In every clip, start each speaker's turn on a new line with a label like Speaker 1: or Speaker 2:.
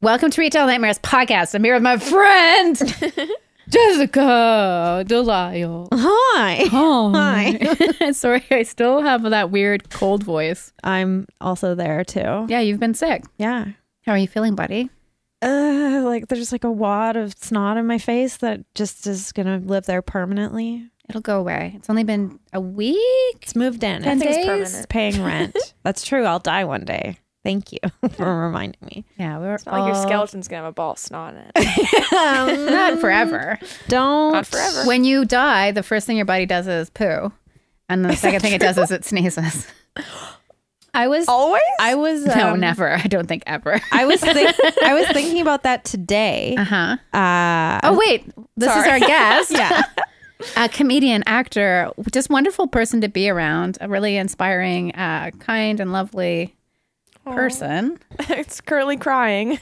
Speaker 1: Welcome to Retail Nightmares podcast. I'm here with my friend Jessica Delisle.
Speaker 2: Hi.
Speaker 1: Hi. Oh. Sorry, I still have that weird cold voice.
Speaker 2: I'm also there too.
Speaker 1: Yeah, you've been sick.
Speaker 2: Yeah.
Speaker 1: How are you feeling, buddy?
Speaker 2: Uh, like there's like a wad of snot in my face that just is gonna live there permanently.
Speaker 1: It'll go away. It's only been a week.
Speaker 2: It's moved in.
Speaker 1: Ten
Speaker 2: Everything's
Speaker 1: days?
Speaker 2: permanent. Paying rent. That's true. I'll die one day. Thank you for reminding me.
Speaker 1: Yeah, we were
Speaker 3: It's not like your
Speaker 1: all-
Speaker 3: skeleton's gonna have a ball snot in it.
Speaker 1: Not forever.
Speaker 2: Don't.
Speaker 3: Not forever.
Speaker 1: When you die, the first thing your body does is poo, and the second thing it does is it sneezes.
Speaker 2: I was.
Speaker 3: Always?
Speaker 2: I was. Um,
Speaker 1: no, never. I don't think ever.
Speaker 2: I was. Think- I was thinking about that today.
Speaker 1: Uh huh.
Speaker 2: Uh,
Speaker 1: Oh wait, this is our guest.
Speaker 2: yeah.
Speaker 1: a comedian, actor, just wonderful person to be around. A really inspiring, uh, kind, and lovely person.
Speaker 3: it's currently crying.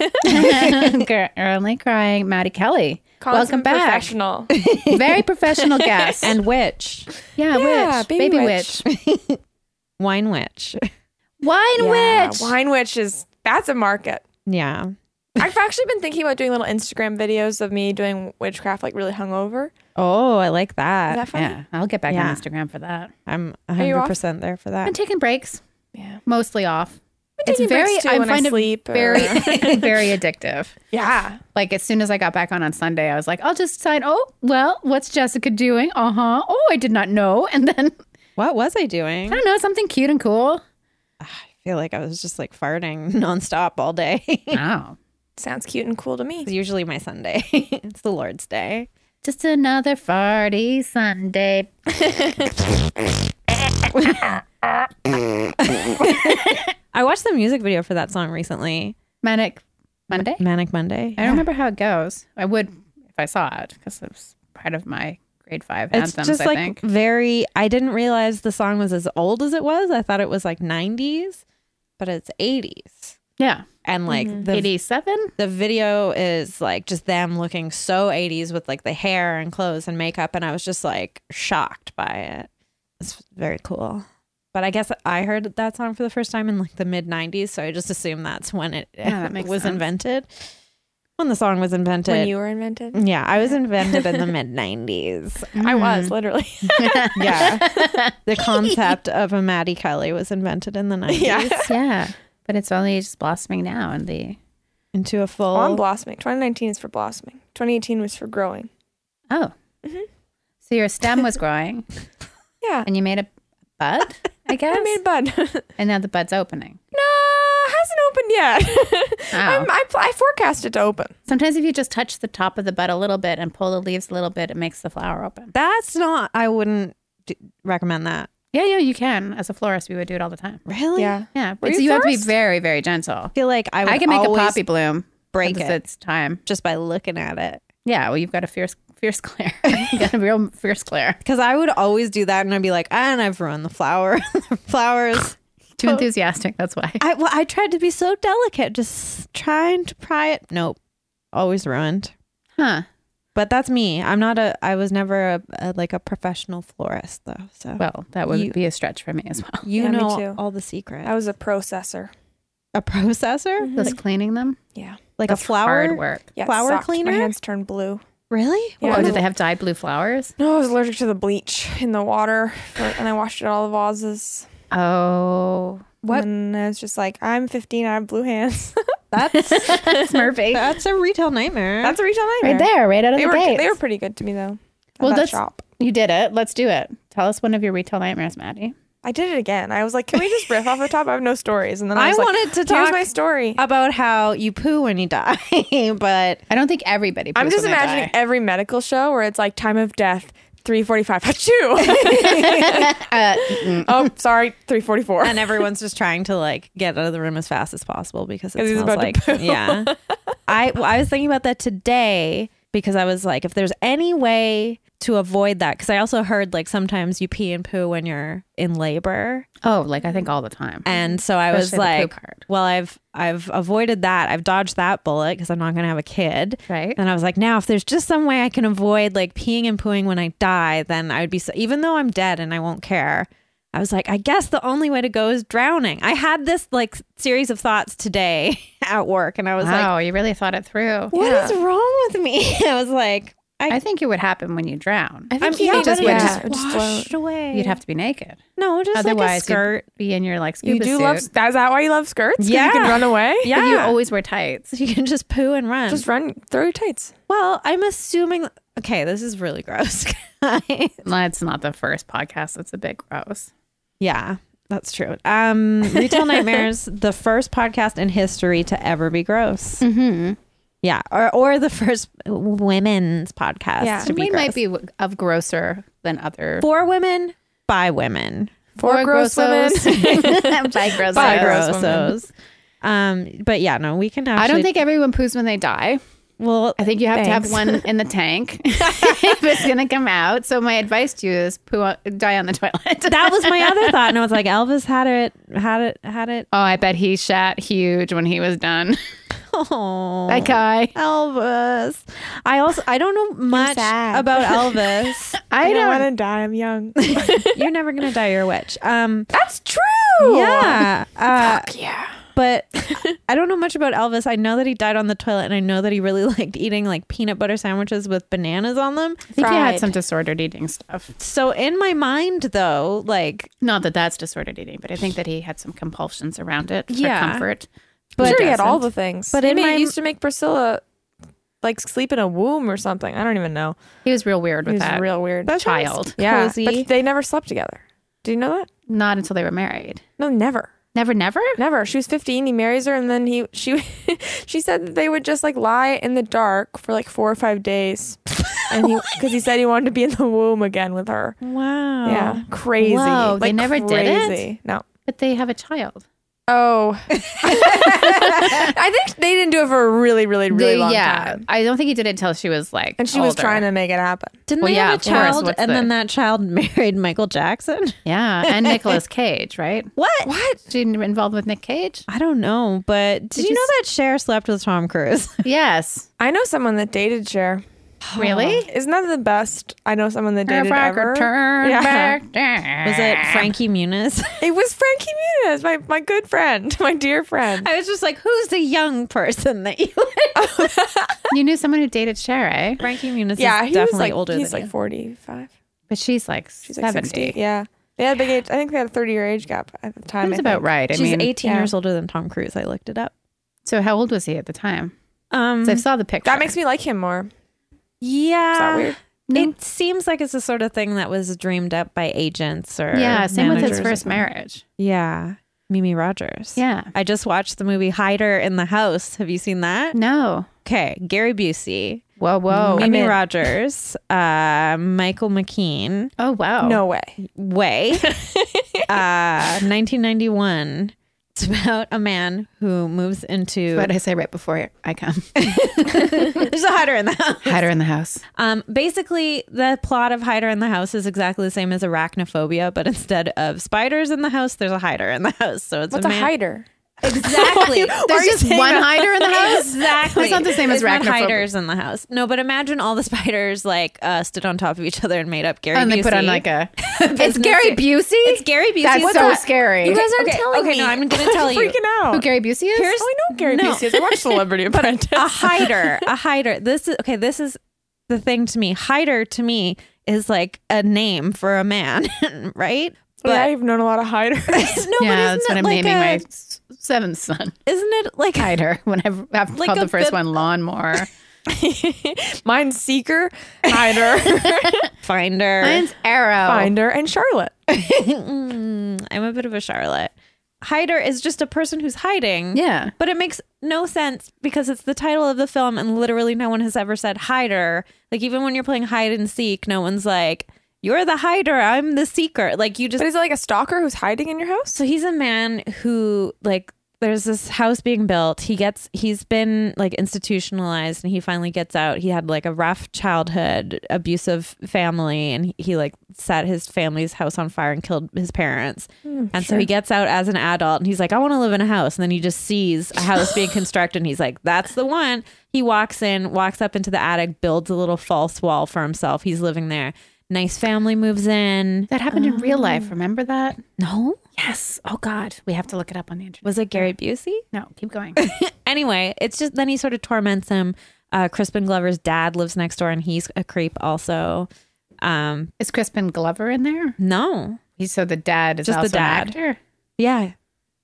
Speaker 1: Currently crying, Maddie Kelly. Welcome
Speaker 3: Constant
Speaker 1: back.
Speaker 3: Professional.
Speaker 1: Very professional guest.
Speaker 2: And witch,
Speaker 1: yeah, witch, baby, witch,
Speaker 2: wine witch.
Speaker 1: wine
Speaker 3: Yeah,
Speaker 1: witch.
Speaker 3: Wine witch is that's a market.
Speaker 2: Yeah.
Speaker 3: I've actually been thinking about doing little Instagram videos of me doing witchcraft, like really hungover.
Speaker 2: Oh, I like
Speaker 3: Is that funny?
Speaker 1: Yeah, I'll get back
Speaker 2: Yeah.
Speaker 1: on Instagram for that.
Speaker 2: I'm
Speaker 3: you off?
Speaker 2: 100% there for
Speaker 1: I've been
Speaker 2: that.
Speaker 1: taking breaks,
Speaker 3: Yeah.
Speaker 1: mostly off.
Speaker 3: Taking breaks, too,
Speaker 1: I
Speaker 3: when I
Speaker 1: find it
Speaker 3: sleep or-
Speaker 1: very, very addictive.
Speaker 3: Yeah.
Speaker 1: Like as soon as I got back on on Sunday, I was like, I'll just sign. Oh well, what's Jessica doing? Uh huh. Oh, I did not know. And then
Speaker 2: What was I
Speaker 1: I
Speaker 2: doing?
Speaker 1: don't know, something cute and cool.
Speaker 2: I feel like I was just like farting nonstop all day. it's
Speaker 1: Oh.
Speaker 3: Sounds cute and cool to me.
Speaker 2: usually my Sunday. it's the Lord's Day.
Speaker 1: Just another farty Sunday.
Speaker 2: I watched the music video for that song recently,
Speaker 1: Manic Monday?
Speaker 2: Manic Monday.
Speaker 1: I don't remember how it goes. I would if I saw it because it was part of my grade five
Speaker 2: It's
Speaker 1: anthems,
Speaker 2: just
Speaker 1: I
Speaker 2: like
Speaker 1: think.
Speaker 2: very. I didn't realize the song was as old as it was. I thought it was like 90s, but it's 80s.
Speaker 1: Yeah.
Speaker 2: And like
Speaker 1: Mm-hmm.
Speaker 2: the
Speaker 1: 87?
Speaker 2: the video is like just them looking so 80s with like the hair and clothes and makeup and i was just like shocked by it it's very cool but i guess i heard that song for the first time in like the mid 90s so i just assume that's when it
Speaker 1: Yeah, that makes
Speaker 2: was
Speaker 1: sense.
Speaker 2: invented when the song was invented
Speaker 3: When you were invented?
Speaker 2: yeah i was invented in the mid 90s
Speaker 3: I
Speaker 1: Mm-hmm.
Speaker 3: was, literally.
Speaker 2: yeah the concept of a maddie kelly was invented in the 90s
Speaker 3: yeah.
Speaker 1: yeah. But it's only just blossoming now in the
Speaker 2: into a full
Speaker 3: Well, Oh, I'm blossoming. 2019 is for blossoming. 2018 was for growing.
Speaker 1: Oh.
Speaker 2: Mm-hmm.
Speaker 1: So your stem was growing
Speaker 3: Yeah.
Speaker 1: and you made a bud, I guess.
Speaker 3: I made a bud. no,
Speaker 1: and now the bud's opening.
Speaker 3: hasn't opened yet. I'm- I, pl- I forecast it to open.
Speaker 1: Sometimes if you just touch the top of the bud a little bit and pull the leaves a little bit, it makes the flower open.
Speaker 2: that's not i wouldn't d- recommend that
Speaker 1: Yeah, yeah, you can. As a florist, we would do it all the time.
Speaker 2: really
Speaker 3: Yeah.
Speaker 1: Yeah,
Speaker 3: Were
Speaker 1: but
Speaker 3: you
Speaker 1: you have to be
Speaker 3: florist?
Speaker 1: very, very gentle.
Speaker 2: feel like I would
Speaker 1: I can make a
Speaker 2: always
Speaker 1: poppy bloom.
Speaker 2: break
Speaker 1: once
Speaker 2: it
Speaker 1: It's time.
Speaker 2: just by looking at it.
Speaker 1: Yeah, well, you've got a fierce, fierce glare. you got a real fierce glare.
Speaker 2: Because I would always do that, and I'd be like, "Ah," and I've ruined the flower, flowers.
Speaker 1: Too enthusiastic. That's why.
Speaker 2: I well, I tried to be so delicate, just trying to pry it. Nope, always ruined.
Speaker 1: Huh.
Speaker 2: But that's me. I'm not a. I was never a, a like a professional florist though. So
Speaker 1: Well, that would
Speaker 2: You-
Speaker 1: be a stretch for me as well.
Speaker 2: you
Speaker 3: Yeah, me
Speaker 2: know
Speaker 3: too.
Speaker 2: all the secrets.
Speaker 3: I was a processor.
Speaker 2: a processor,
Speaker 1: Just cleaning them.
Speaker 3: Yeah.
Speaker 2: like a
Speaker 1: That's
Speaker 2: flower.
Speaker 1: Hard work.
Speaker 3: Yeah. it
Speaker 2: Flower
Speaker 3: sucked.
Speaker 2: cleaner?
Speaker 3: My hands turned blue.
Speaker 2: Really?
Speaker 3: Yeah.
Speaker 1: Oh, did they have dyed blue flowers?
Speaker 3: No, I was allergic to the bleach in the water, for, and I washed it all the vases.
Speaker 1: Oh,
Speaker 2: What?
Speaker 3: And I was just like, I'm 15, I have blue hands.
Speaker 2: That's
Speaker 1: Smurfy.
Speaker 2: that's a retail nightmare.
Speaker 3: That's a retail nightmare.
Speaker 1: right there, right out of
Speaker 3: They
Speaker 1: the
Speaker 3: were
Speaker 1: gate.
Speaker 3: they were pretty good to me though. at
Speaker 1: Well,
Speaker 3: that
Speaker 1: that's-
Speaker 3: shop.
Speaker 1: You did it. Let's do it. Tell us one of your retail nightmares, Maddie.
Speaker 3: I did it again. I was like, can we just riff off the top? I have no stories. And then I,
Speaker 2: I
Speaker 3: was like,
Speaker 2: wanted to
Speaker 3: Here's
Speaker 2: talk
Speaker 3: my story.
Speaker 2: about how you poo when you die, but
Speaker 1: I don't think everybody.
Speaker 3: I'm
Speaker 1: poos
Speaker 3: just
Speaker 1: when they
Speaker 3: imagining
Speaker 1: die.
Speaker 3: every medical show where it's like time of death. 345 Achoo!
Speaker 1: Uh,
Speaker 3: oh sorry 344
Speaker 2: and everyone's just trying to like get out of the room as fast as possible because it
Speaker 3: 'Cause he's
Speaker 2: smells
Speaker 3: about
Speaker 2: like
Speaker 3: to poo.
Speaker 2: yeah. I well, I was thinking about that today because I was like, if there's any way to avoid that, because I also heard like sometimes you pee and poo when you're in labor,
Speaker 1: Oh, like I think all the time.
Speaker 2: and so I was
Speaker 1: Especially the poo
Speaker 2: like,
Speaker 1: card.
Speaker 2: well, I've I've avoided that, I've dodged that bullet because I'm not gonna have a kid,
Speaker 1: Right.
Speaker 2: And I was like, now if there's just some way I can avoid like peeing and pooing when I die, then I would be so, even though I'm dead and I won't care. I was like, I guess the only way to go is drowning. I had this like series of thoughts today at work, and I was like,
Speaker 1: Wow, you really thought it through.
Speaker 2: What is wrong with me? I was like, I,
Speaker 1: I think it would happen when you drown.
Speaker 3: I
Speaker 2: I'm
Speaker 3: think you
Speaker 2: yeah,
Speaker 3: just
Speaker 2: but
Speaker 3: would
Speaker 2: it's
Speaker 3: just, would just
Speaker 2: washed
Speaker 3: float.
Speaker 2: away.
Speaker 1: You'd have to be naked.
Speaker 2: no, just like a
Speaker 1: Otherwise,
Speaker 2: skirt.
Speaker 1: you'd be in your like scuba
Speaker 3: You do
Speaker 1: suit.
Speaker 3: love. Is that why you love skirts? 'Cause you
Speaker 2: Yeah.
Speaker 3: can run away.
Speaker 1: But
Speaker 2: Yeah,
Speaker 1: You always wear tights.
Speaker 2: you can just poo and run.
Speaker 3: just run. Throw your tights.
Speaker 2: well, I'm assuming. Okay, this is really gross, guys.
Speaker 1: That's not the first podcast. It's a bit gross.
Speaker 2: Yeah, that's true. Um, Retail Nightmares, the first podcast in history to ever be gross.
Speaker 1: Mm.
Speaker 2: Mm-hmm. Yeah, or or the first women's podcast
Speaker 3: Yeah.
Speaker 2: to be
Speaker 1: we
Speaker 2: gross.
Speaker 1: might be w- of grosser than other.
Speaker 2: for women by women
Speaker 3: Four gross women.
Speaker 1: women. By grossos.
Speaker 2: by
Speaker 3: gross women.
Speaker 2: grossos. Um, but yeah, no, we can. Actually,
Speaker 1: I don't think everyone poos when they die.
Speaker 2: Well,
Speaker 1: I think you have
Speaker 3: Thanks.
Speaker 1: to have one in the tank if it's going to come out. So my advice to you is poo on, die on the toilet.
Speaker 2: that was my other thought, and I was like, Elvis had it, had it, had it.
Speaker 1: oh, I bet he shat huge when he was done.
Speaker 2: Oh,
Speaker 1: That guy.
Speaker 2: Elvis. I also I don't know much
Speaker 3: sad.
Speaker 2: about Elvis.
Speaker 1: I
Speaker 3: I don't
Speaker 1: don't.
Speaker 3: want to die. I'm young.
Speaker 2: You're never gonna die. You're a witch. Um,
Speaker 3: That's true.
Speaker 2: yeah. Uh,
Speaker 3: Yeah.
Speaker 2: but I don't know much about Elvis. I know that he died on the toilet, and I know that he really liked eating like peanut butter sandwiches with bananas on them.
Speaker 1: I think he had
Speaker 3: Fried.
Speaker 1: some disordered eating stuff.
Speaker 2: So in my mind, though, like
Speaker 1: Not that that's disordered eating, but I think that he had some compulsions around it for
Speaker 2: Yeah.
Speaker 1: comfort.
Speaker 2: But-
Speaker 1: He
Speaker 3: sure, he had all
Speaker 1: doesn't.
Speaker 3: the things.
Speaker 2: But
Speaker 3: But
Speaker 2: in
Speaker 3: it
Speaker 2: my-
Speaker 3: used to make Priscilla like sleep in a womb or something. I don't even know.
Speaker 1: He was real weird
Speaker 3: It
Speaker 1: with
Speaker 3: was
Speaker 1: that
Speaker 3: real weird.
Speaker 2: That's sounds
Speaker 1: child.
Speaker 3: yeah,
Speaker 2: cozy.
Speaker 3: but they never slept together. Do you know that?
Speaker 1: Not until they were married.
Speaker 3: No, never.
Speaker 1: Never, never.
Speaker 3: Never. She was 15. He marries her, and then he she she said that they would just like lie in the dark for like four or five days, and he because he said he wanted to be in the womb again with her.
Speaker 2: wow,
Speaker 3: Yeah, crazy.
Speaker 1: Whoa, they
Speaker 3: Like,
Speaker 1: never did it?
Speaker 3: crazy. No.
Speaker 1: But they have a child.
Speaker 3: Oh, I think they didn't do it for a really, really, really
Speaker 1: They-
Speaker 3: long
Speaker 1: yeah,
Speaker 3: time.
Speaker 1: I don't think he did it until she was like,
Speaker 3: And she was
Speaker 1: older.
Speaker 3: trying to make it happen.
Speaker 2: Didn't
Speaker 1: Well,
Speaker 2: they
Speaker 1: yeah,
Speaker 2: have
Speaker 1: of
Speaker 2: a
Speaker 1: course.
Speaker 2: child,
Speaker 1: What's
Speaker 2: and
Speaker 1: the-
Speaker 2: then that child married Michael Jackson?
Speaker 1: Yeah, and Nicolas Cage, right?
Speaker 2: What?
Speaker 3: What?
Speaker 1: She involved with Nick Cage?
Speaker 2: I don't know, but did, you
Speaker 1: you
Speaker 2: know that Cher slept with Tom Cruise?
Speaker 1: Yes.
Speaker 3: I know someone that dated Cher. Um,
Speaker 1: Really?
Speaker 3: Isn't that the best? I know someone that dated ever.
Speaker 1: turn
Speaker 3: Yeah.
Speaker 1: back down.
Speaker 2: Was it Frankie Muniz?
Speaker 3: It was Frankie Muniz, my my good friend, my dear friend.
Speaker 2: I was just like, who's the young person that you?
Speaker 1: You knew someone who dated Cher, eh?
Speaker 2: Frankie Muniz
Speaker 3: yeah,
Speaker 2: is
Speaker 3: he
Speaker 2: definitely
Speaker 3: was like
Speaker 2: older
Speaker 3: he's
Speaker 2: than
Speaker 3: like
Speaker 2: you.
Speaker 3: forty five.
Speaker 1: But she's like
Speaker 3: She's like
Speaker 1: 70.
Speaker 3: sixty. Yeah, they had a big age. I think they had a thirty year age gap at the time.
Speaker 1: That's
Speaker 3: I
Speaker 1: about
Speaker 3: think.
Speaker 1: right. I
Speaker 2: She's
Speaker 1: mean,
Speaker 2: 18
Speaker 3: yeah.
Speaker 2: years older than Tom Cruise. I looked it up.
Speaker 1: so how old was he at the time?
Speaker 2: Um,
Speaker 1: 'Cause I saw the picture.
Speaker 3: That makes me like him more.
Speaker 2: yeah, Ah.
Speaker 3: Is that weird?
Speaker 2: It seems like it's the sort of thing that was dreamed up by agents or
Speaker 1: Yeah, same with his
Speaker 2: managers.
Speaker 1: first marriage.
Speaker 2: Yeah, Mimi Rogers.
Speaker 1: Yeah.
Speaker 2: I just watched the movie Hider in the House. Have you seen that?
Speaker 1: No.
Speaker 2: Okay, Gary Busey,
Speaker 1: Whoa, whoa.
Speaker 2: Mimi
Speaker 3: in.
Speaker 2: Rogers, uh, Michael McKean.
Speaker 1: Oh, wow.
Speaker 3: No way.
Speaker 2: way. uh, 1991. It's about a man who moves into.
Speaker 1: What did I say right before I come?
Speaker 2: There's a hider in the house.
Speaker 1: Hide her in the house.
Speaker 2: Um, basically, the plot of Hider in the House is exactly the same as arachnophobia, but instead of spiders in the house, there's a hider in the house. So it's
Speaker 3: What's
Speaker 2: a
Speaker 3: a
Speaker 2: man.
Speaker 3: hider?
Speaker 2: Exactly.
Speaker 1: There's just one hider in the house?
Speaker 2: Exactly.
Speaker 1: That's not the same as
Speaker 2: There's not
Speaker 1: arachnophobia.
Speaker 2: hiders in the house. No, but imagine all the spiders like uh, stood on top of each other and made up Gary
Speaker 1: and they put
Speaker 2: Busey.
Speaker 1: on like a.
Speaker 2: Business
Speaker 1: it's Gary Busey?
Speaker 2: It's Gary Busey.
Speaker 1: That's
Speaker 2: What's
Speaker 1: so
Speaker 2: that?
Speaker 1: scary.
Speaker 2: You guys aren't
Speaker 3: Okay,
Speaker 2: telling
Speaker 3: okay,
Speaker 2: me.
Speaker 3: no,
Speaker 2: I'm going to tell you.
Speaker 3: Freaking out.
Speaker 1: who Gary Busey is?
Speaker 2: Here's-
Speaker 3: I know Gary
Speaker 2: No.
Speaker 3: Busey. is. I watched Celebrity Apprentice.
Speaker 2: a hider, a hider. This is okay. This is the thing to me. Hider to me is like a name for a man, right?
Speaker 3: But
Speaker 2: But
Speaker 3: I've known a lot of hiders.
Speaker 2: no,
Speaker 1: yeah, that's what
Speaker 2: but
Speaker 1: I'm
Speaker 2: isn't it like
Speaker 1: naming
Speaker 2: a,
Speaker 1: my s- seventh son.
Speaker 2: Isn't it like
Speaker 1: Hide her when I've, I've
Speaker 2: Like
Speaker 1: called
Speaker 2: a
Speaker 1: the first
Speaker 2: bib-
Speaker 1: one lawnmower.
Speaker 3: Mine's Seeker, Hider,
Speaker 2: finder?
Speaker 1: Mine's arrow.
Speaker 3: Finder, and Charlotte.
Speaker 2: Mm, I'm a bit of a Charlotte. Hider is just a person who's hiding.
Speaker 1: Yeah.
Speaker 2: But it makes no sense because it's the title of the film, and literally no one has ever said hider. Like, even when you're playing hide and seek, no one's like, You're the hider, I'm the seeker. Like, you just
Speaker 3: But is it like a stalker who's hiding in your house?
Speaker 2: So he's a man who like there's this house being built. He gets he's been like institutionalized and he finally gets out. He had like a rough childhood, abusive family and he, he like set his family's house on fire and killed his parents. and so he gets out as an adult and he's like I want to live in a house and then he just sees a house being constructed and he's like that's the one. He walks in, walks up into the attic, builds a little false wall for himself. He's living there. Nice family moves in.
Speaker 1: That happened in real life. Remember that?
Speaker 2: No,
Speaker 1: Oh. Yes. Oh God, we have to look it up on the internet.
Speaker 2: was it Gary Busey?
Speaker 1: No, keep going.
Speaker 2: anyway, it's just then he sort of torments him. Uh, Crispin Glover's dad lives next door, and he's a creep also. Um,
Speaker 1: Is Crispin Glover in there?
Speaker 2: no,
Speaker 1: He's so the dad is
Speaker 2: Just the
Speaker 1: also
Speaker 2: dad.
Speaker 1: an actor.
Speaker 2: yeah,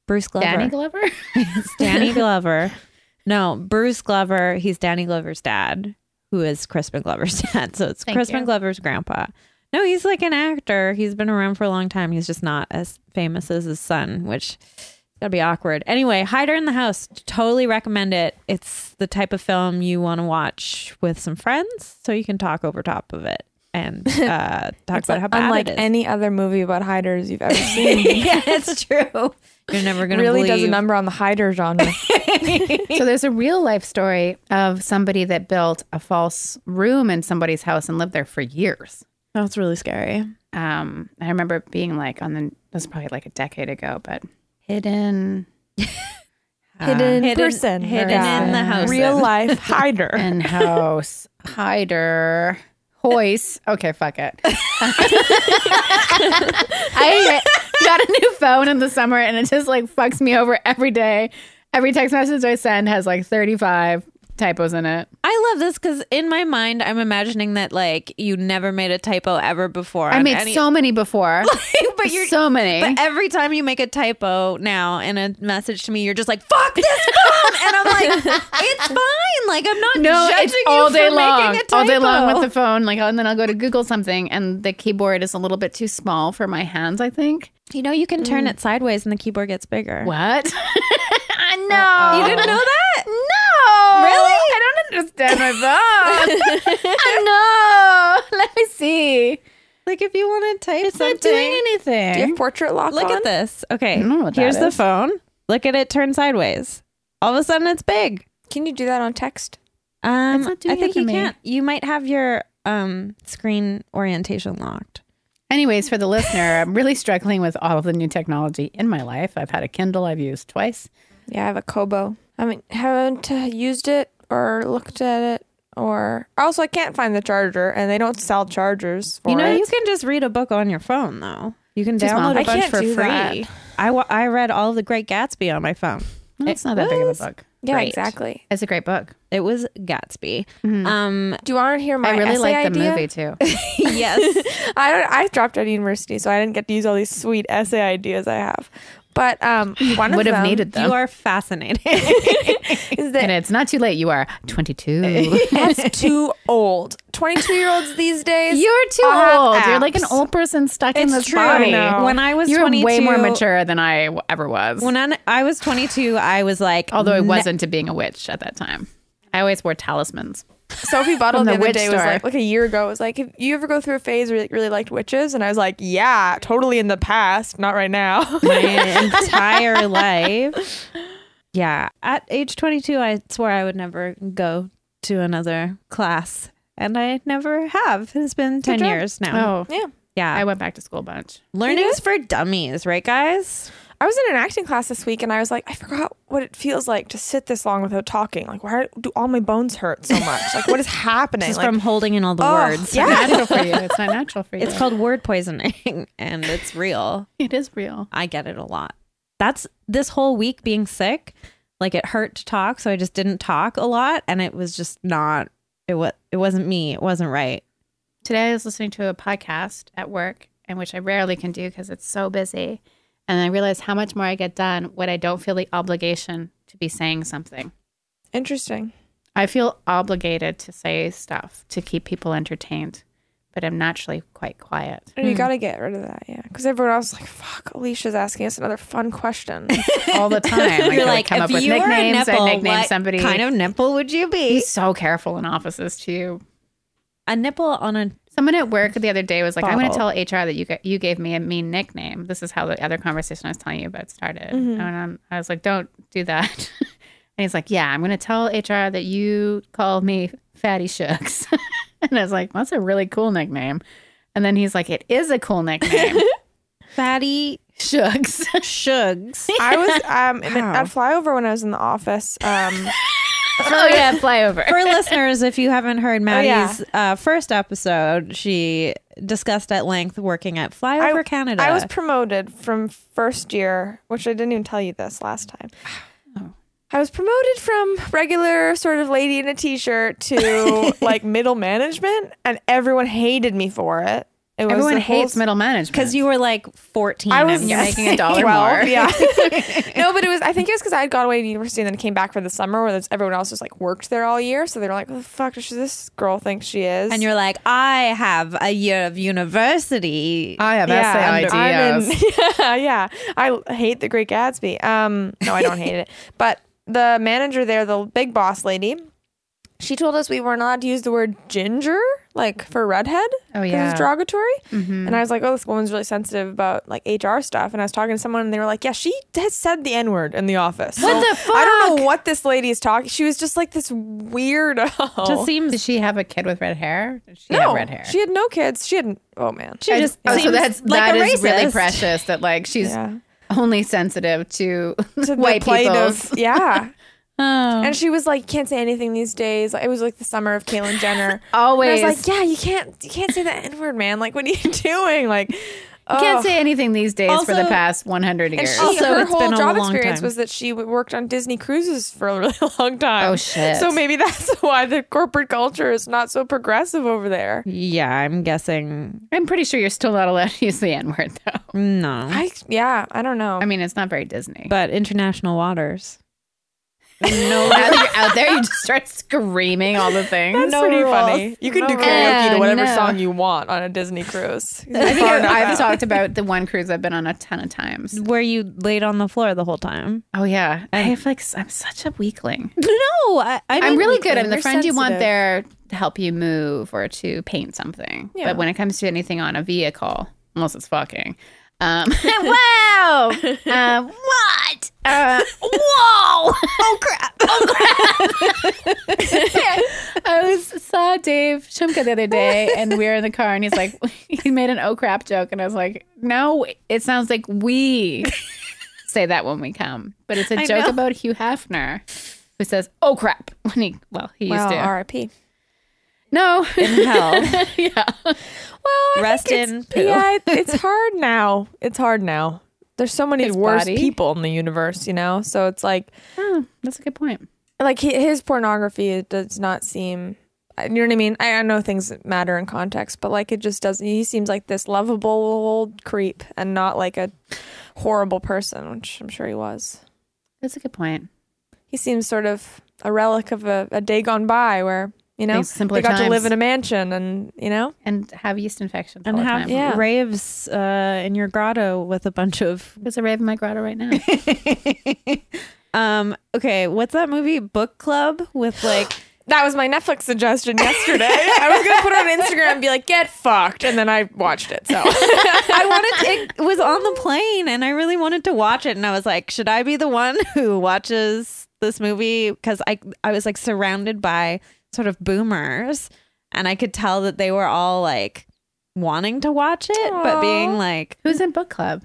Speaker 2: Bruce Glover.
Speaker 1: Danny Glover.
Speaker 2: It's Danny Glover. No, Bruce Glover. He's Danny Glover's dad, who is Crispin Glover's dad. So it's
Speaker 1: Thank
Speaker 2: Crispin
Speaker 1: you.
Speaker 2: Glover's grandpa. No, he's like an actor. He's been around for a long time. He's just not as famous as his son, which gotta be awkward. Anyway, Hider in the House. Totally recommend it. It's the type of film you want to watch with some friends, so you can talk over top of it and uh, talk about how bad
Speaker 3: Unlike
Speaker 2: it is.
Speaker 3: any other movie about hiders you've ever seen,
Speaker 2: yeah, it's true. You're never gonna
Speaker 3: really does a
Speaker 2: believe-
Speaker 3: number on the hider genre.
Speaker 1: so there's a real life story of somebody that built a false room in somebody's house and lived there for years.
Speaker 2: That's really scary.
Speaker 1: Um, I remember it being like on the it was probably like a decade ago, but hidden
Speaker 3: Uh, hidden,
Speaker 2: Hidden-
Speaker 3: person,
Speaker 2: hidden
Speaker 1: in the houses.
Speaker 3: real life hider.
Speaker 1: in house hider hoist. Okay, fuck it. I got a new phone in the summer, and it just like fucks me over every day. Every text message I send has like 35 typos in it.
Speaker 2: I love this because in my mind, I'm imagining that like you never made a typo ever before.
Speaker 1: I
Speaker 2: on
Speaker 1: made
Speaker 2: any-
Speaker 1: so many before,
Speaker 2: but you're
Speaker 1: so many.
Speaker 2: but every time you make a typo now in a message to me, you're just like "fuck this phone," and I'm like, "It's fine." Like I'm not
Speaker 1: no,
Speaker 2: judging
Speaker 1: it's all
Speaker 2: you
Speaker 1: day
Speaker 2: for
Speaker 1: long,
Speaker 2: making a typo.
Speaker 1: all day long with the phone. Like, and then I'll go to Google something, and the keyboard is a little bit too small for my hands. I think.
Speaker 2: you know you can turn it sideways and the keyboard gets bigger.
Speaker 1: Mm. What? I know.
Speaker 2: You didn't know that?
Speaker 1: No.
Speaker 2: Really?
Speaker 1: I don't understand my phone. I know. Let me see.
Speaker 2: Like if you want to type
Speaker 1: It's
Speaker 2: something,
Speaker 1: not doing
Speaker 3: Do you
Speaker 1: anything.
Speaker 3: have portrait lock
Speaker 2: look
Speaker 3: on?
Speaker 2: at this. Okay,
Speaker 1: don't know what that
Speaker 2: here's the
Speaker 1: is.
Speaker 2: phone. Look at it turn sideways. All of a sudden, it's big.
Speaker 3: Can you do that on text?
Speaker 2: Um,
Speaker 1: It's not doing
Speaker 2: I think
Speaker 1: it to
Speaker 2: you
Speaker 1: me.
Speaker 2: can't. You might have your um screen orientation locked.
Speaker 1: Anyways, for the listener, I'm really struggling with all of the new technology in my life. I've had a Kindle I've used twice.
Speaker 3: Yeah, I have a Kobo. I mean, haven't uh, used it or looked at it or also I can't find the charger and they don't sell chargers for
Speaker 2: you know,
Speaker 3: it.
Speaker 2: you can just read a book on your phone though. You can
Speaker 1: Just
Speaker 2: download
Speaker 1: not-
Speaker 2: a
Speaker 1: I
Speaker 2: bunch
Speaker 3: can't
Speaker 2: for
Speaker 3: do
Speaker 2: free.
Speaker 3: that.
Speaker 2: I wa- I read all of the Great Gatsby on my phone.
Speaker 1: No, it's not that big of a book.
Speaker 3: yeah,
Speaker 2: Great.
Speaker 3: exactly.
Speaker 1: It's a great book.
Speaker 2: It was Gatsby. Um,
Speaker 3: Do you want to hear my
Speaker 1: I really
Speaker 3: essay
Speaker 1: like the
Speaker 3: idea?
Speaker 1: movie too.
Speaker 2: yes,
Speaker 3: I don't, I dropped out of university, so I didn't get to use all these sweet essay ideas I have. But um, one of
Speaker 1: Would have
Speaker 3: them
Speaker 1: needed
Speaker 2: you
Speaker 1: them.
Speaker 2: are fascinating.
Speaker 3: is
Speaker 1: and
Speaker 3: that
Speaker 1: it's not too late. You are 22.
Speaker 3: it's too old. Twenty-two year olds these days.
Speaker 1: You're too
Speaker 3: all have
Speaker 1: old. You're like an
Speaker 3: apps.
Speaker 1: old person stuck in
Speaker 3: It's
Speaker 1: this
Speaker 3: true.
Speaker 1: body.
Speaker 3: I know.
Speaker 2: when I was
Speaker 1: You're
Speaker 2: 22,
Speaker 1: way more mature than I w- ever was.
Speaker 2: When I, I was 22, I was like,
Speaker 1: although I
Speaker 2: "Nah,
Speaker 1: wasn't to being a witch at that time. I always wore talismans.
Speaker 3: Sophie Bottle
Speaker 1: From
Speaker 3: the,
Speaker 1: the
Speaker 3: other
Speaker 1: witch
Speaker 3: day was
Speaker 1: store.
Speaker 3: like, like a year ago, was like, "Have you ever go through a phase where you really liked witches?" And I was like, "Yeah, totally in the past, not right now."
Speaker 2: my entire life. Yeah. At age 22, I swore I would never go to another class. And I never have. It's been 10
Speaker 3: job.
Speaker 2: years
Speaker 1: Oh.
Speaker 2: now.
Speaker 3: yeah,
Speaker 2: yeah.
Speaker 1: I went back to school a bunch.
Speaker 2: Learning's for dummies, right, guys?
Speaker 3: I was in an acting class this week, and I was like, I forgot what it feels like to sit this long without talking. Like, why do all my bones hurt so much? Like, what is happening?
Speaker 2: Just
Speaker 3: Like,
Speaker 2: from holding in all the
Speaker 3: oh,
Speaker 2: words.
Speaker 1: It's
Speaker 3: Yeah,
Speaker 1: not natural for you. It's not natural for you.
Speaker 2: It's called word poisoning, and it's real.
Speaker 1: it is real.
Speaker 2: I get it a lot. That's this whole week being sick. Like it hurt to talk, so I just didn't talk a lot, and it was just not. It was. It wasn't me. It wasn't right.
Speaker 1: Today I was listening to a podcast at work, and which I rarely can do because it's so busy. And I realized how much more I get done when I don't feel the obligation to be saying something.
Speaker 3: interesting.
Speaker 1: I feel obligated to say stuff to keep people entertained, but I'm naturally quite quiet.
Speaker 3: You gotta get rid of that, yeah. Because everyone else is like, "Fuck, Alicia's asking us another fun question."
Speaker 1: all the time. I
Speaker 2: You're
Speaker 1: would
Speaker 2: like,
Speaker 1: come
Speaker 2: if
Speaker 1: up with
Speaker 2: you were a
Speaker 1: nicknames.
Speaker 2: nipple,
Speaker 1: I nickname
Speaker 2: what
Speaker 1: somebody.
Speaker 2: kind of nipple would you be?
Speaker 1: Be so careful in offices too.
Speaker 2: A nipple on a
Speaker 1: Someone at work the other day was like, "I'm going to
Speaker 2: Bottle.
Speaker 1: tell HR that you g- you gave me a mean nickname." This is how the other conversation I was telling you about started,
Speaker 2: Mm-hmm.
Speaker 1: and i I was like, "Don't do that." and he's like, "Yeah, I'm going to tell HR that you called me Fatty Shooks," and I was like, "That's a really cool nickname." And then he's like, "It is a cool nickname,
Speaker 2: fatty
Speaker 1: Shooks."
Speaker 2: shugs.
Speaker 3: I was um in-
Speaker 2: Wow.
Speaker 3: at flyover when I was in the office. Um,
Speaker 1: oh yeah, flyover.
Speaker 2: For listeners, if you haven't heard
Speaker 3: yeah.
Speaker 2: Maddie's uh, first episode, she discussed at length working at Flyover Canada.
Speaker 3: I was promoted from first year, which I didn't even tell you this last time.
Speaker 1: Oh.
Speaker 3: I was promoted from regular sort of lady in a t-shirt to like middle management, and everyone hated me for it. It was
Speaker 1: Everyone
Speaker 3: the whole
Speaker 1: hates middle management
Speaker 2: because you were like 14.
Speaker 3: I was
Speaker 2: and
Speaker 1: you're
Speaker 2: you're
Speaker 1: yes. making a dollar more.
Speaker 3: Yeah. no, but it was. I think it was because I had gone away to university and then came back for the summer, where there's- everyone else just like worked there all year. So they were like, "What the fuck does this girl think she is?"
Speaker 2: and you're like, I have a year of university.
Speaker 1: I have
Speaker 3: I'm- I'm in- yeah, yeah. I hate the Great Gatsby. Um, no, I don't hate it. But the manager there, the big boss lady, she told us we weren't allowed to use the word ginger, like for redhead.
Speaker 1: Oh,
Speaker 3: 'cause
Speaker 1: yeah. Mm-hmm.
Speaker 3: it's derogatory. And I was like, oh, this woman's really sensitive about like HR stuff. And I was talking to someone, and they were like, yeah, she has said the N word in the office.
Speaker 1: What
Speaker 3: So
Speaker 1: the
Speaker 3: I don't know what this lady is talking. She was just like this weirdo.
Speaker 2: just
Speaker 1: Did
Speaker 2: seems
Speaker 1: she have a kid with red hair? Did she
Speaker 3: no,
Speaker 1: have red hair?
Speaker 3: she had no kids. She had oh man,
Speaker 2: She
Speaker 3: I-
Speaker 2: just
Speaker 1: oh, so
Speaker 2: seems
Speaker 1: that's
Speaker 2: like
Speaker 1: that
Speaker 2: a
Speaker 1: is really
Speaker 2: racist.
Speaker 1: precious. That like she's
Speaker 3: Yeah.
Speaker 1: only sensitive to,
Speaker 3: to the
Speaker 1: white
Speaker 3: plight
Speaker 1: people.
Speaker 3: of- yeah.
Speaker 1: Oh.
Speaker 3: And she was like, "Can't say anything these days." Like, it was like the summer of Caitlyn Jenner.
Speaker 1: Always.
Speaker 3: And I was like, "Yeah, you can't, you can't say that N word, man. Like, what are you doing? Like, oh.
Speaker 1: You can't say anything these days for the
Speaker 2: Also-
Speaker 1: past 100
Speaker 3: And
Speaker 1: years.
Speaker 3: she,
Speaker 2: Also,
Speaker 3: her
Speaker 2: it's
Speaker 3: whole
Speaker 2: been a
Speaker 3: job
Speaker 2: long
Speaker 3: experience
Speaker 2: time.
Speaker 3: was that she w- worked on Disney cruises for a really long time.
Speaker 1: Oh, shit.
Speaker 3: So maybe that's why the corporate culture is not so progressive over there.
Speaker 2: yeah. I'm guessing
Speaker 1: I'm pretty sure you're still not allowed to use the N word, though.
Speaker 2: no,
Speaker 3: I yeah, I don't know.
Speaker 1: Mm-hmm. I mean, it's not very Disney.
Speaker 2: but international waters.
Speaker 1: no, now that you're out there, you just start screaming all the things.
Speaker 3: that's pretty funny. You can do karaoke
Speaker 1: rules.
Speaker 3: to whatever
Speaker 1: Yeah, no.
Speaker 3: song you want on a Disney cruise.
Speaker 1: I think
Speaker 3: Far
Speaker 1: I've,
Speaker 3: enough out.
Speaker 1: I've talked about the one cruise I've been on a ton of times.
Speaker 2: Where you laid on the floor the whole time?
Speaker 1: Oh yeah, I have like s- I'm such a weakling.
Speaker 2: No, I, I
Speaker 1: I'm
Speaker 2: didn't-
Speaker 1: really good. I'm
Speaker 3: You're
Speaker 1: the friend you want
Speaker 3: sensitive.
Speaker 1: there to help you move or to paint something.
Speaker 3: Yeah.
Speaker 1: But when it comes to anything on a vehicle, unless it's fucking, um, wow, uh, what, uh, whoa, oh crap, oh crap. I was saw Dave Shumka the other day, and we were in the car, and he's like, he made an oh crap joke, and I was like, no, it sounds like we say that when we come, but it's a
Speaker 2: I
Speaker 1: joke
Speaker 2: know.
Speaker 1: about Hugh Hefner who says "Oh crap" when he well he used
Speaker 3: Well,
Speaker 1: to
Speaker 3: R.I.P.
Speaker 1: no
Speaker 2: in hell.
Speaker 1: yeah
Speaker 3: Well, I
Speaker 2: Rest
Speaker 3: think
Speaker 2: in
Speaker 3: it's-
Speaker 2: poo.
Speaker 3: Yeah, it, it's hard now. It's hard now. There's so many
Speaker 1: His
Speaker 3: worse
Speaker 1: body?
Speaker 3: people in the universe, you know. So it's like,
Speaker 1: oh, that's a good point
Speaker 3: like hi- his pornography it does not seem. uh, You know what I mean? I, I know things matter in context, but like it just doesn't. He seems like this lovable old creep and not like a horrible person, which I'm sure he was.
Speaker 1: that's a good point
Speaker 3: He seems sort of a relic of a, a day gone by, where you know
Speaker 1: Things simpler
Speaker 3: they got to
Speaker 1: times.
Speaker 3: live in a mansion, and you know,
Speaker 1: and have yeast infections
Speaker 2: and
Speaker 1: all the
Speaker 2: have
Speaker 1: time.
Speaker 3: Yeah.
Speaker 2: raves uh, in your grotto with a bunch of.
Speaker 1: There's a rave in my grotto right now.
Speaker 2: um. Okay, what's that movie? Book club with like.
Speaker 3: That was my Netflix suggestion yesterday. I was gonna put it on Instagram and be like, "Get fucked," and then I watched it. So
Speaker 2: I wanted to, it was on the plane and I really wanted to watch it and I was like, should I be the one who watches this movie because I I was like surrounded by sort of boomers and I could tell that they were all like wanting to watch it but
Speaker 3: Aw.
Speaker 2: being like
Speaker 1: Who's in book club?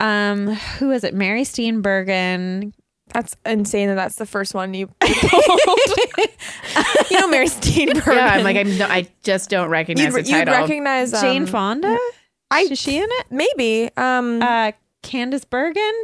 Speaker 2: um who is it Mary Steenburgen
Speaker 3: that's insane that that's the first one you you know, Mary Steenburgen.
Speaker 1: Yeah, I'm like I'm no, I just don't recognize
Speaker 3: you'd,
Speaker 1: the
Speaker 3: re- you'd
Speaker 1: title.
Speaker 3: recognize um,
Speaker 2: Jane Fonda
Speaker 3: I-
Speaker 2: is she in it
Speaker 3: Maybe. Um.
Speaker 2: uh Candace Bergen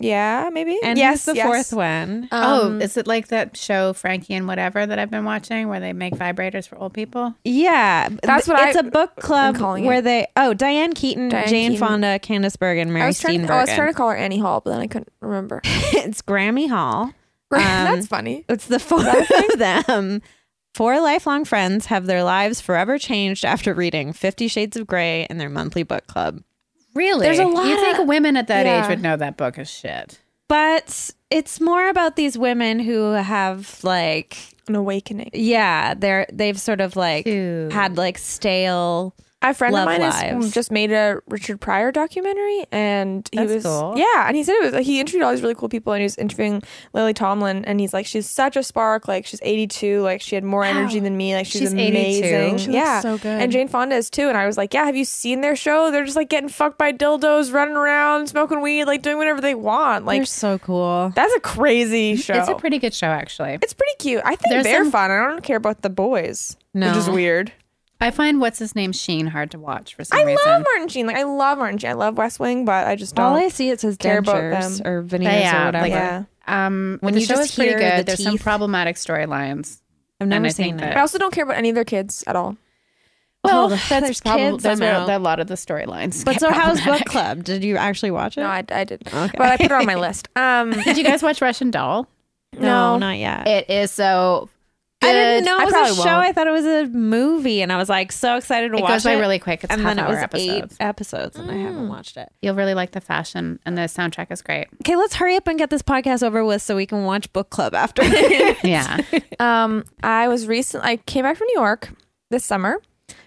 Speaker 3: yeah. Maybe.
Speaker 2: and
Speaker 3: yes.
Speaker 2: yes, the
Speaker 3: yes.
Speaker 2: fourth one
Speaker 1: oh,
Speaker 3: Um,
Speaker 1: is it like that show Frankie and whatever that I've been watching where they make vibrators for old people?
Speaker 2: Yeah,
Speaker 3: That's what
Speaker 2: it's
Speaker 3: I-
Speaker 2: a book club
Speaker 3: I'm calling
Speaker 2: where
Speaker 3: it.
Speaker 2: they oh Diane Keaton,
Speaker 3: Diane
Speaker 2: Jane
Speaker 3: Keaton.
Speaker 2: Fonda, Candice Bergen, Mary
Speaker 3: I was trying.
Speaker 2: Steenburgen.
Speaker 3: To, oh, I was trying to call her Annie Hall, but then I couldn't remember.
Speaker 2: it's Grammy Hall.
Speaker 3: that's funny.
Speaker 2: It's the four of them. Four lifelong friends have their lives forever changed after reading Fifty Shades of Grey in their monthly book club.
Speaker 1: Really?
Speaker 3: There's a lot
Speaker 1: You think
Speaker 3: of-
Speaker 1: women at that
Speaker 3: yeah.
Speaker 1: age would know that book is shit?
Speaker 2: But it's more about these women who have like
Speaker 3: An awakening.
Speaker 2: yeah they're they've sort of like
Speaker 1: Dude.
Speaker 2: had like stale
Speaker 3: A friend
Speaker 2: Love
Speaker 3: of mine
Speaker 2: lives.
Speaker 3: has just made a Richard Pryor documentary, and he
Speaker 2: That's
Speaker 3: was
Speaker 2: cool.
Speaker 3: yeah, and he said it was he interviewed all these really cool people, and he was interviewing Lily Tomlin, and he's like, she's such a spark, like she's eighty two, like she had more energy than me, like she's,
Speaker 1: She's 82.
Speaker 3: amazing,
Speaker 1: She
Speaker 2: looks
Speaker 3: yeah,
Speaker 2: so good.
Speaker 3: and Jane Fonda is too, and I was like, yeah, have you seen their show? They're just like getting fucked by dildos, running around, smoking weed, like doing whatever they want, like
Speaker 2: They're so cool.
Speaker 3: that's a crazy show.
Speaker 1: It's a pretty good show, actually.
Speaker 3: It's pretty cute. I think
Speaker 1: There's
Speaker 3: they're
Speaker 1: some-
Speaker 3: fun. I don't care about the boys, which is
Speaker 2: No.
Speaker 3: weird.
Speaker 1: I find what's his name Sheen hard to watch for some
Speaker 3: I
Speaker 1: reason.
Speaker 3: love Martin Sheen. Like I love Martin Sheen. I love West Wing, but I just don't.
Speaker 2: All I see it says
Speaker 3: care about
Speaker 2: dentures
Speaker 3: them.
Speaker 2: or veneers
Speaker 1: But yeah,
Speaker 2: or whatever.
Speaker 1: like,
Speaker 3: Yeah.
Speaker 1: um,
Speaker 2: When
Speaker 1: the
Speaker 2: you
Speaker 1: show
Speaker 2: just
Speaker 1: is pretty
Speaker 2: hear
Speaker 1: good.
Speaker 2: the
Speaker 1: There's some
Speaker 2: teeth.
Speaker 1: problematic storylines.
Speaker 2: I've never
Speaker 1: and I
Speaker 2: seen
Speaker 1: think
Speaker 2: it.
Speaker 3: I also don't care about any of their kids at all.
Speaker 1: Well,
Speaker 2: Well, there's
Speaker 1: that's probably
Speaker 2: kids
Speaker 1: that's where
Speaker 2: somehow.
Speaker 1: a lot of the storylines.
Speaker 2: But
Speaker 1: get
Speaker 2: so how's
Speaker 1: problematic.
Speaker 2: book club? Did you actually watch it?
Speaker 3: No, I, I did. But I put it on my list. Um,
Speaker 1: Did you guys watch Russian Doll?
Speaker 3: no,
Speaker 2: not yet.
Speaker 1: It is so. Good.
Speaker 2: I didn't know
Speaker 3: I
Speaker 2: it was a
Speaker 3: probably
Speaker 2: show.
Speaker 3: won't.
Speaker 2: I thought it was a movie, and I was like so excited to
Speaker 1: It
Speaker 2: watch
Speaker 1: goes by
Speaker 2: it.
Speaker 1: really quick. It's
Speaker 2: and
Speaker 1: half
Speaker 2: then it
Speaker 1: hour
Speaker 2: was
Speaker 1: episodes.
Speaker 2: eight episodes, and I haven't watched it.
Speaker 1: You'll really like the fashion, and the soundtrack is great.
Speaker 2: Okay, let's hurry up and get this podcast over with so we can watch book club after. That's
Speaker 1: Yeah,
Speaker 3: um, I was recent. I came back from New York this summer,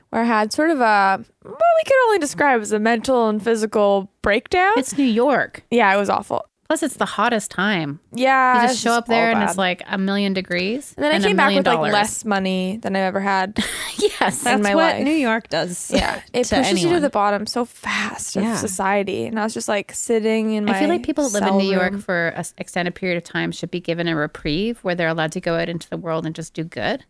Speaker 3: where I had sort of a what we could only describe as a mental and physical breakdown.
Speaker 1: it's New York.
Speaker 3: yeah, it was awful.
Speaker 1: Plus, it's the hottest time.
Speaker 3: Yeah,
Speaker 1: You
Speaker 3: Ah, it's
Speaker 1: just show up there,
Speaker 3: all
Speaker 1: and
Speaker 3: bad.
Speaker 1: it's like a million degrees.
Speaker 3: And then I
Speaker 1: a
Speaker 3: came back
Speaker 1: million
Speaker 3: with like
Speaker 1: dollars.
Speaker 3: less money than I've ever had.
Speaker 1: yes,
Speaker 3: In my
Speaker 2: what
Speaker 3: life.
Speaker 2: New York does.
Speaker 3: Yeah, it
Speaker 2: to
Speaker 3: pushes you to
Speaker 2: anyone.
Speaker 3: the bottom so fast
Speaker 2: Yeah.
Speaker 3: of society, and I was just like sitting in my.
Speaker 1: I feel like people that live
Speaker 3: cell
Speaker 1: in New York
Speaker 3: room.
Speaker 1: for an extended period of time should be given a reprieve where they're allowed to go out into the world and just do good.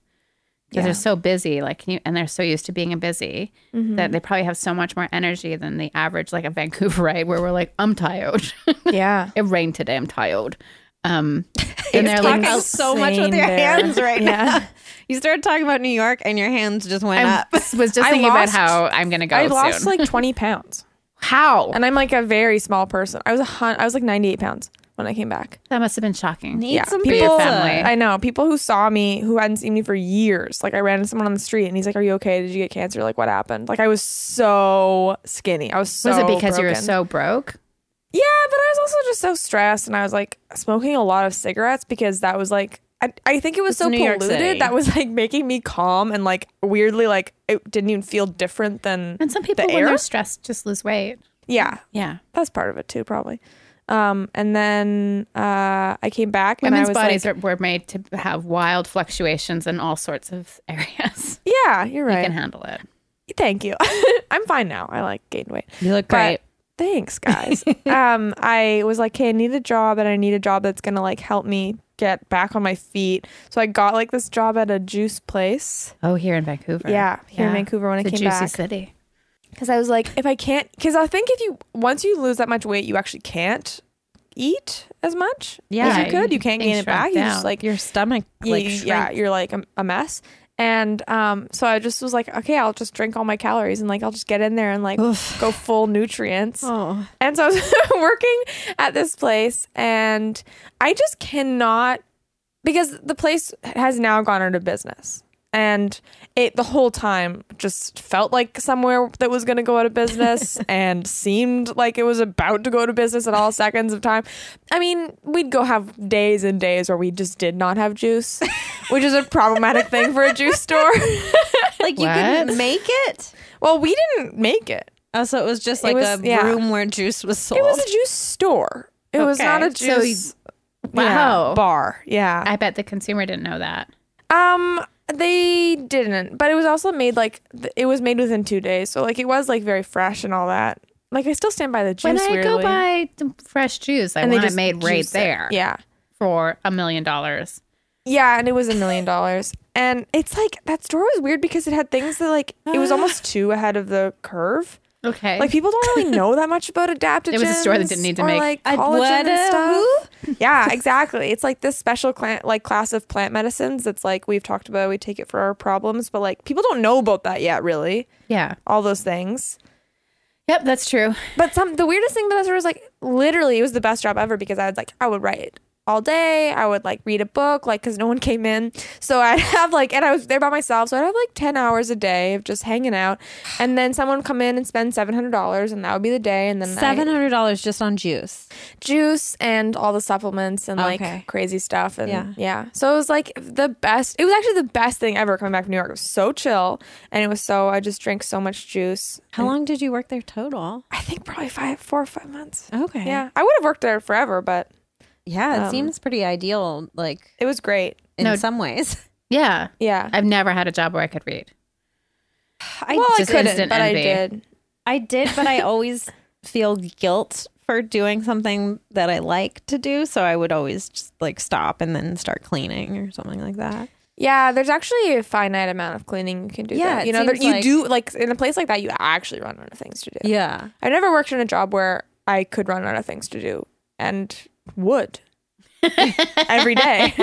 Speaker 1: Because
Speaker 3: Yeah.
Speaker 1: they're so busy, like can you, and they're so used to being a busy
Speaker 3: Mm-hmm.
Speaker 1: that they probably have so much more energy than the average, like a Vancouverite, where we're like, I'm tired.
Speaker 3: Yeah,
Speaker 1: it rained today. I'm tired. Um,
Speaker 2: You're
Speaker 1: and they're
Speaker 2: talking
Speaker 1: like,
Speaker 3: out-
Speaker 2: so much with
Speaker 3: insane
Speaker 2: your
Speaker 3: there.
Speaker 2: hands right
Speaker 3: Yeah.
Speaker 2: now. You started talking about New York, and your hands just went
Speaker 1: I
Speaker 2: up.
Speaker 1: was just
Speaker 3: I
Speaker 1: thinking about
Speaker 3: lost-
Speaker 1: how I'm gonna go
Speaker 3: I lost
Speaker 1: soon.
Speaker 3: like twenty pounds.
Speaker 1: how
Speaker 3: and I'm like a very small person. I was a hun- I was like 98 pounds when I came back.
Speaker 1: that must have been shocking.
Speaker 2: Need some
Speaker 1: For your
Speaker 3: people.
Speaker 1: family.
Speaker 3: I know people who saw me who hadn't seen me for years. Like I ran into someone on the street and he's like, "Are you okay? Did you get cancer? Like what happened?" Like I was so skinny. I was so.
Speaker 1: was it because you were
Speaker 3: broken.
Speaker 1: so broke?
Speaker 3: Yeah, but I was also just so stressed, and I was like smoking a lot of cigarettes because that was like. I, I think it was
Speaker 2: It's
Speaker 3: so
Speaker 2: New York City.
Speaker 3: polluted that was like making me calm and like weirdly like it didn't even feel different than
Speaker 1: And some people,
Speaker 3: the
Speaker 1: when
Speaker 3: air.
Speaker 1: they're stressed, just lose weight.
Speaker 3: Yeah,
Speaker 1: Yeah,
Speaker 3: that's part of it too, probably. Um, and then uh, I came back and
Speaker 1: women's
Speaker 3: I was
Speaker 1: bodies
Speaker 3: like,
Speaker 1: are, were made to have wild fluctuations in all sorts of areas.
Speaker 3: "Yeah, you're
Speaker 1: You
Speaker 3: right.
Speaker 1: can handle it.
Speaker 3: Thank you. I'm fine now. I like gained weight.
Speaker 2: You look
Speaker 3: But thanks, guys. um, I was like, "Okay, I need a job, and I need a job that's gonna like help me get back on my feet." So I got like this job at a juice place.
Speaker 1: Oh, here in Vancouver.
Speaker 3: Yeah, here in Vancouver when
Speaker 1: It's
Speaker 3: I
Speaker 1: a
Speaker 3: came
Speaker 1: juicy
Speaker 3: back.
Speaker 1: city.
Speaker 3: because I was like, if I can't, because I think if you once you lose that much weight, you actually can't eat as much as
Speaker 1: Yeah,
Speaker 3: you could. You,
Speaker 1: you-
Speaker 3: can't
Speaker 1: things
Speaker 3: gain it back.
Speaker 1: shrink
Speaker 3: You just
Speaker 1: down.
Speaker 3: like
Speaker 2: your stomach,
Speaker 3: you-
Speaker 2: like
Speaker 3: yeah, you're like a, a mess. And um, so I just was like, okay, I'll just drink all my calories and like I'll just get in there and like go full nutrients.
Speaker 2: Oh,
Speaker 3: And so I was working at this place and I just cannot because the place has now gone out of business. And it the whole time just felt like somewhere that was going to go out of business and seemed like it was about to go to business at all seconds of time. I mean, we'd go have days and days where we just did not have juice, which is a problematic thing for a juice store.
Speaker 2: like you
Speaker 1: What?
Speaker 2: could make it.
Speaker 3: well, we didn't make it.
Speaker 2: Oh, so it was just like
Speaker 3: was-
Speaker 2: a
Speaker 3: yeah.
Speaker 2: room where juice was sold.
Speaker 3: It was a juice store. It was
Speaker 1: Okay,
Speaker 3: not a
Speaker 1: so
Speaker 3: juice
Speaker 1: Wow.
Speaker 3: Yeah, bar. Yeah.
Speaker 1: I bet the consumer didn't know that.
Speaker 3: Um, they didn't, but it was also made like th- it was made within two days, so like it was like very fresh and all that. Like I still stand by the juice.
Speaker 1: when I go
Speaker 3: weirdly.
Speaker 1: buy the fresh juice, I
Speaker 3: and they
Speaker 1: want
Speaker 3: just
Speaker 1: it made right
Speaker 3: juice it.
Speaker 1: there
Speaker 3: Yeah,
Speaker 1: for a million dollars.
Speaker 3: yeah, and it was a million dollars. And it's like that store was weird because it had things that like it
Speaker 1: Uh.
Speaker 3: was almost too ahead of the curve.
Speaker 1: Okay.
Speaker 3: Like people don't really know that much about adaptogens.
Speaker 1: It was a store that didn't need to
Speaker 3: or,
Speaker 1: make- uh,
Speaker 3: like
Speaker 2: I-
Speaker 3: collagen
Speaker 2: what a-
Speaker 3: and stuff.
Speaker 2: who?
Speaker 3: yeah, exactly. It's like this special clan, like class of plant medicines that's like we've talked about. We take it for our problems, but like people don't know about that yet, really.
Speaker 1: yeah.
Speaker 3: All those things.
Speaker 1: Yep, that's true.
Speaker 3: But some the weirdest thing about that store was like literally it was the best job ever because I was like I would write all day. I would like read a book, like, because no one came in. So I'd have like, and I was there by myself. So I'd have like 10 hours a day of just hanging out. And then someone would come in and spend $700, and that would be the day. And then I-
Speaker 2: Seven hundred dollars just on juice.
Speaker 3: juice and all the supplements and like
Speaker 2: Okay.
Speaker 3: crazy stuff and yeah.
Speaker 2: Yeah.
Speaker 3: So it was like the best. It was actually the best thing ever coming back from New York. It was so chill and it was so I just drank so much juice.
Speaker 2: How long did you work there total?
Speaker 3: I think probably five, four or five months.
Speaker 2: Okay.
Speaker 3: Yeah, I would have worked there forever, but
Speaker 2: Yeah, it
Speaker 3: Um,
Speaker 2: seems pretty ideal, like
Speaker 3: it was great.
Speaker 2: in
Speaker 1: No.
Speaker 2: some ways.
Speaker 1: Yeah.
Speaker 3: Yeah.
Speaker 1: I've never had a job where I could read.
Speaker 2: I
Speaker 3: well, I
Speaker 1: just
Speaker 3: couldn't,
Speaker 1: instant
Speaker 3: but I
Speaker 1: envy.
Speaker 3: did.
Speaker 2: I did, but I always feel guilt for doing something that I like to do. So I would always just like stop and then start cleaning or something like that.
Speaker 3: Yeah, there's actually a finite amount of cleaning you can do.
Speaker 2: Yeah,
Speaker 3: Yeah,
Speaker 2: it
Speaker 3: you know, there,
Speaker 2: seems
Speaker 3: you
Speaker 2: like-
Speaker 3: do like in a place like that, you actually run out of things to do.
Speaker 2: Yeah.
Speaker 3: I never worked in a job where I could run out of things to do and would every day.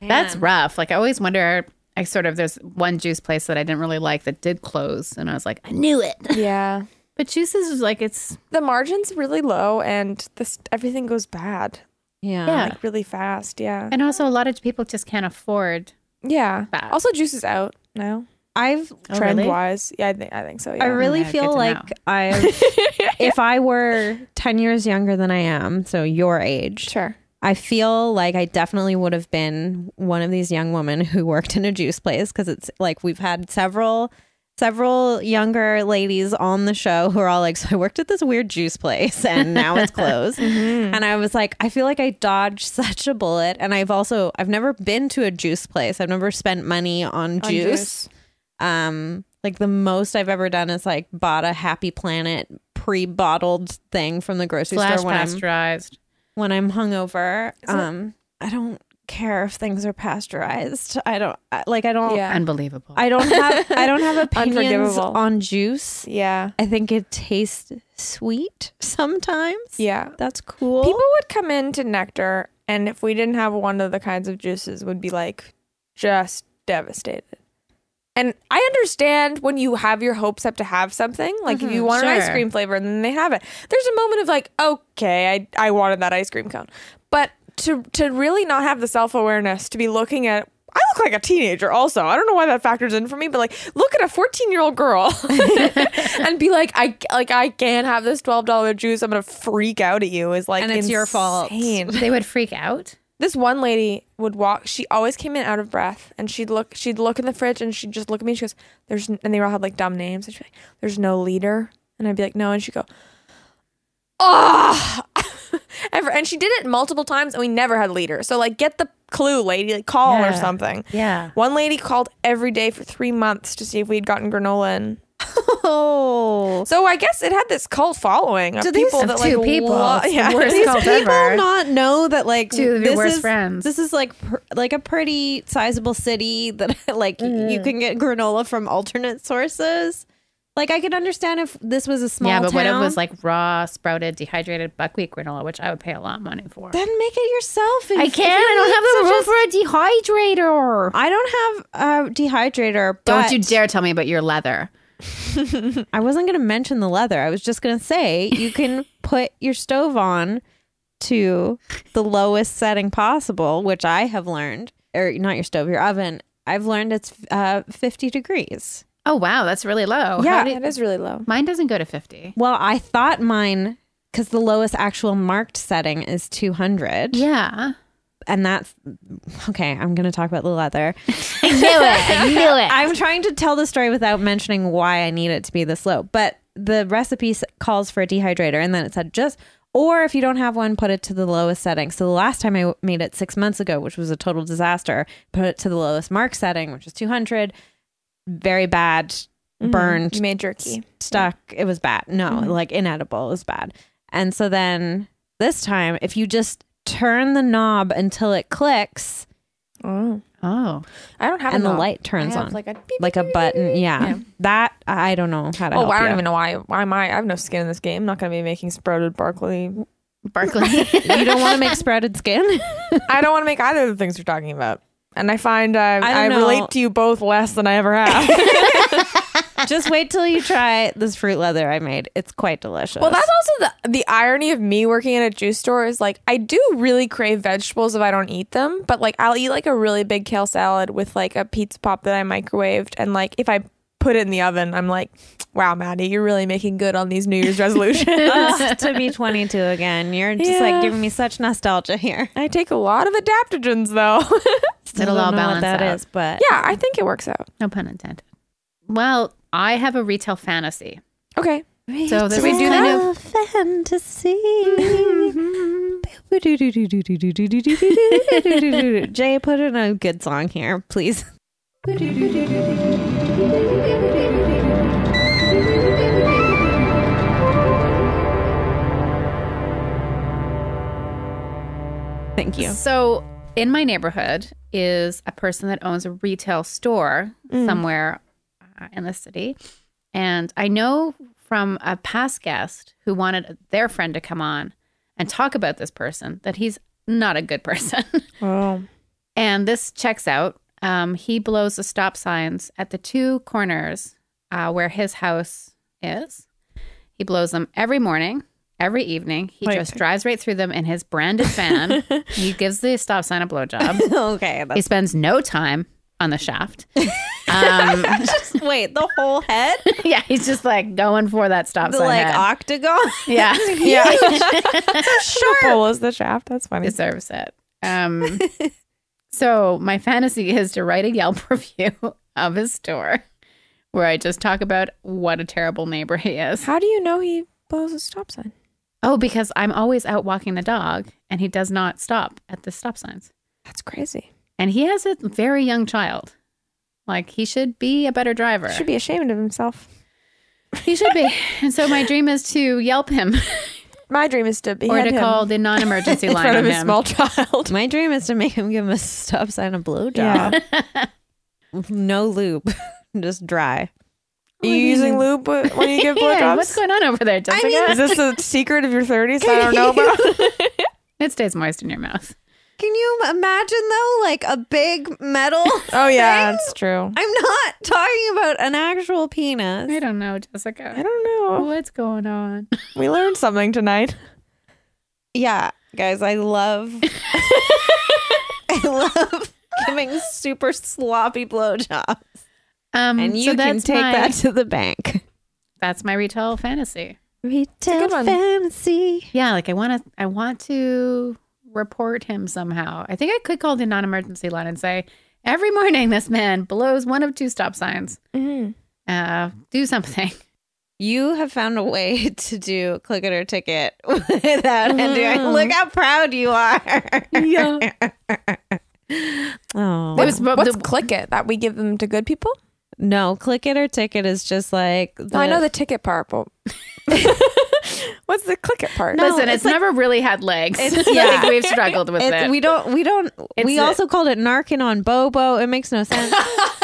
Speaker 1: That's rough. Like I always wonder. I sort of there's one juice place that I didn't really like that did close, and I was like, I knew it.
Speaker 3: yeah.
Speaker 1: But juices is like it's
Speaker 3: The margin's really low and this everything goes bad uh,
Speaker 2: Yeah.
Speaker 1: yeah,
Speaker 3: like really fast. Yeah.
Speaker 1: and also a lot of people just can't afford.
Speaker 3: Yeah.
Speaker 1: Bad.
Speaker 3: Also juice is out now.
Speaker 2: I've
Speaker 1: Oh,
Speaker 3: trend
Speaker 1: really?
Speaker 3: wise. Yeah, I think I think so. Yeah.
Speaker 2: I really
Speaker 1: Yeah, good
Speaker 2: feel
Speaker 1: to
Speaker 2: like
Speaker 1: know.
Speaker 2: I if I were 10 years younger than I am, so your age,
Speaker 3: sure.
Speaker 2: I feel like I definitely would have been one of these young women who worked in a juice place because it's like we've had several several younger ladies on the show who are all like, so I worked at this weird juice place and now it's closed. And I was like, I feel like I dodged such a bullet. And I've also I've never been to a juice place. I've never spent money on
Speaker 3: On
Speaker 2: juice.
Speaker 3: juice.
Speaker 2: Um like the most I've ever done is like bought a happy planet pre-bottled thing from the grocery
Speaker 1: Flash
Speaker 2: store when I'm
Speaker 1: pasteurized.
Speaker 2: when I'm hungover. Um, I don't care if things are pasteurized. I don't I- like. I don't.
Speaker 3: Yeah.
Speaker 1: Unbelievable.
Speaker 2: I don't have. I don't have opinions
Speaker 3: Unforgivable.
Speaker 2: on juice.
Speaker 3: Yeah.
Speaker 2: I think it tastes sweet sometimes.
Speaker 3: Yeah.
Speaker 2: That's cool.
Speaker 3: People would come into Nectar and if we didn't have one of the kinds of juices would be like just devastated. And I understand when you have your hopes up to have something, like if you want an ice
Speaker 1: sure.
Speaker 3: cream flavor and then they have it. There's a moment of like, okay, I I wanted that ice cream cone. But to to really not have the self-awareness to be looking at I look like a teenager also. I don't know why that factors in for me, but like look at a 14-year-old girl and be like I like I can't have this $12 juice. I'm going to freak out at you is like
Speaker 2: And it's your fault.
Speaker 3: insane
Speaker 1: they would freak out.
Speaker 3: this one lady would walk she always came in out of breath and she'd look she'd look in the fridge and she'd just look at me and she goes there's n-" and they all had like dumb names and she'd be like there's no leader and i'd be like no and she'd go ah Ever- and she did it multiple times and we never had leader so like get the clue lady like call or
Speaker 1: Yeah.
Speaker 3: something
Speaker 1: Yeah.
Speaker 3: one lady called every day for three months to see if we'd gotten granola in
Speaker 2: oh,
Speaker 3: so i guess it had this cult following of
Speaker 2: Do these-
Speaker 3: people
Speaker 1: Of
Speaker 3: that
Speaker 1: two
Speaker 3: like
Speaker 1: people.
Speaker 3: lo-
Speaker 1: It's the
Speaker 3: yeah
Speaker 1: worst
Speaker 2: these
Speaker 1: cult
Speaker 2: people
Speaker 1: ever.
Speaker 2: not know that like
Speaker 1: Two of your
Speaker 2: this
Speaker 1: worst
Speaker 2: is,
Speaker 1: friends.
Speaker 2: This is like pr- like a pretty sizable city that like you
Speaker 3: Mm.
Speaker 2: can get granola from alternate sources. Like I could understand if this was a small
Speaker 1: yeah, but
Speaker 2: town.
Speaker 1: what if it was like raw, sprouted, dehydrated buckwheat granola, which I would pay a lot of money for.
Speaker 2: Then make it yourself.
Speaker 1: I
Speaker 2: If-
Speaker 1: can't. I don't have the room for a dehydrator.
Speaker 2: I don't have a dehydrator. But
Speaker 1: Don't you dare tell me about your leather.
Speaker 2: I wasn't going to mention the leather. I was just going to say you can put your stove on to the lowest setting possible, which I have learned, or not your stove, your oven. I've learned it's uh, 50 degrees.
Speaker 1: Oh wow, that's really low. How
Speaker 2: Yeah.
Speaker 1: do-
Speaker 3: it is really low
Speaker 1: mine doesn't go to fifty.
Speaker 2: Well, I thought mine, because the lowest actual marked setting is 200.
Speaker 1: Yeah.
Speaker 2: And that's okay. I'm going to talk about the leather.
Speaker 1: I knew it. I knew it.
Speaker 2: I'm trying to tell the story without mentioning why I need it to be this low, but the recipe s- calls for a dehydrator, and then it said just, or if you don't have one, put it to the lowest setting. So the last time I w- made it six months ago, which was a total disaster, put it to the lowest mark setting, which is 200. Very bad,
Speaker 1: Mm-hmm,
Speaker 2: burned,
Speaker 3: you made jerky
Speaker 2: stuck. It was bad. No,
Speaker 3: Mm-hmm.
Speaker 2: like inedible. It was bad. And so then this time, if you just turn the knob until it clicks
Speaker 3: oh
Speaker 1: oh.
Speaker 3: i don't have
Speaker 2: and
Speaker 3: a
Speaker 2: the
Speaker 3: knob.
Speaker 2: light turns
Speaker 3: I have
Speaker 2: on
Speaker 3: like a beep,
Speaker 2: like a
Speaker 3: beep, beep,
Speaker 2: button. Yeah.
Speaker 3: Yeah.
Speaker 2: That I don't know how to.
Speaker 3: Oh,
Speaker 2: help
Speaker 3: I don't
Speaker 2: you.
Speaker 3: even know why. Why am I? I have no skin in this game. I'm not going to be making sprouted broccoli.
Speaker 1: Berkeley.
Speaker 2: You don't want to make sprouted skin.
Speaker 3: I don't want to make either of the things you're talking about. And I find I,
Speaker 2: don't
Speaker 3: I,
Speaker 2: know.
Speaker 3: relate to you both less than I ever have.
Speaker 2: Just wait till you try this fruit leather I made. It's quite delicious.
Speaker 3: Well, that's also the the irony of me working at a juice store is like I do really crave vegetables if I don't eat them, but like I'll eat like a really big kale salad with like a pizza pop that I microwaved, and like if I put it in the oven, I'm like, wow, Maddie, you're really making good on these New Year's resolutions.
Speaker 2: Ugh, to be 22 again. You're just
Speaker 3: Yeah.
Speaker 2: like giving me such nostalgia here.
Speaker 3: I take a lot of adaptogens though.
Speaker 1: It'll all balance
Speaker 2: that
Speaker 1: out.
Speaker 2: is, but
Speaker 3: yeah, I think it works out.
Speaker 1: No pun intended. Well, I have a retail fantasy.
Speaker 3: Okay.
Speaker 1: So this
Speaker 3: we
Speaker 1: is
Speaker 3: do
Speaker 1: kind
Speaker 3: that?
Speaker 1: of
Speaker 2: fantasy. Mm-hmm. Jay, put in a good song here, please. Thank you.
Speaker 1: So, in my neighborhood is a person that owns a retail store
Speaker 3: Mm.
Speaker 1: somewhere uh, in the city. And I know from a past guest who wanted their friend to come on and talk about this person that he's not a good person.
Speaker 3: Oh.
Speaker 1: and this checks out. Um, he blows the stop signs at the two corners uh, where his house is. He blows them every morning, every evening. He
Speaker 3: Wait.
Speaker 1: just drives right through them in his branded van. he gives the stop sign a blowjob.
Speaker 2: okay,
Speaker 1: He
Speaker 2: that's,
Speaker 1: spends no time on the shaft. Um,
Speaker 2: wait, the whole head,
Speaker 1: yeah, he's just like going for that stop
Speaker 2: the
Speaker 1: sign.
Speaker 2: like
Speaker 1: head.
Speaker 2: octagon.
Speaker 1: yeah,
Speaker 3: Yeah. sure. Pole is the shaft. That's funny.
Speaker 1: deserves it. Um, so my fantasy is to write a Yelp review of his store, where I just talk about what a terrible neighbor he is.
Speaker 3: How do you know he blows a stop sign?
Speaker 1: Oh, because I'm always out walking the dog, and he does not stop at the stop signs.
Speaker 3: That's crazy.
Speaker 1: And he has a very young child. Like he should be a better driver.
Speaker 3: Should be ashamed of himself.
Speaker 1: He should be. and so my dream is to Yelp him
Speaker 3: My dream is to be
Speaker 1: or to call the non-emergency
Speaker 3: in
Speaker 1: line
Speaker 3: front of
Speaker 1: on
Speaker 3: his
Speaker 1: him.
Speaker 3: small child.
Speaker 2: My dream is to make him give him a stop sign a blowjob. no lube, just dry.
Speaker 3: Are you using lube wh- when you give blowjobs?
Speaker 1: yeah, what's going on over there, Jessica?
Speaker 3: is this the secret of your 30s? I don't know about.
Speaker 1: it stays moist in your mouth.
Speaker 2: Can you imagine though, like a big metal?
Speaker 3: Oh yeah,
Speaker 2: thing?
Speaker 3: that's true.
Speaker 2: I'm not talking about an actual penis.
Speaker 1: I don't know, Jessica.
Speaker 3: I don't know.
Speaker 1: What's going on?
Speaker 3: We learned something tonight.
Speaker 2: Yeah, guys, I love, I love giving super sloppy blowjobs,
Speaker 1: Um,
Speaker 2: and you
Speaker 1: so
Speaker 2: can
Speaker 1: that's
Speaker 2: take
Speaker 1: my,
Speaker 2: that to the bank.
Speaker 1: That's my retail fantasy.
Speaker 2: Retail
Speaker 3: one.
Speaker 2: fantasy.
Speaker 1: Yeah, like I want to. I want to report him somehow. I think I could call the non-emergency line and say every morning this man blows one of two stop signs. Uh, do something.
Speaker 2: You have found a way to do click it or ticket without
Speaker 3: Mm-hmm.
Speaker 2: ending. Look how proud you are.
Speaker 1: Yeah.
Speaker 2: Oh.
Speaker 1: It was but
Speaker 3: What's
Speaker 1: the-
Speaker 3: click it that we give them to good people?
Speaker 2: No, click it or ticket is just like the,
Speaker 3: No, Oh, I know the ticket part, but what's the click it part?
Speaker 2: No,
Speaker 1: Listen, it's,
Speaker 2: it's like-
Speaker 1: never really had legs.
Speaker 2: It's-
Speaker 1: I
Speaker 2: yeah.
Speaker 1: think we've struggled with
Speaker 2: It-
Speaker 1: it.
Speaker 2: we don't we don't we
Speaker 1: a-
Speaker 2: also called it narkin on bobo. It makes no sense. um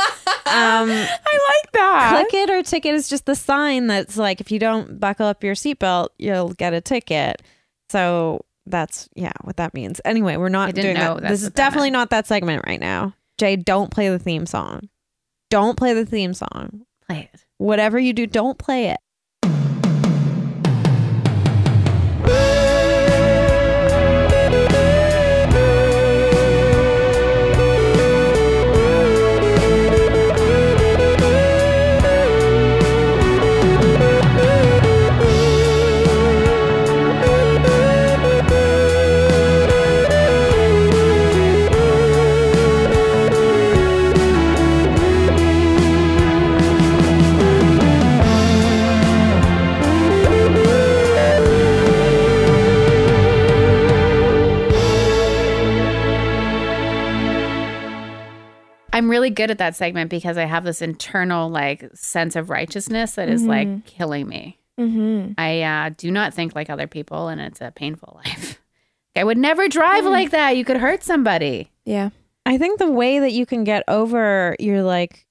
Speaker 3: I like that.
Speaker 2: click it or ticket is just the sign that's like if you don't buckle up your seatbelt, you'll get a ticket. So that's yeah, what that means. Anyway,
Speaker 1: I
Speaker 2: we're not
Speaker 1: didn't
Speaker 2: doing
Speaker 1: know
Speaker 2: that.
Speaker 1: that's
Speaker 2: This is
Speaker 1: what that
Speaker 2: definitely
Speaker 1: meant.
Speaker 2: not that segment right now. Jay, don't play the theme song. Don't play the theme song.
Speaker 1: play it.
Speaker 2: Whatever you do, don't play it.
Speaker 1: I'm really good at that segment because I have this internal like sense of righteousness that is like killing me.
Speaker 3: Mm-hmm.
Speaker 1: I uh, do not think like other people, and it's a painful life. I would never drive like that. You could hurt somebody.
Speaker 3: Yeah.
Speaker 2: I think the way that you can get over your like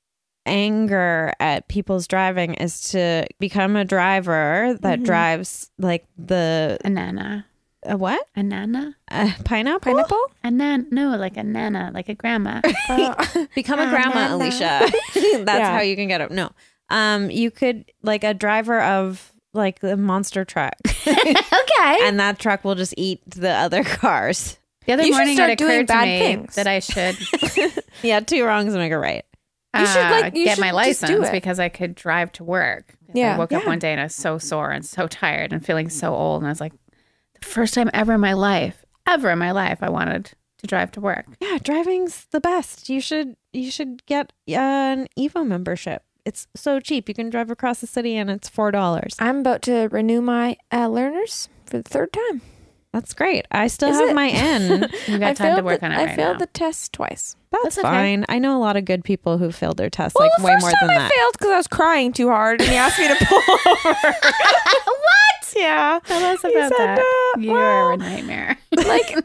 Speaker 2: anger at people's driving is to become a driver that
Speaker 3: Mhm.
Speaker 2: drives like the
Speaker 1: A nana,
Speaker 2: a what?
Speaker 1: a nana,
Speaker 2: A pineapple?
Speaker 3: Pineapple?
Speaker 1: a nan. No, like a nana, like a grandma.
Speaker 3: Uh,
Speaker 2: Become a
Speaker 3: Oh,
Speaker 2: grandma,
Speaker 3: no, no.
Speaker 2: Alicia. That's
Speaker 3: Yeah.
Speaker 2: how you can get up. No. um, you could like a driver of like the monster truck,
Speaker 1: Okay.
Speaker 2: and that truck will just eat the other cars.
Speaker 1: The other
Speaker 3: You should
Speaker 1: morning,
Speaker 3: start
Speaker 1: it
Speaker 3: doing
Speaker 1: occurred to
Speaker 3: bad
Speaker 1: me
Speaker 3: things.
Speaker 1: that I should
Speaker 2: Yeah, two wrongs make a right.
Speaker 1: uh,
Speaker 3: You should, like, you
Speaker 1: get
Speaker 3: should
Speaker 1: my
Speaker 3: just do
Speaker 1: license
Speaker 3: it.
Speaker 1: because I could drive to work. 'Cause
Speaker 3: Yeah.
Speaker 1: I woke up
Speaker 2: Yeah.
Speaker 1: one day and I was so sore and so tired and feeling so old, and I was like, the first time ever in my life, ever in my life, I wanted to drive to work.
Speaker 2: Yeah, driving's the best. You should you should get uh, an Evo membership. It's so cheap. You can drive across the city and it's four dollars.
Speaker 3: I'm about to renew my uh, learners for the third time.
Speaker 2: That's great. I still
Speaker 3: Is
Speaker 2: have
Speaker 3: it?
Speaker 2: my N.
Speaker 1: You got time
Speaker 3: I
Speaker 1: to
Speaker 3: failed
Speaker 1: work
Speaker 3: the-
Speaker 1: on it
Speaker 3: I
Speaker 1: right
Speaker 3: failed
Speaker 1: now.
Speaker 3: the test twice.
Speaker 2: That's
Speaker 1: That's okay.
Speaker 2: fine. I know a lot of good people who failed their tests
Speaker 3: Well,
Speaker 2: like
Speaker 3: the
Speaker 2: way
Speaker 3: first
Speaker 2: more
Speaker 3: time
Speaker 2: than
Speaker 3: I
Speaker 2: that.
Speaker 3: failed because I was crying too hard, and he asked me to pull over. what? Yeah.
Speaker 1: Tell us
Speaker 3: He
Speaker 1: about
Speaker 3: said,
Speaker 1: that.
Speaker 3: uh,
Speaker 1: You're
Speaker 3: well,
Speaker 1: a nightmare.
Speaker 3: like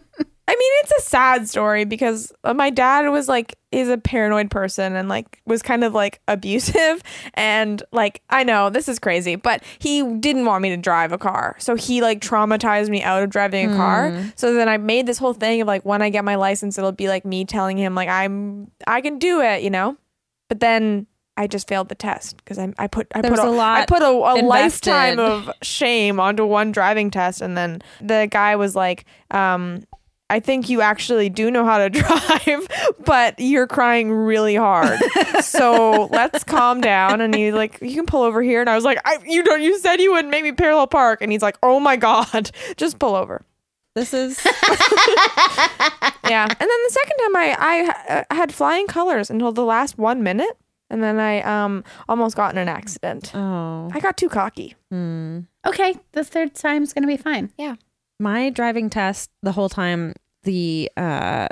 Speaker 3: i mean it's a sad story because uh, my dad was like is a paranoid person and like was kind of like abusive and like i know this is crazy but he didn't want me to drive a car so he like traumatized me out of driving a
Speaker 2: Hmm.
Speaker 3: car so then i made this whole thing of like when i get my license it'll be like me telling him like i'm i can do it you know but then I just failed the test because I, I put I
Speaker 2: There
Speaker 3: put
Speaker 2: was a
Speaker 3: I
Speaker 2: lot
Speaker 3: put a, a
Speaker 2: invested.
Speaker 3: lifetime of shame onto one driving test, and then the guy was like, um, "I think you actually do know how to drive, but you're crying really hard. so let's calm down." And he like, "You can pull over here," and I was like, I, "You don't. You said you wouldn't make me parallel park," and he's like, "Oh my god, just pull over."
Speaker 2: This is
Speaker 3: yeah. And then the second time I I uh, had flying colors until the last one minute, and then I um almost got in an accident.
Speaker 2: oh.
Speaker 3: I got too cocky.
Speaker 2: Hmm.
Speaker 1: okay, the third time's gonna be fine.
Speaker 2: My driving test the whole time the uh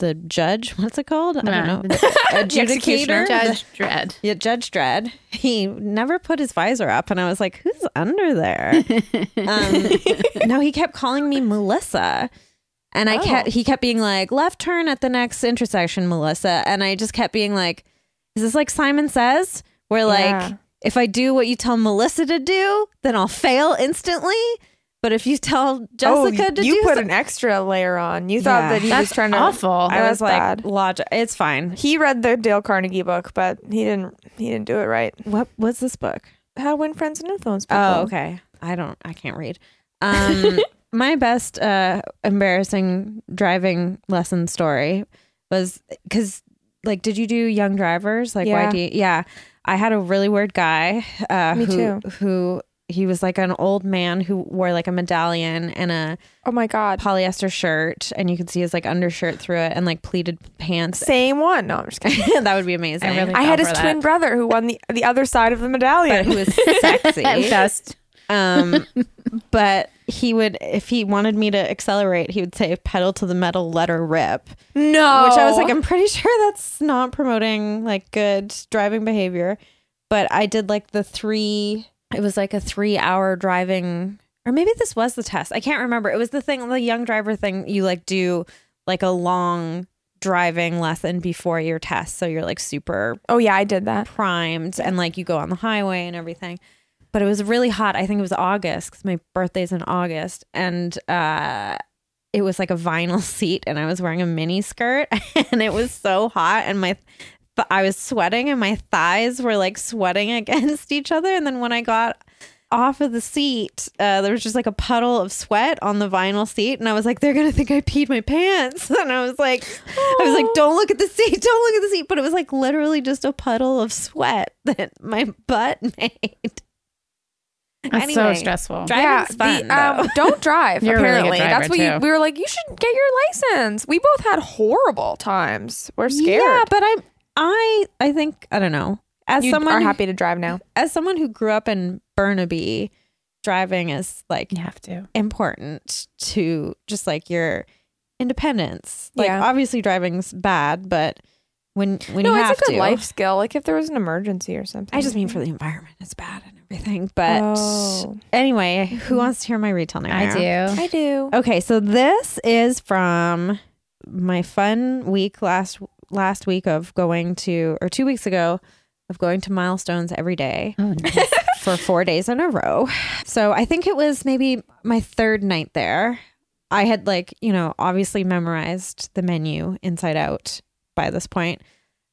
Speaker 2: the judge, what's it called? I don't
Speaker 1: Uh,
Speaker 2: know.
Speaker 1: the
Speaker 2: Adjudicator.
Speaker 1: Judge Dredd.
Speaker 2: Yeah, Judge Dredd. He never put his visor up, and I was like, "Who's under there?" um, no, he kept calling me Melissa, and I
Speaker 3: Oh.
Speaker 2: kept he kept being like, "Left turn at the next intersection, Melissa," and I just kept being like, "Is this like Simon Says, where like
Speaker 3: Yeah.
Speaker 2: if I do what you tell Melissa to do, then I'll fail instantly, but if you tell Jessica
Speaker 3: oh,
Speaker 2: to
Speaker 3: you
Speaker 2: do
Speaker 3: put
Speaker 2: so-
Speaker 3: an extra layer on. You thought
Speaker 2: Yeah.
Speaker 3: that he
Speaker 1: That's
Speaker 3: was trying to.
Speaker 1: awful.
Speaker 3: I
Speaker 2: I was
Speaker 3: was
Speaker 2: like,
Speaker 3: bad.
Speaker 2: "Logic, it's fine."
Speaker 3: He read the Dale Carnegie book, but he didn't. He didn't do it right.
Speaker 2: What was this book?
Speaker 3: How to win friends and influence people.
Speaker 2: Oh, okay. I don't. I can't read. Um, my best uh, embarrassing driving lesson story was because, like, did you do Young Drivers? Like,
Speaker 3: Yeah.
Speaker 2: why do you? Yeah, I had a really weird guy. Uh,
Speaker 3: Me
Speaker 2: who,
Speaker 3: too.
Speaker 2: Who he was like an old man who wore like a medallion and a
Speaker 3: Oh my god.
Speaker 2: polyester shirt, and you could see his like undershirt through it, and like pleated pants.
Speaker 3: Same one. No, I'm just kidding.
Speaker 2: that would be amazing.
Speaker 1: I really
Speaker 3: I had
Speaker 1: fell
Speaker 3: his
Speaker 1: for
Speaker 3: twin
Speaker 1: that.
Speaker 3: brother who won the the other side of the
Speaker 2: but
Speaker 3: medallion.
Speaker 2: who was sexy.
Speaker 1: Best.
Speaker 2: Um, but he would, if he wanted me to accelerate, he would say pedal to the metal, let her rip.
Speaker 3: no,
Speaker 2: Which I was like, I'm pretty sure that's not promoting like good driving behavior. But I did like the three, it was like a three hour driving, or maybe this was the test. I can't remember. It was the thing, the young driver thing you like do like a long driving lesson before your test. So you're like super
Speaker 3: oh yeah, I did that.
Speaker 2: primed and like you go on the highway and everything. But it was really hot. I think it was August because my birthday's in August, and uh, it was like a vinyl seat, and I was wearing a mini skirt, and it was so hot, and my th- I was sweating, and my thighs were like sweating against each other, and then when I got off of the seat, uh, there was just like a puddle of sweat on the vinyl seat, and I was like, "They're gonna think I peed my pants," and I was like, "I was like, don't look at the seat, don't look at the seat," but it was like literally just a puddle of sweat that my butt made.
Speaker 1: That's so
Speaker 2: Anyway.
Speaker 1: stressful.
Speaker 2: Driving's fun, though.
Speaker 3: um, don't drive.
Speaker 1: You're a really
Speaker 3: apparently,
Speaker 1: good driver,
Speaker 3: that's what you,
Speaker 1: too.
Speaker 3: we were like. You should get your license. We both had horrible times. We're scared.
Speaker 2: Yeah, but I'm I I think I don't know. As
Speaker 3: you
Speaker 2: someone
Speaker 3: are happy to drive now.
Speaker 2: as someone who grew up in Burnaby, driving is like
Speaker 1: You have to.
Speaker 2: important to just like your independence. Like
Speaker 3: Yeah.
Speaker 2: obviously driving's bad, but when when
Speaker 3: no,
Speaker 2: you
Speaker 3: it's
Speaker 2: have
Speaker 3: a good
Speaker 2: to,
Speaker 3: life skill. Like if there was an emergency or something.
Speaker 2: I just mean for the environment, it's bad and everything. But
Speaker 3: Oh.
Speaker 2: anyway, who wants to hear my retail
Speaker 1: I
Speaker 2: nightmare?
Speaker 1: do.
Speaker 3: I do.
Speaker 2: Okay, so this is from my fun week last last week of going to or two weeks ago of going to milestones every day
Speaker 1: Oh, nice.
Speaker 2: for four days in a row. So I think it was maybe my third night there. I had like, you know, obviously memorized the menu inside out by this point.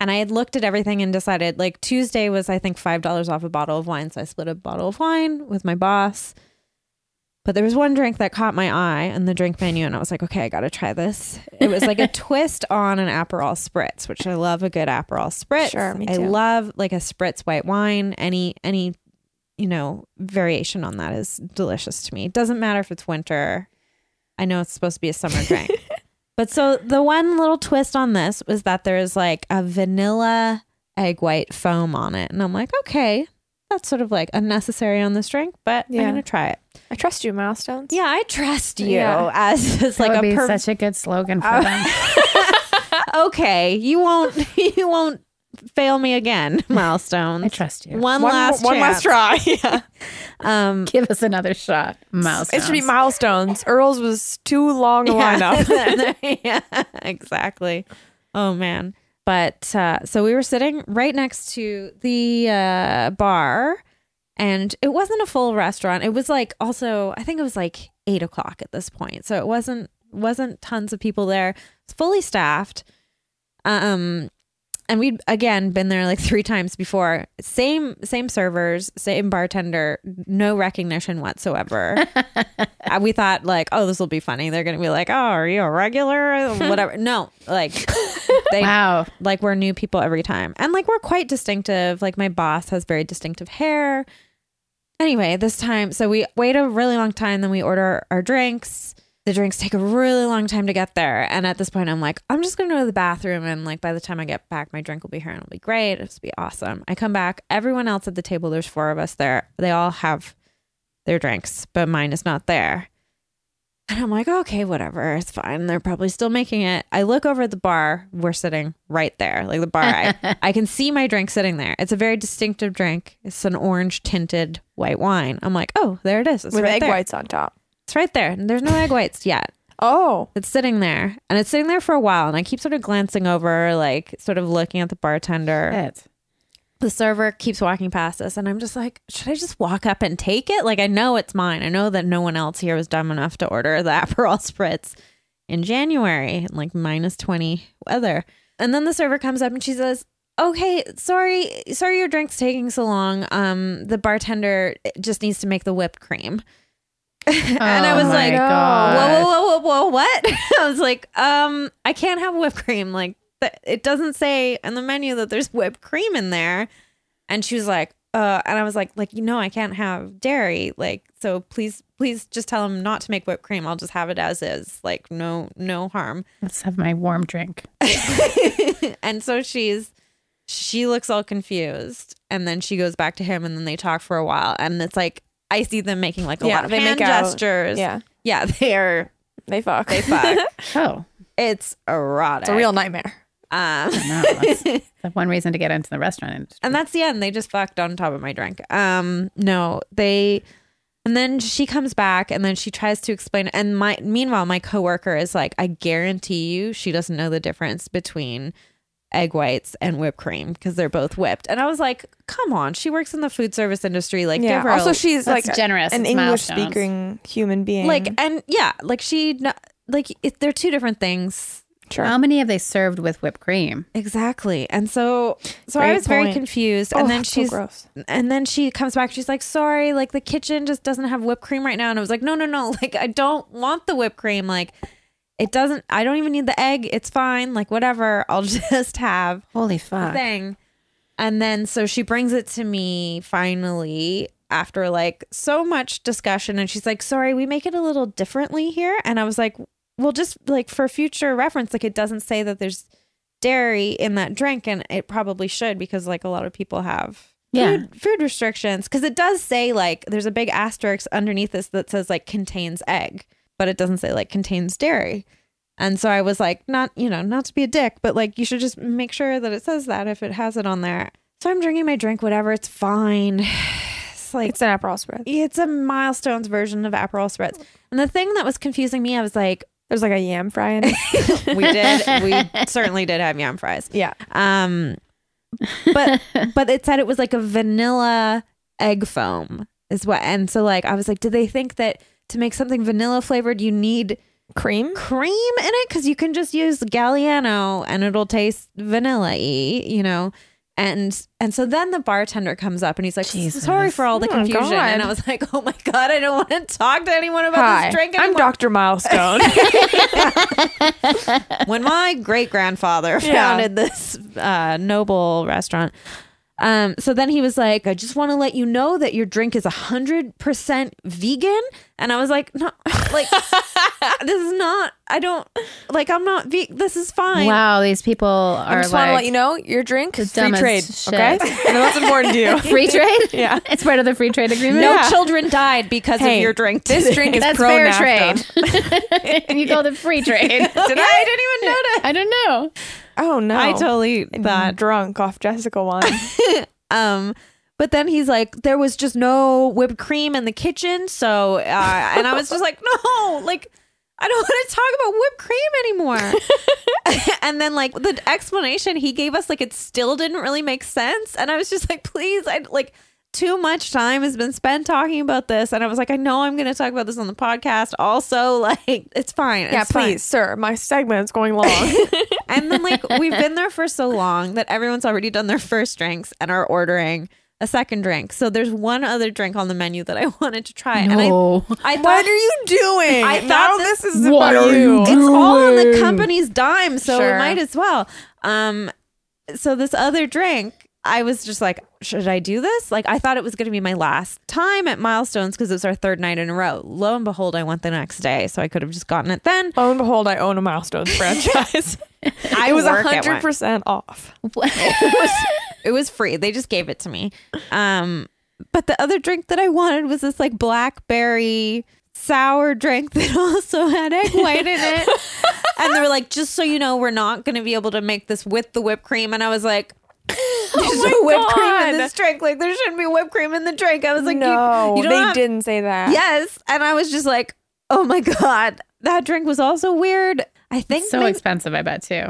Speaker 2: And I had looked at everything and decided like Tuesday was I think five dollars off a bottle of wine, so I split a bottle of wine with my boss. But there was one drink that caught my eye in the drink menu, and I was like, okay, I gotta try this. It was like a twist on an Aperol spritz, which I love a good Aperol spritz.
Speaker 3: Sure, me
Speaker 2: I
Speaker 3: too.
Speaker 2: love like a spritz white wine. Any any you know variation on that is delicious to me. It doesn't matter if it's winter. I know it's supposed to be a summer drink. But so the one little twist on this was that there is like a vanilla egg white foam on it. And I'm like, okay, that's sort of like unnecessary on this drink, but
Speaker 3: Yeah.
Speaker 2: I'm going to try it.
Speaker 3: I trust you, milestones.
Speaker 2: Yeah, I trust you
Speaker 3: Yeah.
Speaker 2: as, as
Speaker 1: That
Speaker 2: like
Speaker 1: would
Speaker 2: a
Speaker 1: be
Speaker 2: per-
Speaker 1: such a good slogan for
Speaker 3: Uh,
Speaker 2: Oh.
Speaker 1: them.
Speaker 2: okay, you won't you won't fail me again,
Speaker 1: I
Speaker 2: milestones.
Speaker 1: trust you.
Speaker 2: One,
Speaker 3: One,
Speaker 2: last
Speaker 3: one last
Speaker 2: chance.
Speaker 3: try. Yeah.
Speaker 2: Um
Speaker 1: Give us another shot. Milestones.
Speaker 3: It should be milestones. Earl's was too long a lineup.
Speaker 2: yeah, exactly. Oh man. But uh, so we were sitting right next to the uh, bar, and it wasn't a full restaurant. It was like also I think it was like eight o'clock at this point, so it wasn't wasn't tons of people there. It's fully staffed. Um, and we'd again been there like three times before. Same same servers, same bartender, no recognition whatsoever. Uh, we thought like, oh, this will be funny. They're gonna be like, oh, are you a regular? Whatever. No, like they
Speaker 1: Wow.
Speaker 2: like we're new people every time, and like we're quite distinctive. Like my boss has very distinctive hair. Anyway, this time, so we wait a really long time, then we order our drinks. The drinks take a really long time to get there, and at this point, I'm like, I'm just gonna go to the bathroom, and like by the time I get back, my drink will be here, and it'll be great. It'll be awesome. I come back, everyone else at the table, there's four of us there. They all have their drinks, but mine is not there. And I'm like, okay, whatever, it's fine. They're probably still making it. I look over at the bar. We're sitting right there, like the bar. I, I can see my drink sitting there. It's a very distinctive drink. It's an orange tinted white wine. I'm like, oh, there it is. It's
Speaker 3: With
Speaker 2: right
Speaker 3: egg
Speaker 2: there.
Speaker 3: whites on top.
Speaker 2: It's right there. And there's no egg whites yet.
Speaker 3: Oh.
Speaker 2: It's sitting there, and it's sitting there for a while. And I keep sort of glancing over, like sort of looking at the bartender
Speaker 1: Shit.
Speaker 2: the server keeps walking past us and i'm just like should i just walk up and take it like i know it's mine i know that no one else here was dumb enough to order the aperol spritz in january like minus 20 weather and then the server comes up and she says okay sorry sorry your drink's taking so long um the bartender just needs to make the whipped cream and i
Speaker 1: Oh
Speaker 2: was
Speaker 1: my
Speaker 2: like
Speaker 1: God.
Speaker 2: whoa, whoa, whoa, whoa, whoa, what? I was like, um, I can't have whipped cream. Like, th- it doesn't say on the menu that there's whipped cream in there. And she was like, uh, and I was like, like, you know, I can't have dairy. Like, so please, please just tell him not to make whipped cream. I'll just have it as is. Like, no, no harm.
Speaker 1: Let's have my warm drink.
Speaker 2: and so she's, she looks all confused. And then she goes back to him and then they talk for a while. And it's like, I see them making like a
Speaker 3: Yeah,
Speaker 2: lot of
Speaker 3: they
Speaker 2: hand
Speaker 3: make out.
Speaker 2: gestures.
Speaker 3: Yeah.
Speaker 2: Yeah. They're,
Speaker 3: They fuck.
Speaker 2: they fuck.
Speaker 1: Oh,
Speaker 2: It's erotic.
Speaker 3: it's a real nightmare.
Speaker 2: Um,
Speaker 1: no. That's the one reason to get into the restaurant industry.
Speaker 2: and that's the end. They just fucked on top of my drink. Um, no, they. And then she comes back, and then she tries to explain. And my meanwhile, my coworker is like, "I guarantee you, she doesn't know the difference between egg whites and whipped cream because they're both whipped." And I was like, "Come on, she works in the food service industry. Like, give
Speaker 3: Yeah.
Speaker 2: her a-
Speaker 3: Also, she's
Speaker 1: That's
Speaker 3: like
Speaker 1: generous.
Speaker 3: an
Speaker 1: It's
Speaker 3: English
Speaker 1: milestones.
Speaker 3: speaking human being.
Speaker 2: like, and yeah, like she kn- like it, they're two different things."
Speaker 3: sure.
Speaker 1: How many have they served with whipped cream?
Speaker 2: Exactly. And so so I
Speaker 3: Great
Speaker 2: was very
Speaker 3: point.
Speaker 2: confused.
Speaker 3: Oh,
Speaker 2: and then
Speaker 3: that's so
Speaker 2: she's
Speaker 3: gross.
Speaker 2: and then she comes back, she's like, sorry, like the kitchen just doesn't have whipped cream right now. And I was like, no, no, no, like I don't want the whipped cream. Like it doesn't I don't even need the egg. It's fine. Like whatever. I'll just have
Speaker 1: Holy
Speaker 2: the
Speaker 1: fuck.
Speaker 2: thing. And then so she brings it to me finally after like so much discussion and she's like, "Sorry, we make it a little differently here." And I was like, "Well, just like for future reference, like it doesn't say that there's dairy in that drink and it probably should because like a lot of people have
Speaker 1: Yeah.
Speaker 2: food, food restrictions because it does say like there's a big asterisk underneath this that says like contains egg, but it doesn't say like contains dairy. And so I was like, not, you know, not to be a dick, but like, you should just make sure that it says that if it has it on there. So I'm drinking my drink, whatever, it's fine. It's like,
Speaker 3: It's an Aperol spread.
Speaker 2: it's a milestones version of Aperol Spritz. And the thing that was confusing me, I was like,
Speaker 3: There's like a yam fry in it.
Speaker 2: we did, we certainly did have yam fries.
Speaker 3: yeah.
Speaker 2: Um, but, but it said it was like a vanilla egg foam is what. And so like, I was like, did they think that to make something vanilla flavored, you need
Speaker 3: cream.
Speaker 2: cream in it because you can just use Galliano and it'll taste vanilla y, you know. And and so then the bartender comes up and he's like,
Speaker 1: Jesus.
Speaker 2: sorry for all the
Speaker 3: Oh,
Speaker 2: confusion.
Speaker 3: God.
Speaker 2: and I was like, oh my God, I don't want to talk to anyone about
Speaker 3: Hi,
Speaker 2: this drink
Speaker 3: I'm
Speaker 2: anymore.
Speaker 3: Dr. Milestone.
Speaker 2: when my great grandfather
Speaker 3: Yeah.
Speaker 2: founded this uh, noble restaurant. Um, so then he was like, I just want to let you know that your drink is 100% vegan. And I was like, no, like, this is not, I don't, like, I'm not, ve- this is fine.
Speaker 1: Wow, these people
Speaker 3: I
Speaker 1: are
Speaker 3: just want to let
Speaker 1: like
Speaker 3: you know your drink is free
Speaker 1: dumbest
Speaker 3: trade.
Speaker 1: shit.
Speaker 3: Okay, I know that's important to you.
Speaker 1: free trade.
Speaker 3: Yeah.
Speaker 1: it's part of the free trade agreement.
Speaker 2: No
Speaker 3: Yeah.
Speaker 2: children died because
Speaker 3: Hey,
Speaker 2: of your drink.
Speaker 3: This
Speaker 2: today.
Speaker 3: drink is
Speaker 1: that's
Speaker 3: pro
Speaker 1: fair
Speaker 3: NAFTA.
Speaker 1: trade. and you call it free trade.
Speaker 3: Did I? I didn't even notice.
Speaker 1: I don't know.
Speaker 3: Oh no! Mm-hmm.
Speaker 2: I totally that.
Speaker 3: drunk off Jessica one.
Speaker 2: Um, but then he's like, there was just no whipped cream in the kitchen, so uh, and I was just like, no, like I don't want to talk about whipped cream anymore. and then like the explanation he gave us, like it still didn't really make sense, and I was just like, please, I like. Too much time has been spent talking about this, and I was like, I know I'm going to talk about this on the podcast. Also, like, it's fine.
Speaker 3: yeah,
Speaker 2: it's fine.
Speaker 3: please, sir. My segment's going long.
Speaker 2: And then like we've been there for so long that everyone's already done their first drinks and are ordering a second drink. So there's one other drink on the menu that I wanted to try.
Speaker 1: No.
Speaker 2: And I, I
Speaker 3: what
Speaker 2: thought
Speaker 3: are you doing?
Speaker 2: I
Speaker 3: now
Speaker 2: thought
Speaker 3: this,
Speaker 2: this-
Speaker 3: is
Speaker 1: What
Speaker 3: about
Speaker 1: are you
Speaker 2: it's all on the
Speaker 1: doing?
Speaker 2: company's dime, so
Speaker 3: Sure.
Speaker 2: it might as well. Um so this other drink, I was just like, should I do this? Like I thought it was gonna be my last time at Milestones because it was our third night in a row. Lo and behold, I went the next day, so I could have just gotten it then.
Speaker 3: Lo and behold, I own a Milestones franchise. I was
Speaker 2: work at one.
Speaker 3: hundred percent off.
Speaker 2: It was free. They just gave it to me. Um, but the other drink that I wanted was this like blackberry sour drink that also had egg white in it. and they were like, just so you know, we're not going to be able to make this with the whipped cream. And I was like, there's no whipped cream in
Speaker 3: Oh God.
Speaker 2: this drink. Like, there shouldn't be whipped cream in the drink. I was like, you-
Speaker 3: no,
Speaker 2: you, don't
Speaker 3: they
Speaker 2: have-
Speaker 3: didn't say that.
Speaker 2: Yes. And I was just like, oh my God, that drink was also weird. I think
Speaker 1: so
Speaker 2: maybe-
Speaker 1: expensive, I bet too.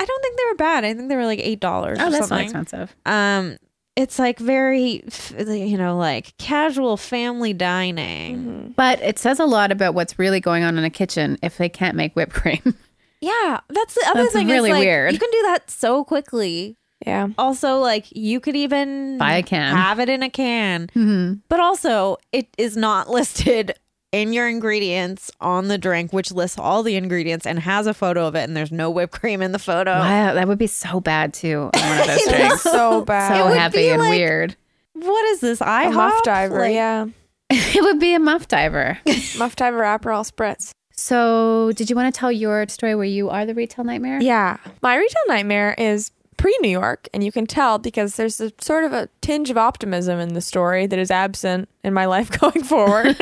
Speaker 2: I don't think they were bad. I think they were like $8 or
Speaker 1: Oh, that's not
Speaker 2: something
Speaker 1: expensive.
Speaker 2: um it's like very f- you know like casual family dining
Speaker 1: But it says a lot about what's really going on in a kitchen if they can't make whipped cream.
Speaker 2: yeah that's the other
Speaker 1: That's
Speaker 2: thing is,
Speaker 1: really
Speaker 2: like,
Speaker 1: weird.
Speaker 2: you can do that so quickly
Speaker 3: Yeah.
Speaker 2: also like you could even
Speaker 1: Buy a can. Mm-hmm.
Speaker 2: have it in a can but also it is not listed in your ingredients on the drink which lists all the ingredients and has a photo of it and there's no whipped cream in the photo
Speaker 1: Wow, that would be so bad too. on One of those
Speaker 2: know.
Speaker 1: drinks.
Speaker 3: So bad.
Speaker 1: So
Speaker 2: would
Speaker 1: heavy
Speaker 2: be
Speaker 1: and
Speaker 2: like-
Speaker 1: weird.
Speaker 2: what is this i
Speaker 3: a muff diver. yeah.
Speaker 1: It would be a muff diver.
Speaker 3: Muff diver Aperol spritz.
Speaker 1: So, did you want to tell your story where you are the retail nightmare?
Speaker 3: Yeah. My retail nightmare is pre New York, and you can tell because there's a sort of a tinge of optimism in the story that is absent in my life going forward.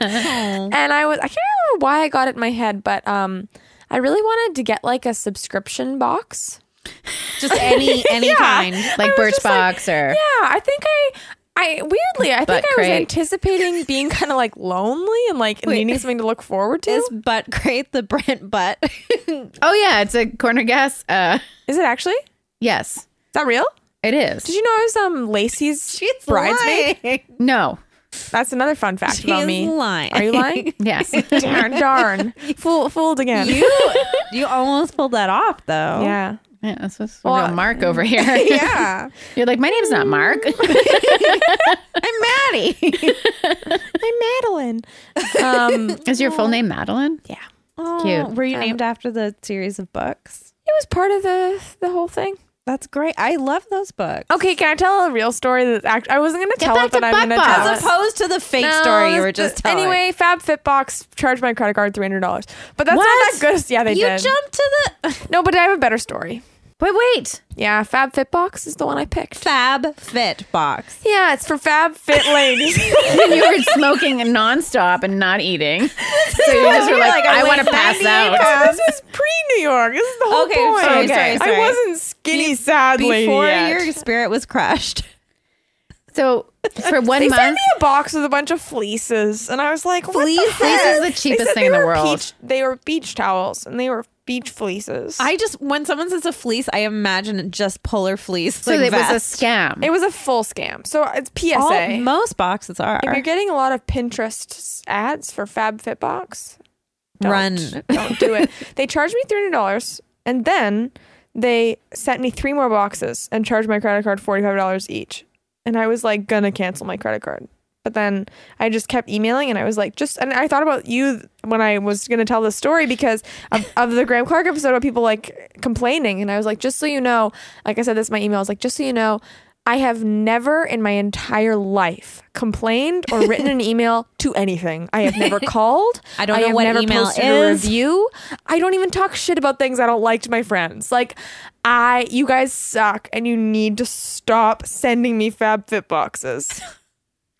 Speaker 3: and I was I can't remember why I got it in my head, but um I really wanted to get like a subscription box.
Speaker 2: just any any kind
Speaker 1: Like Birchbox or
Speaker 3: Yeah, I think I I weirdly I think
Speaker 1: Butt
Speaker 3: I was
Speaker 1: crack.
Speaker 3: anticipating being kind of like lonely and like needing something to look forward to.
Speaker 2: is
Speaker 3: Is,
Speaker 2: butt great the brent butt
Speaker 1: Oh yeah, it's a corner gas. Uh
Speaker 3: it actually? Is
Speaker 1: yes.
Speaker 3: that real?
Speaker 1: It is.
Speaker 3: Did you know I was um Lacey's
Speaker 2: She's
Speaker 3: bridesmaid?
Speaker 2: lying.
Speaker 1: No.
Speaker 3: That's another fun fact about
Speaker 2: She's
Speaker 3: me.
Speaker 2: lying.
Speaker 3: Are you lying?
Speaker 1: Yes.
Speaker 3: darn, darn. Fool, fooled again.
Speaker 2: You you almost pulled that off though.
Speaker 3: yeah.
Speaker 1: yeah, this was
Speaker 3: Well,
Speaker 1: real Mark over here.
Speaker 2: Yeah.
Speaker 1: You're like, my name's not Mark.
Speaker 2: I'm Maddie.
Speaker 3: I'm Madeline. Um, it
Speaker 1: is your full name Madeline?
Speaker 3: Yeah.
Speaker 2: Oh,
Speaker 1: Cute.
Speaker 2: Were you named after the series of books?
Speaker 3: was part of the the whole thing.
Speaker 2: That's great. I love those books.
Speaker 3: Okay, can I tell a real story that act- I wasn't going to tell
Speaker 1: back
Speaker 3: it, but
Speaker 1: to
Speaker 3: I'm
Speaker 1: Butt
Speaker 3: going to
Speaker 1: Box.
Speaker 3: tell
Speaker 2: As
Speaker 3: it.
Speaker 2: opposed to the fake
Speaker 3: No,
Speaker 2: story you
Speaker 3: this-
Speaker 2: were just
Speaker 3: this-
Speaker 2: telling.
Speaker 3: Anyway, FabFitBox charged my credit card $300. But that's
Speaker 2: What?
Speaker 3: not that good. Yeah, they
Speaker 2: you
Speaker 3: did.
Speaker 2: jumped to the
Speaker 3: no, but I have a better story.
Speaker 1: But wait.
Speaker 3: Yeah, FabFitBox is the one I picked.
Speaker 2: Fab Fit box.
Speaker 3: Yeah, it's for Fab Fit Ladies.
Speaker 1: And you were smoking nonstop and not eating. So you just were like,
Speaker 2: Like, I'm
Speaker 1: I want to
Speaker 2: like
Speaker 1: pass
Speaker 2: 98
Speaker 1: out.
Speaker 3: Yeah, this was pre New York. This is the whole
Speaker 2: Okay,
Speaker 3: point.
Speaker 2: sorry, Okay. sorry,
Speaker 3: I
Speaker 2: sorry.
Speaker 3: wasn't skinny, sadly.
Speaker 2: Before
Speaker 3: yet.
Speaker 2: your spirit was crushed.
Speaker 1: So for one
Speaker 3: They sent
Speaker 1: month,
Speaker 3: me a box with a bunch of fleeces, and I was like, what
Speaker 2: Fleeces?
Speaker 3: The heck?
Speaker 1: Fleece is the cheapest
Speaker 3: They said
Speaker 1: thing
Speaker 3: they
Speaker 1: in the
Speaker 3: were
Speaker 1: world.
Speaker 3: Beach, they were beach towels, and they were beach fleeces.
Speaker 2: I just when someone says a fleece, I imagine just polar fleece.
Speaker 1: so
Speaker 2: like
Speaker 1: it was a
Speaker 2: vest.
Speaker 1: scam.
Speaker 3: it was a full scam. So it's PSA.
Speaker 2: All- most boxes are.
Speaker 3: if you're getting a lot of Pinterest ads for FabFitBox, Don't.
Speaker 2: Run.
Speaker 3: Don't do it. They charged me $300 and then they sent me three more boxes and charged my credit card $45 each. And I was like, gonna cancel my credit card. But then I just kept emailing and I was like, just, and I thought about you when I was gonna tell this story because of, of the Graham Clark episode about people like complaining. And I was like, just so you know, like I said, this in my email. I was like, just so you know, I have never in my entire life complained or written an email to anything. I have never called.
Speaker 2: I don't know
Speaker 3: have
Speaker 2: what
Speaker 3: never
Speaker 2: email
Speaker 3: posted a
Speaker 2: is.
Speaker 3: review. I don't even talk shit about things I don't like to my friends. Like I, you guys suck, and you need to stop sending me FabFit boxes.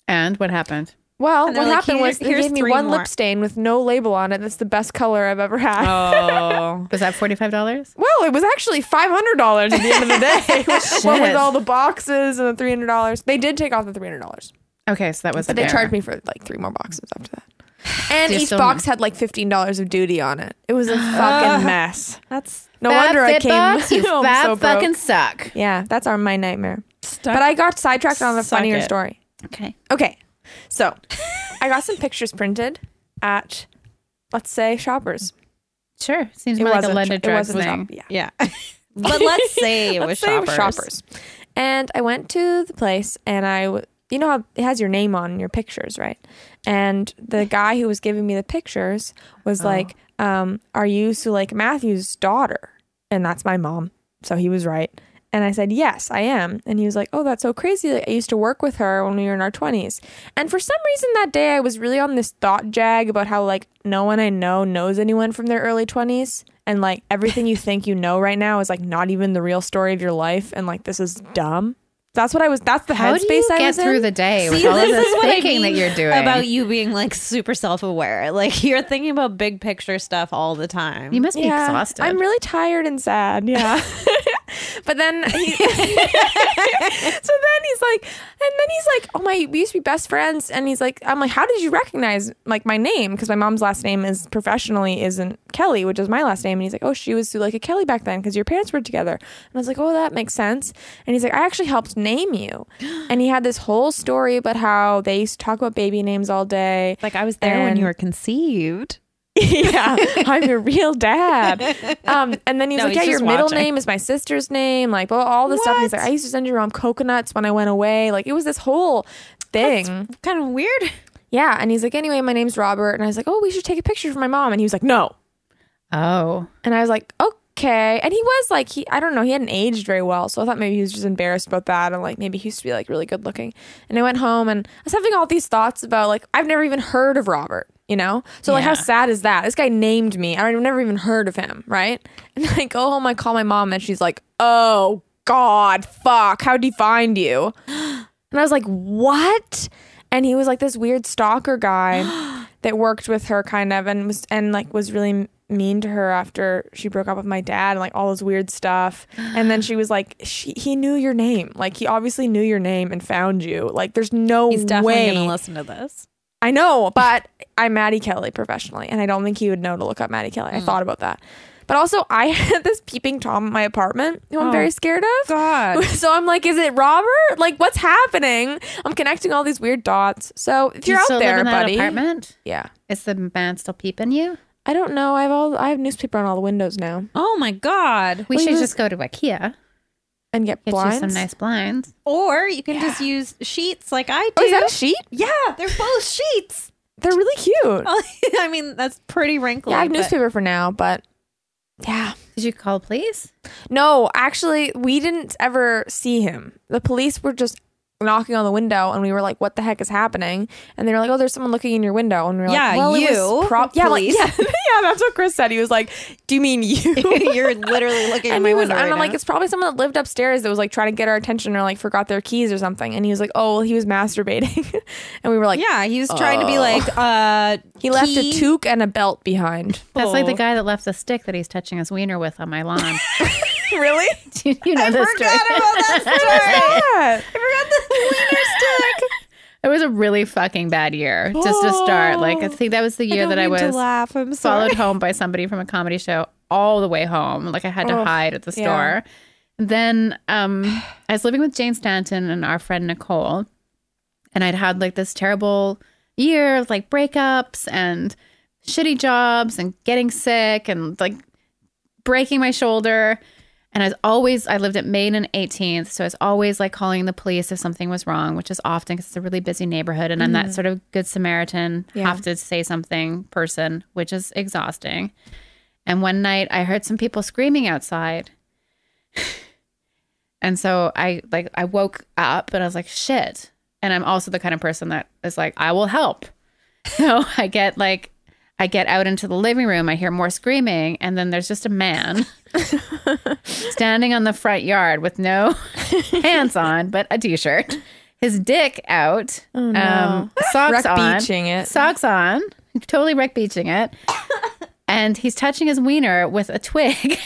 Speaker 1: And what happened?
Speaker 3: Well,
Speaker 2: And
Speaker 3: what
Speaker 2: they're like,
Speaker 3: happened
Speaker 2: "Here's-
Speaker 3: was they
Speaker 2: here's
Speaker 3: gave me
Speaker 2: three
Speaker 3: one
Speaker 2: more."
Speaker 3: lip stain with no label on it. That's the best color I've ever had.
Speaker 2: Oh.
Speaker 1: Was that forty five dollars?
Speaker 3: Well, it was actually five hundred dollars at the end of the day. what with
Speaker 1: Shit.
Speaker 3: all the boxes and the three hundred dollars, they did take off the three hundred dollars,
Speaker 1: Okay, so that was
Speaker 3: but
Speaker 1: an
Speaker 3: they
Speaker 1: error.
Speaker 3: charged me for like three more boxes after that. And
Speaker 1: Do you
Speaker 3: each
Speaker 1: still-
Speaker 3: box had like fifteen dollars of duty on it. It was a fucking mess.
Speaker 2: That's
Speaker 3: No
Speaker 1: Fat
Speaker 3: wonder I
Speaker 1: Fit
Speaker 3: came
Speaker 1: Box, you
Speaker 3: home
Speaker 1: fat
Speaker 3: so broke.
Speaker 1: fucking suck.
Speaker 3: Yeah, that's our my nightmare.
Speaker 2: stuck.
Speaker 3: But I got sidetracked on the
Speaker 2: Suck
Speaker 3: funnier
Speaker 2: it.
Speaker 3: story.
Speaker 1: Okay.
Speaker 3: Okay, so I got some pictures printed at, let's say, Shoppers.
Speaker 1: Sure. Seems more like a London
Speaker 3: shop-
Speaker 1: drugs
Speaker 3: a
Speaker 1: thing.
Speaker 3: shop- yeah.
Speaker 2: yeah. but let's say it
Speaker 3: Let's
Speaker 2: was
Speaker 3: say
Speaker 2: shoppers.
Speaker 3: it was shoppers. And I went to the place and I, w- you know, how it has your name on your pictures, right? And the guy who was giving me the pictures was like, um, Are you Suleika Matthews' daughter? And that's my mom. So he was right. And I said, Yes, I am. And he was like, Oh, that's so crazy. Like, I used to work with her when we were in our 20s. And for some reason that day, I was really on this thought jag about how, like, no one I know knows anyone from their early 20s. And, like, everything you think you know right now is, like, not even the real story of your life. And, like, this is dumb. That's what I was, that's the
Speaker 1: How do
Speaker 3: headspace
Speaker 1: you
Speaker 3: I
Speaker 1: get
Speaker 3: was
Speaker 1: through
Speaker 3: in.
Speaker 1: the day with
Speaker 2: See,
Speaker 1: all of
Speaker 2: this
Speaker 1: this
Speaker 2: is what I
Speaker 1: thinking
Speaker 2: mean
Speaker 1: that you're doing?
Speaker 2: about you being like super self-aware. Like you're thinking about big picture stuff all the time.
Speaker 1: you must be
Speaker 3: Yeah,
Speaker 1: exhausted.
Speaker 3: I'm really tired and sad. Yeah. but then he, so then he's like, and then he's like, oh my, we used to be best friends. And he's like, I'm like, how did you recognize like my name? Because my mom's last name is professionally isn't Kelly, which is my last name. And he's like, oh, she was Suleika Kelly back then because your parents were together. And I was like, oh, that makes sense. And he's like, I actually helped name you. And he had this whole story about how they used to talk about baby names all day
Speaker 2: like I was there when
Speaker 3: And-
Speaker 2: you were conceived.
Speaker 3: yeah, I'm your real dad. Um, and then he was
Speaker 2: No,
Speaker 3: like,
Speaker 2: he's
Speaker 3: yeah, your
Speaker 2: just
Speaker 3: middle
Speaker 2: watching.
Speaker 3: name is my sister's name, like blah, all this stuff. And he's like, I used to send your mom coconuts when I went away. Like it was this whole thing.
Speaker 2: Kind of weird.
Speaker 3: yeah. And he's like, anyway, my name's Robert. And I was like, oh, we should take a picture for my mom. And he was like, no.
Speaker 1: oh.
Speaker 3: And I was like, okay. And he was like, he I don't know, he hadn't aged very well. So I thought maybe he was just embarrassed about that. And like maybe he used to be like really good looking. And I went home and I was having all these thoughts about like I've never even heard of Robert, you know? So like how
Speaker 1: Yeah.
Speaker 3: sad is that? This guy named me. I don't I've never even heard of him, right? And I go home, I call my mom and she's like, Oh God, fuck, how'd he find you? And I was like, "What?" And he was like this weird stalker guy that worked with her kind of and was and like was really m- mean to her after she broke up with my dad and like all this weird stuff. And then she was like, she, "He knew your name. Like he obviously knew your name and found you. Like there's no
Speaker 2: He's definitely
Speaker 3: way."
Speaker 2: gonna listen to this.
Speaker 3: I know, but I'm Maddie Kelly professionally, and I don't think he would know to look up Maddie Kelly.
Speaker 1: Mm.
Speaker 3: I thought about that. But also, I had this peeping Tom in my apartment who
Speaker 1: Oh,
Speaker 3: I'm very scared of.
Speaker 2: God.
Speaker 3: So I'm like, is it Robert? Like, what's happening? I'm connecting all these weird dots. So if
Speaker 1: Do
Speaker 3: you're
Speaker 1: you
Speaker 3: out
Speaker 1: still
Speaker 3: there,
Speaker 1: live in that
Speaker 3: buddy,
Speaker 1: apartment?
Speaker 3: yeah,
Speaker 1: Is the man still peeping you?
Speaker 3: I don't know. I have all I have newspaper on all the windows now,
Speaker 2: Oh my god.
Speaker 1: We
Speaker 3: Well,
Speaker 1: should
Speaker 3: you-
Speaker 1: just go to IKEA.
Speaker 3: and get
Speaker 1: Get
Speaker 3: blinds.
Speaker 1: you some nice blinds.
Speaker 2: Or you can just use sheets like I do.
Speaker 3: oh, is that a sheet?
Speaker 2: yeah, they're both sheets. Oh,
Speaker 3: They're really cute.
Speaker 1: Oh,
Speaker 2: I mean, that's pretty wrinkly.
Speaker 3: yeah, I have
Speaker 2: but-
Speaker 3: newspaper for now, but yeah.
Speaker 1: Did you call police?
Speaker 3: No, actually, we didn't ever see him. The police were just knocking on the window, and we were like, "What the heck is happening?" And they were like, "Oh, there's someone looking in your window." And we were
Speaker 2: Yeah,
Speaker 3: like, "Well, it was
Speaker 2: you,
Speaker 3: prob- yeah, like-
Speaker 2: police.
Speaker 3: yeah, yeah." That's what Chris said. He was like, "Do you mean you?"
Speaker 2: You're literally looking at
Speaker 3: And,
Speaker 2: my
Speaker 3: he was,
Speaker 2: window.
Speaker 3: and
Speaker 2: right
Speaker 3: I'm like,
Speaker 2: now.
Speaker 3: it's probably someone that lived upstairs that was like trying to get our attention or like forgot their keys or something. And he was like, oh, well, he was masturbating. and we were like,
Speaker 2: yeah, he was trying to be like, uh,
Speaker 3: he left a
Speaker 2: key-
Speaker 3: toque and a belt behind.
Speaker 1: That's like the
Speaker 2: Oh.
Speaker 1: guy that left the stick that he's touching his wiener with on my lawn.
Speaker 3: really?
Speaker 1: Do you know this story?
Speaker 2: Forgot about that story.
Speaker 3: Yeah.
Speaker 1: It was a really fucking bad year just to start. Like I think that was the year
Speaker 2: don't
Speaker 1: that I
Speaker 2: mean to
Speaker 1: was
Speaker 2: laugh. I'm sorry.
Speaker 1: followed home by somebody from a comedy show all the way home. Like I had to hide at the
Speaker 3: yeah.
Speaker 1: store. Then um, I was living with Jane Stanton and our friend Nicole, and I'd had like this terrible year of like breakups and shitty jobs and getting sick and like breaking my shoulder. And I was always, I lived at Maine and 18th. So I was always like calling the police if something was wrong, which is often because it's a really busy neighborhood. And I'm that sort of good Samaritan, have to say something person, which is exhausting. And one night I heard some people screaming outside. and so I like, I woke up and I was like, shit. And I'm also the kind of person that is like, I will help. So I get like, I get out into the living room. I hear more screaming, and then there's just a man standing on the front yard with no pants on, but a t-shirt, his dick out, um, socks
Speaker 4: Wreck
Speaker 1: on,
Speaker 4: Oh, beaching it.
Speaker 1: socks on, totally wreck beaching it, and he's touching his wiener with a twig.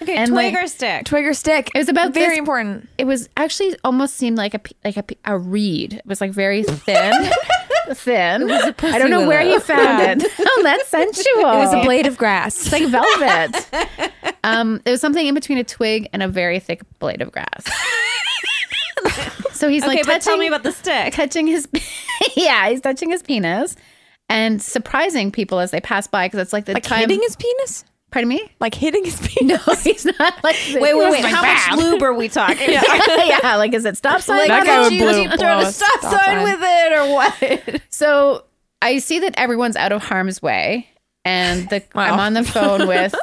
Speaker 2: Okay,
Speaker 1: And,
Speaker 2: twig
Speaker 1: like-
Speaker 2: or stick.
Speaker 3: Twig or stick.
Speaker 1: It was about
Speaker 4: Very
Speaker 1: this-
Speaker 4: important.
Speaker 1: It was actually almost seemed like a p- like a, p- a reed. It was like very thin. Thin. I don't know where he found it. Oh, that's sensual.
Speaker 4: It was a blade of grass.
Speaker 1: It's like velvet. um, it was something in between a twig and a very thick blade of grass. so he's
Speaker 2: Okay,
Speaker 1: like
Speaker 2: but
Speaker 1: touching,
Speaker 2: tell me about the stick.
Speaker 1: touching his, yeah, he's touching his penis and surprising people as they pass by because it's like the
Speaker 4: like
Speaker 1: time.
Speaker 4: hitting his penis?
Speaker 1: pardon me.
Speaker 4: Like hitting his penis?
Speaker 1: No, he's not like.
Speaker 2: Wait, wait, wait.
Speaker 1: Like,
Speaker 2: How
Speaker 1: bam.
Speaker 2: much lube are we talking? yeah.
Speaker 1: yeah, like is it stop sign?
Speaker 2: Like,
Speaker 1: How did
Speaker 2: that guy
Speaker 1: you-
Speaker 2: would
Speaker 1: did
Speaker 2: blow,
Speaker 1: you throw
Speaker 2: blow
Speaker 1: a
Speaker 2: a stop sign with it or what?
Speaker 1: So I see that everyone's out of harm's way, and the I'm on the phone with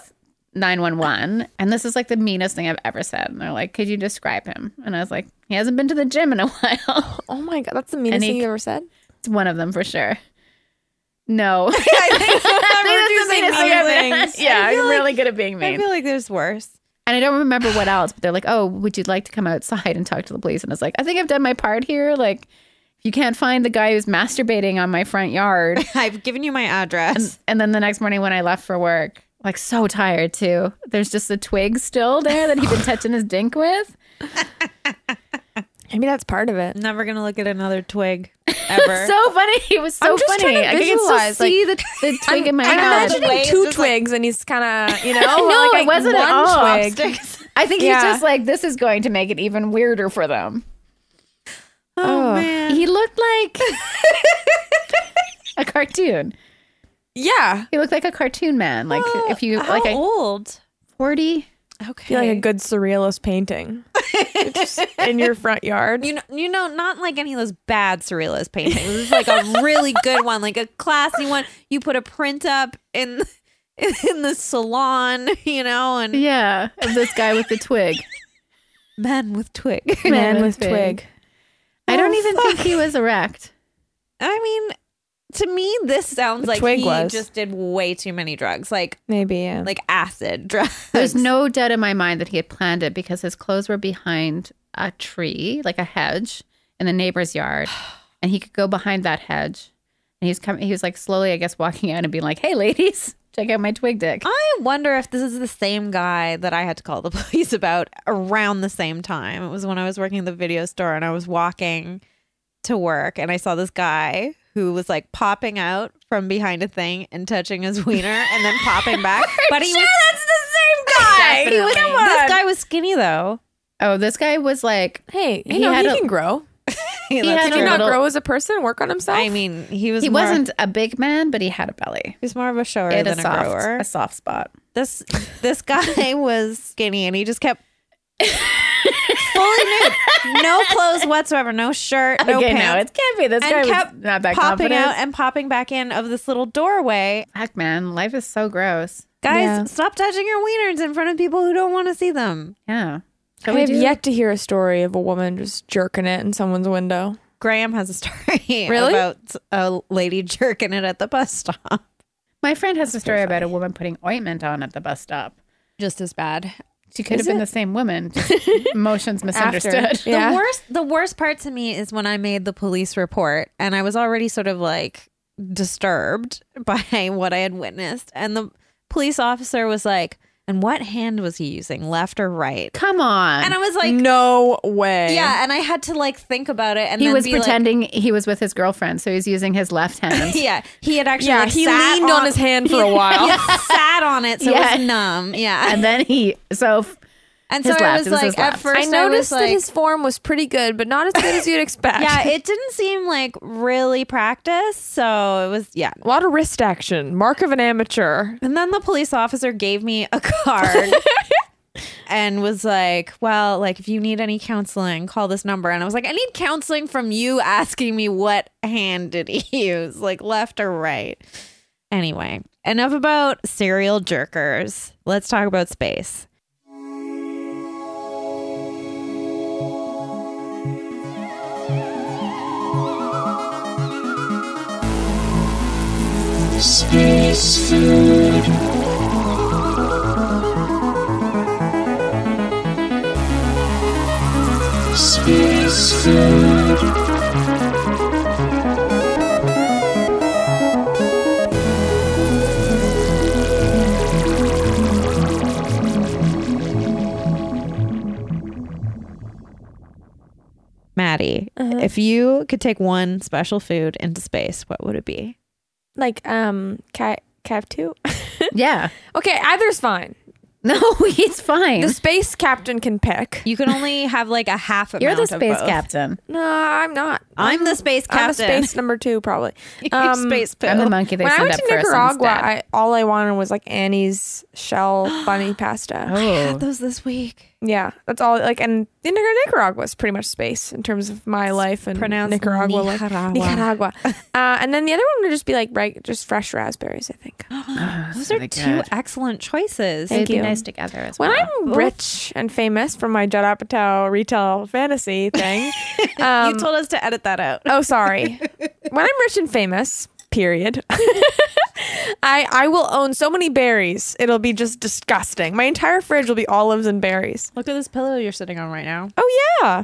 Speaker 1: 911, and this is like the meanest thing I've ever said. And they're like, "Could you describe him?" And I was like, "He hasn't been to the gym in a while."
Speaker 3: Oh my god, that's the meanest
Speaker 1: And he-
Speaker 3: thing you ever said.
Speaker 1: it's one of them for sure. No,
Speaker 2: I
Speaker 1: Meanest
Speaker 2: think
Speaker 1: thing I've ever- yeah, I'm really good at being
Speaker 2: I
Speaker 1: mean,
Speaker 2: feel like there's worse.
Speaker 1: and I don't remember what else. But they're like, "Oh, would you like to come outside and talk to the police?" And I was like, "I think I've done my part here. Like, if you can't find the guy who's masturbating on my front yard."
Speaker 2: I've given you my address.
Speaker 1: And then the next morning when I left for work, like so tired too, there's just a twig still there that he'd been touching his dink with.
Speaker 3: Maybe that's part of it.
Speaker 2: I'm never gonna look at another twig ever.
Speaker 1: So funny. It was so
Speaker 3: I'm just
Speaker 1: funny.
Speaker 3: trying to
Speaker 1: I could still
Speaker 3: visualize, like-
Speaker 1: see the, the twig in my
Speaker 3: I'm
Speaker 1: hand.
Speaker 2: the way
Speaker 3: imagining
Speaker 2: it's
Speaker 3: two
Speaker 2: just like-
Speaker 3: twigs, and he's kind of you know
Speaker 1: No,
Speaker 3: like
Speaker 1: it wasn't
Speaker 3: one
Speaker 1: at all.
Speaker 3: twig.
Speaker 1: I think
Speaker 3: Yeah.
Speaker 1: he's just like, this is going to make it even weirder for them.
Speaker 2: oh,
Speaker 3: Ugh.
Speaker 2: man.
Speaker 1: He looked like a cartoon.
Speaker 3: Yeah,
Speaker 1: He looked like a cartoon man. Like
Speaker 3: Oh,
Speaker 1: if you
Speaker 2: How
Speaker 1: like a
Speaker 2: old?
Speaker 1: 40.
Speaker 3: I
Speaker 2: Okay.
Speaker 3: feel like a good surrealist painting It's just in your front yard.
Speaker 2: you know, you know, not like any of those bad surrealist paintings. This is like a really good one, like a classy one. You put a print up in in the salon, you know, and
Speaker 1: Yeah. Of this guy with the twig.
Speaker 2: men with twig.
Speaker 3: Man with twig.
Speaker 1: I
Speaker 3: Oh,
Speaker 1: don't even think he was erect.
Speaker 2: I mean, to me, this sounds
Speaker 3: The
Speaker 2: like
Speaker 3: twig
Speaker 2: he
Speaker 3: was.
Speaker 2: just did way too many drugs, like
Speaker 3: Maybe yeah.
Speaker 2: like acid drugs.
Speaker 1: There's no doubt in my mind that he had planned it because his clothes were behind a tree, like a hedge, in the neighbor's yard, and he could go behind that hedge. And he's coming. He was like slowly, I guess, walking out and being like, "Hey, ladies, check out my twig dick."
Speaker 2: I wonder if this is the same guy that I had to call the police about around the same time. It was when I was working at the video store and I was walking to work and I saw this guy who was like popping out from behind a thing and touching his wiener and then popping back. But he was that's the same
Speaker 1: guy. He was- Come
Speaker 2: this guy was skinny though.
Speaker 1: Oh, this guy was like,
Speaker 3: Hey, you
Speaker 1: He
Speaker 3: know
Speaker 1: had
Speaker 3: he
Speaker 1: a-
Speaker 3: can grow.
Speaker 2: He
Speaker 1: He
Speaker 2: looked
Speaker 1: had
Speaker 3: Can
Speaker 1: a
Speaker 3: he
Speaker 2: skinny.
Speaker 3: not
Speaker 1: little-
Speaker 3: grow as a person? Work on himself.
Speaker 2: I mean, he was
Speaker 1: he
Speaker 2: more,
Speaker 1: wasn't a big man, but he had a belly.
Speaker 2: He was more of a shower
Speaker 1: He had
Speaker 2: than
Speaker 1: a
Speaker 2: a,
Speaker 1: soft,
Speaker 2: grower.
Speaker 1: a soft spot.
Speaker 2: this this guy was skinny and he just kept fully nude, no clothes whatsoever, no shirt, no
Speaker 1: okay, no,
Speaker 2: pants,
Speaker 1: it can't be. This guy
Speaker 2: and
Speaker 1: was
Speaker 2: kept
Speaker 1: not that
Speaker 2: popping
Speaker 1: confident.
Speaker 2: out and popping back in of this little doorway.
Speaker 1: Heck, man, life is so gross.
Speaker 2: Guys,
Speaker 3: Yeah.
Speaker 2: stop touching your wieners in front of people who don't want to see them.
Speaker 1: Yeah. Shall
Speaker 3: I
Speaker 1: we
Speaker 3: have
Speaker 1: do-
Speaker 3: yet to hear a story of a woman just jerking it in someone's window.
Speaker 2: Graham has a story
Speaker 3: Really?
Speaker 2: about a lady jerking it at the bus stop.
Speaker 1: My friend has a story about a woman putting ointment on at the bus stop.
Speaker 2: Just as bad.
Speaker 1: She could have been the same woman. Just emotions misunderstood.
Speaker 3: Yeah.
Speaker 2: The worst the worst part to me is when I made the police report and I was already sort of like disturbed by what I had witnessed and the police officer was like, "And what hand was he using? Left or right?"
Speaker 1: Come on.
Speaker 2: And I was
Speaker 3: Mm-hmm.
Speaker 2: like,
Speaker 3: no way.
Speaker 2: "Yeah," and I had to like think about it and
Speaker 1: he
Speaker 2: then
Speaker 1: was
Speaker 2: be like-
Speaker 1: pretending he was with his girlfriend, so he's using his left hand.
Speaker 2: yeah, he had actually
Speaker 3: Yeah,
Speaker 2: like,
Speaker 3: he
Speaker 2: sat
Speaker 3: leaned on his hand for a while.
Speaker 2: He sat on it so it
Speaker 1: Yeah.
Speaker 2: was numb. Yeah.
Speaker 1: and then he so f-
Speaker 2: And
Speaker 1: His
Speaker 2: so
Speaker 1: left.
Speaker 2: it was
Speaker 1: It was his
Speaker 2: like at
Speaker 1: left.
Speaker 2: first
Speaker 3: I
Speaker 2: was,
Speaker 3: noticed
Speaker 2: like,
Speaker 3: that his form was pretty good, but not as good as you'd expect.
Speaker 2: yeah, it didn't seem like really practiced. So it was yeah.
Speaker 3: a lot of wrist action, mark of an amateur.
Speaker 2: And then the police officer gave me a card and was like, "Well, like if you need any counseling, call this number." And I was like, "I need counseling from you asking me what hand did he use, like left or right." Anyway, enough about serial jerkers. Let's talk about space. Maddie,
Speaker 1: Uh-huh.
Speaker 2: if you could take one special food into space, what would it be?
Speaker 3: Like um cat cap two.
Speaker 1: Yeah.
Speaker 3: okay, either's fine.
Speaker 1: No, he's fine.
Speaker 3: The space captain can pick.
Speaker 2: You can only have like a half amount.
Speaker 1: You're the
Speaker 2: of
Speaker 1: space
Speaker 2: both.
Speaker 1: captain.
Speaker 3: No, I'm not.
Speaker 2: I'm the space captain.
Speaker 3: I'm a space number two, probably.
Speaker 2: You're
Speaker 3: Um,
Speaker 2: space
Speaker 1: I'm the
Speaker 2: pill.
Speaker 1: monkey they
Speaker 3: when I
Speaker 1: send
Speaker 3: went
Speaker 1: up
Speaker 3: to
Speaker 1: first.
Speaker 3: Nicaragua,
Speaker 1: instead.
Speaker 3: I, all I wanted was like Annie's shell bunny pasta.
Speaker 1: oh,
Speaker 2: those this week.
Speaker 3: Yeah, that's all. Like, and the Nicar- Nicaragua was pretty much space in terms of my life and
Speaker 2: pronounced
Speaker 3: Nicaragua. life.
Speaker 2: Nicaragua.
Speaker 3: Nicaragua. uh, and then the other one would just be like reg- just fresh raspberries. I think.
Speaker 2: Those
Speaker 1: so
Speaker 2: are
Speaker 1: they
Speaker 2: two
Speaker 1: good.
Speaker 2: excellent choices.
Speaker 1: they'd be
Speaker 3: you.
Speaker 1: nice together as
Speaker 3: When
Speaker 1: well.
Speaker 3: I'm rich and famous from my Judd Apatow retail fantasy thing, um,
Speaker 2: you told us to edit that out.
Speaker 3: oh sorry. when I'm rich and famous, period. I I will own so many berries. It'll be just disgusting. My entire fridge will be olives and berries.
Speaker 2: Look at this pillow you're sitting on right now.
Speaker 3: Oh yeah.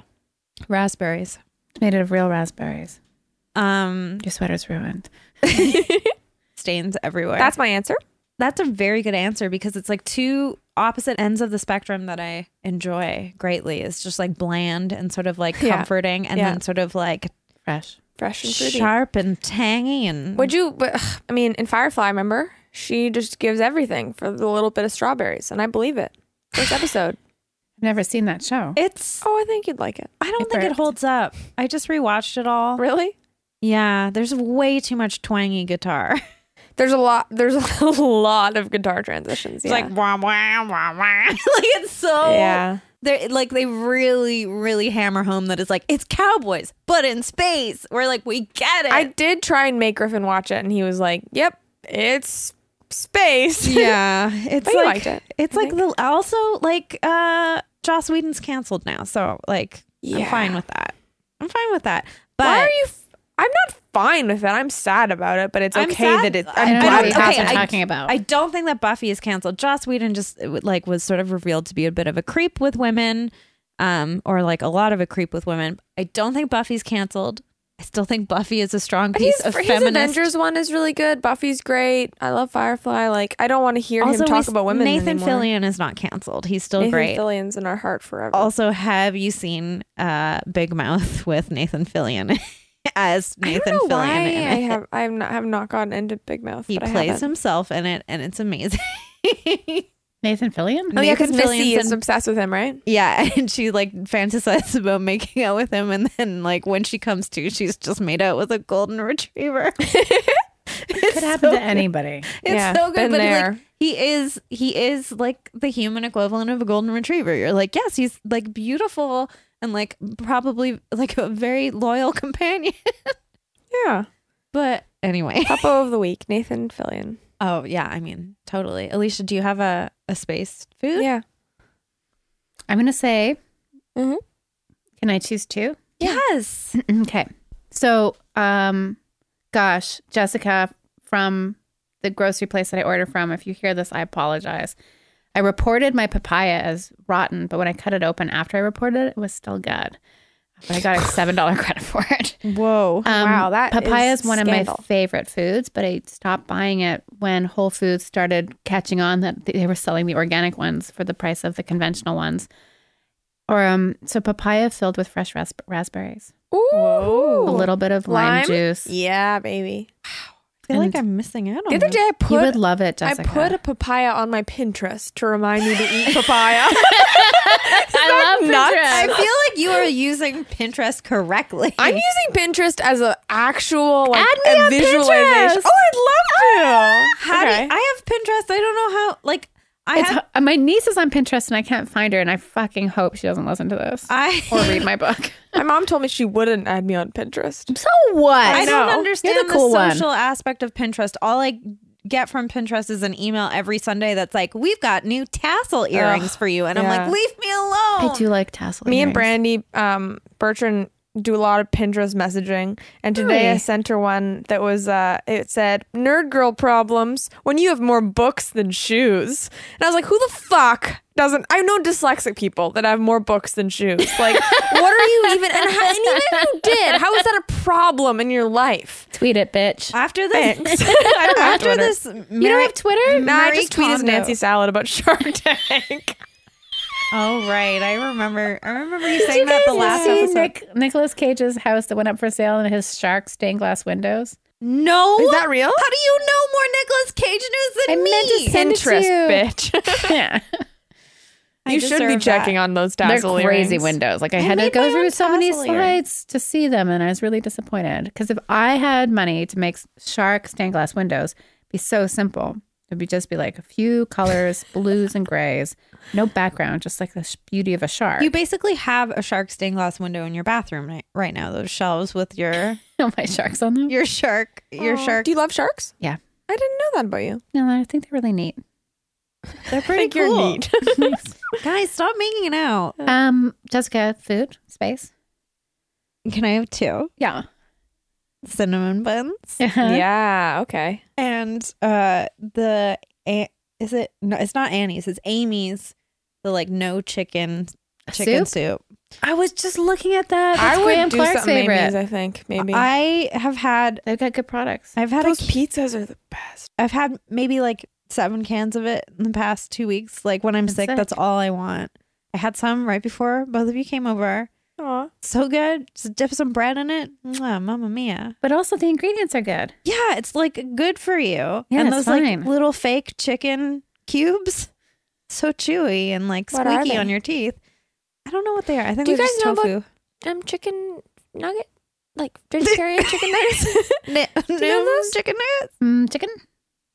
Speaker 2: Raspberries.
Speaker 1: It's made out of real raspberries.
Speaker 2: Um,
Speaker 1: Your sweater's ruined.
Speaker 2: stains everywhere.
Speaker 3: That's my answer.
Speaker 2: that's a very good answer because it's like two opposite ends of the spectrum that I enjoy greatly. It's just like bland and sort of like
Speaker 3: Yeah.
Speaker 2: comforting, and
Speaker 3: Yeah.
Speaker 2: then sort of like
Speaker 1: Fresh.
Speaker 3: Fresh and fruity.
Speaker 2: sharp and tangy. And
Speaker 3: Would you? But ugh, I mean, in Firefly, remember she just gives everything for the little bit of strawberries, and I believe it. First episode.
Speaker 1: I've never seen that show.
Speaker 2: it's
Speaker 3: oh, I think you'd like it.
Speaker 2: I don't
Speaker 1: It
Speaker 2: think it
Speaker 1: worked.
Speaker 2: holds up. I just rewatched it all.
Speaker 3: Really?
Speaker 2: Yeah, there's way too much twangy guitar.
Speaker 3: There's a lot. There's a lot of guitar
Speaker 2: It's
Speaker 3: transitions. yeah.
Speaker 2: like wah wah wah wah. like it's so
Speaker 3: yeah.
Speaker 2: They like they really really hammer home that it's like it's cowboys but in space. We're like we get it.
Speaker 3: I did try and make Griffin watch it, and he was like, "Yep, it's space."
Speaker 2: yeah, it's
Speaker 3: But you
Speaker 2: like
Speaker 3: liked it,
Speaker 2: it's
Speaker 3: I
Speaker 2: like the also like uh Joss Whedon's canceled now, so like I'm
Speaker 3: Yeah.
Speaker 2: fine with that. I'm fine with that. But
Speaker 3: Why are you? F- I'm not fine with it. I'm sad about it, but it's
Speaker 2: I'm
Speaker 3: okay
Speaker 2: sad-
Speaker 3: that it's.
Speaker 2: I
Speaker 1: I
Speaker 3: I'm
Speaker 1: don't
Speaker 2: Well,
Speaker 1: know
Speaker 3: glad
Speaker 1: what you
Speaker 3: it's
Speaker 2: okay,
Speaker 1: guys
Speaker 3: happening.
Speaker 1: are
Speaker 2: I-
Speaker 1: talking about.
Speaker 2: I don't think that Buffy is canceled. Joss Whedon just it would, like was sort of revealed to be a bit of a creep with women, um, or like a lot of a creep with women. I don't think Buffy's canceled. I still think Buffy is a strong
Speaker 3: His,
Speaker 2: piece of
Speaker 3: his
Speaker 2: feminist.
Speaker 3: Avengers one is really good. Buffy's great. I love Firefly. Like I don't want to hear
Speaker 2: also,
Speaker 3: him
Speaker 2: we
Speaker 3: talk
Speaker 2: s-
Speaker 3: about women.
Speaker 2: Nathan
Speaker 3: anymore.
Speaker 2: Fillion is not canceled. He's still
Speaker 3: Nathan
Speaker 2: great.
Speaker 3: Fillion's in our heart forever.
Speaker 2: also, have you seen uh, Big Mouth with Nathan Fillion as Nathan
Speaker 3: I don't know
Speaker 2: Fillion?
Speaker 3: why
Speaker 2: in
Speaker 3: I
Speaker 2: it?
Speaker 3: have I have not have not gotten into Big Mouth.
Speaker 2: he
Speaker 3: but I
Speaker 2: plays
Speaker 3: haven't.
Speaker 2: himself in it, and it's amazing.
Speaker 1: Nathan Fillion?
Speaker 3: Oh yeah, because
Speaker 2: Nathan
Speaker 3: Missy
Speaker 2: Fillion's
Speaker 3: is
Speaker 2: in-
Speaker 3: obsessed with him, right?
Speaker 2: Yeah, and she like fantasizes about making out with him, and then like when she comes to, she's just made out with a golden retriever.
Speaker 1: It could happen to anybody.
Speaker 2: It's
Speaker 3: Yeah,
Speaker 2: so good,
Speaker 3: been
Speaker 2: but like
Speaker 3: there.
Speaker 2: he is he is like the human equivalent of a golden retriever. You're like, yes, he's like beautiful and like probably like a very loyal companion.
Speaker 3: Yeah.
Speaker 2: but anyway,
Speaker 3: Couple of the week, Nathan Fillion.
Speaker 2: oh yeah, I mean totally. Alicia, do you have a a space food?
Speaker 3: Yeah.
Speaker 1: I'm going to say,
Speaker 2: Mm-hmm.
Speaker 3: Mhm.
Speaker 1: can I choose two?
Speaker 2: Yes.
Speaker 1: Okay. So, um, gosh, Jessica from the grocery place that I order from, if you hear this, I apologize. I reported my papaya as rotten, but when I cut it open after I reported it, it was still good. But I got a seven dollar credit for it.
Speaker 2: Whoa.
Speaker 1: Um,
Speaker 3: Wow, that
Speaker 1: papaya is,
Speaker 3: is
Speaker 1: one of
Speaker 3: scandal.
Speaker 1: my favorite foods, but I stopped buying it when Whole Foods started catching on that they were selling the organic ones for the price of the conventional ones. Or um, so papaya filled with fresh rasp- raspberries,
Speaker 3: Ooh.
Speaker 1: a little bit of lime,
Speaker 3: Lime?
Speaker 1: juice,
Speaker 3: Yeah, baby.
Speaker 2: feel
Speaker 1: And
Speaker 2: like I'm missing out on
Speaker 3: The other
Speaker 2: this.
Speaker 3: day I
Speaker 1: you
Speaker 3: put
Speaker 1: would love it,
Speaker 3: I
Speaker 1: Jessica.
Speaker 3: put a papaya on my Pinterest to remind me to eat papaya.
Speaker 1: I love
Speaker 3: nuts?
Speaker 1: Pinterest.
Speaker 2: I feel like you are using Pinterest correctly.
Speaker 3: I'm using Pinterest as an actual like
Speaker 2: Add me
Speaker 3: a
Speaker 2: on
Speaker 3: visualization.
Speaker 2: Pinterest.
Speaker 3: Oh, I'd love to.
Speaker 2: Ah, How do you-
Speaker 3: Okay.
Speaker 2: I have Pinterest. I don't know how. Like I
Speaker 1: It's,
Speaker 2: have.
Speaker 1: uh, my niece is on Pinterest and I can't find her, and I fucking hope she doesn't listen to this
Speaker 2: I
Speaker 1: or read my book.
Speaker 3: Oh, my mom told me she wouldn't add me on Pinterest.
Speaker 1: So what?
Speaker 2: I
Speaker 3: know.
Speaker 2: don't
Speaker 3: You're the
Speaker 2: understand the,
Speaker 1: cool one.
Speaker 2: social aspect of Pinterest. All I get from Pinterest is an email every Sunday that's like, "We've got new tassel earrings for you," and I'm
Speaker 3: yeah.
Speaker 2: like, "Leave me alone."
Speaker 1: I do like tassel.
Speaker 3: Me and
Speaker 1: earrings.
Speaker 3: Brandy um, Bertrand do a lot of Pinterest messaging, and today I
Speaker 1: Really?
Speaker 3: sent her one that was uh, it said "Nerd girl problems when you have more books than shoes," and I was like, "Who the fuck?" Doesn't I know dyslexic people that have more books than shoes? Like, what are you even? And, how, and even if you did, how is that a problem in your life?
Speaker 1: Tweet it, bitch.
Speaker 2: After this,
Speaker 3: Twitter.
Speaker 2: after this,
Speaker 1: you don't have Twitter?
Speaker 3: Nah, I
Speaker 2: Marie
Speaker 3: just tweeted
Speaker 2: Kondo.
Speaker 3: Nancy Salad about Shark Tank.
Speaker 2: Oh right, I remember. I remember you saying that the last
Speaker 1: see
Speaker 2: episode.
Speaker 1: Nick, Nicholas Cage's house that went up for sale and his shark stained glass windows.
Speaker 2: no,
Speaker 3: Is that real?
Speaker 2: How do you know more Nicolas Cage news than
Speaker 1: I
Speaker 2: me?
Speaker 1: meant to say- Send it to
Speaker 3: Pinterest,
Speaker 1: you.
Speaker 3: bitch.
Speaker 1: Yeah,
Speaker 2: I
Speaker 3: you should be
Speaker 2: deserve
Speaker 3: checking
Speaker 2: that.
Speaker 3: on those
Speaker 1: they're
Speaker 3: tassel
Speaker 1: crazy
Speaker 3: earrings.
Speaker 1: windows. Like I, had to
Speaker 2: made my
Speaker 1: go through
Speaker 2: own
Speaker 1: so many
Speaker 2: tassel
Speaker 1: slides
Speaker 2: earrings.
Speaker 1: to see them, and I was really disappointed because if I had money to make shark stained glass windows, it'd be so simple. It'd be just be like a few colors, blues and grays, no background, just like the sh- beauty of a shark.
Speaker 2: You basically have a shark stained glass window in your bathroom right, right now. Those shelves with your
Speaker 1: know my sharks on them.
Speaker 2: your shark your
Speaker 3: Aw.
Speaker 2: shark.
Speaker 3: Do you love sharks?
Speaker 1: Yeah.
Speaker 3: I didn't know that about you.
Speaker 1: No, I think they're really neat.
Speaker 2: They're
Speaker 3: I
Speaker 2: pretty
Speaker 3: think you're
Speaker 2: cool.
Speaker 3: neat.
Speaker 2: Guys, stop making it out.
Speaker 1: um, Jessica, food, space.
Speaker 2: Can I have two
Speaker 1: Yeah.
Speaker 2: cinnamon buns
Speaker 3: yeah. Okay.
Speaker 2: Uh-huh. and uh the a- is it no? It's not Annie's. It's Amy's. The like no chicken chicken soup.
Speaker 1: I was just looking at that.
Speaker 3: I would
Speaker 1: Graham
Speaker 3: do
Speaker 1: Clark's
Speaker 3: something
Speaker 1: favorite.
Speaker 3: Amy's, I think maybe.
Speaker 2: I have had
Speaker 1: They've got good products.
Speaker 2: I've had a
Speaker 3: Those
Speaker 2: cu-
Speaker 3: pizzas are the best.
Speaker 2: I've had maybe like seven cans of it in the past two weeks. Like when I'm
Speaker 1: That's
Speaker 2: sick,
Speaker 1: sick.
Speaker 2: that's all I want. I had some right before both of you came over.
Speaker 3: Aw.
Speaker 2: So good. Just dip some bread in it. Mwah, Mamma mia.
Speaker 1: But also the ingredients are good.
Speaker 2: Yeah, it's like good for you.
Speaker 1: Yeah,
Speaker 2: and
Speaker 1: it's
Speaker 2: those
Speaker 1: fine.
Speaker 2: like little fake chicken cubes. So chewy and like
Speaker 3: What are
Speaker 2: squeaky on
Speaker 3: they?
Speaker 2: your teeth. I don't know what they are. I think
Speaker 3: Do you
Speaker 2: they're
Speaker 3: guys
Speaker 2: just
Speaker 3: know about-
Speaker 2: tofu.
Speaker 3: Um, chicken nugget, like vegetarian chicken nuggets.
Speaker 2: Ni-
Speaker 3: you know
Speaker 2: nim-
Speaker 3: those? Oh.
Speaker 2: chicken nuggets?
Speaker 1: Mm, chicken.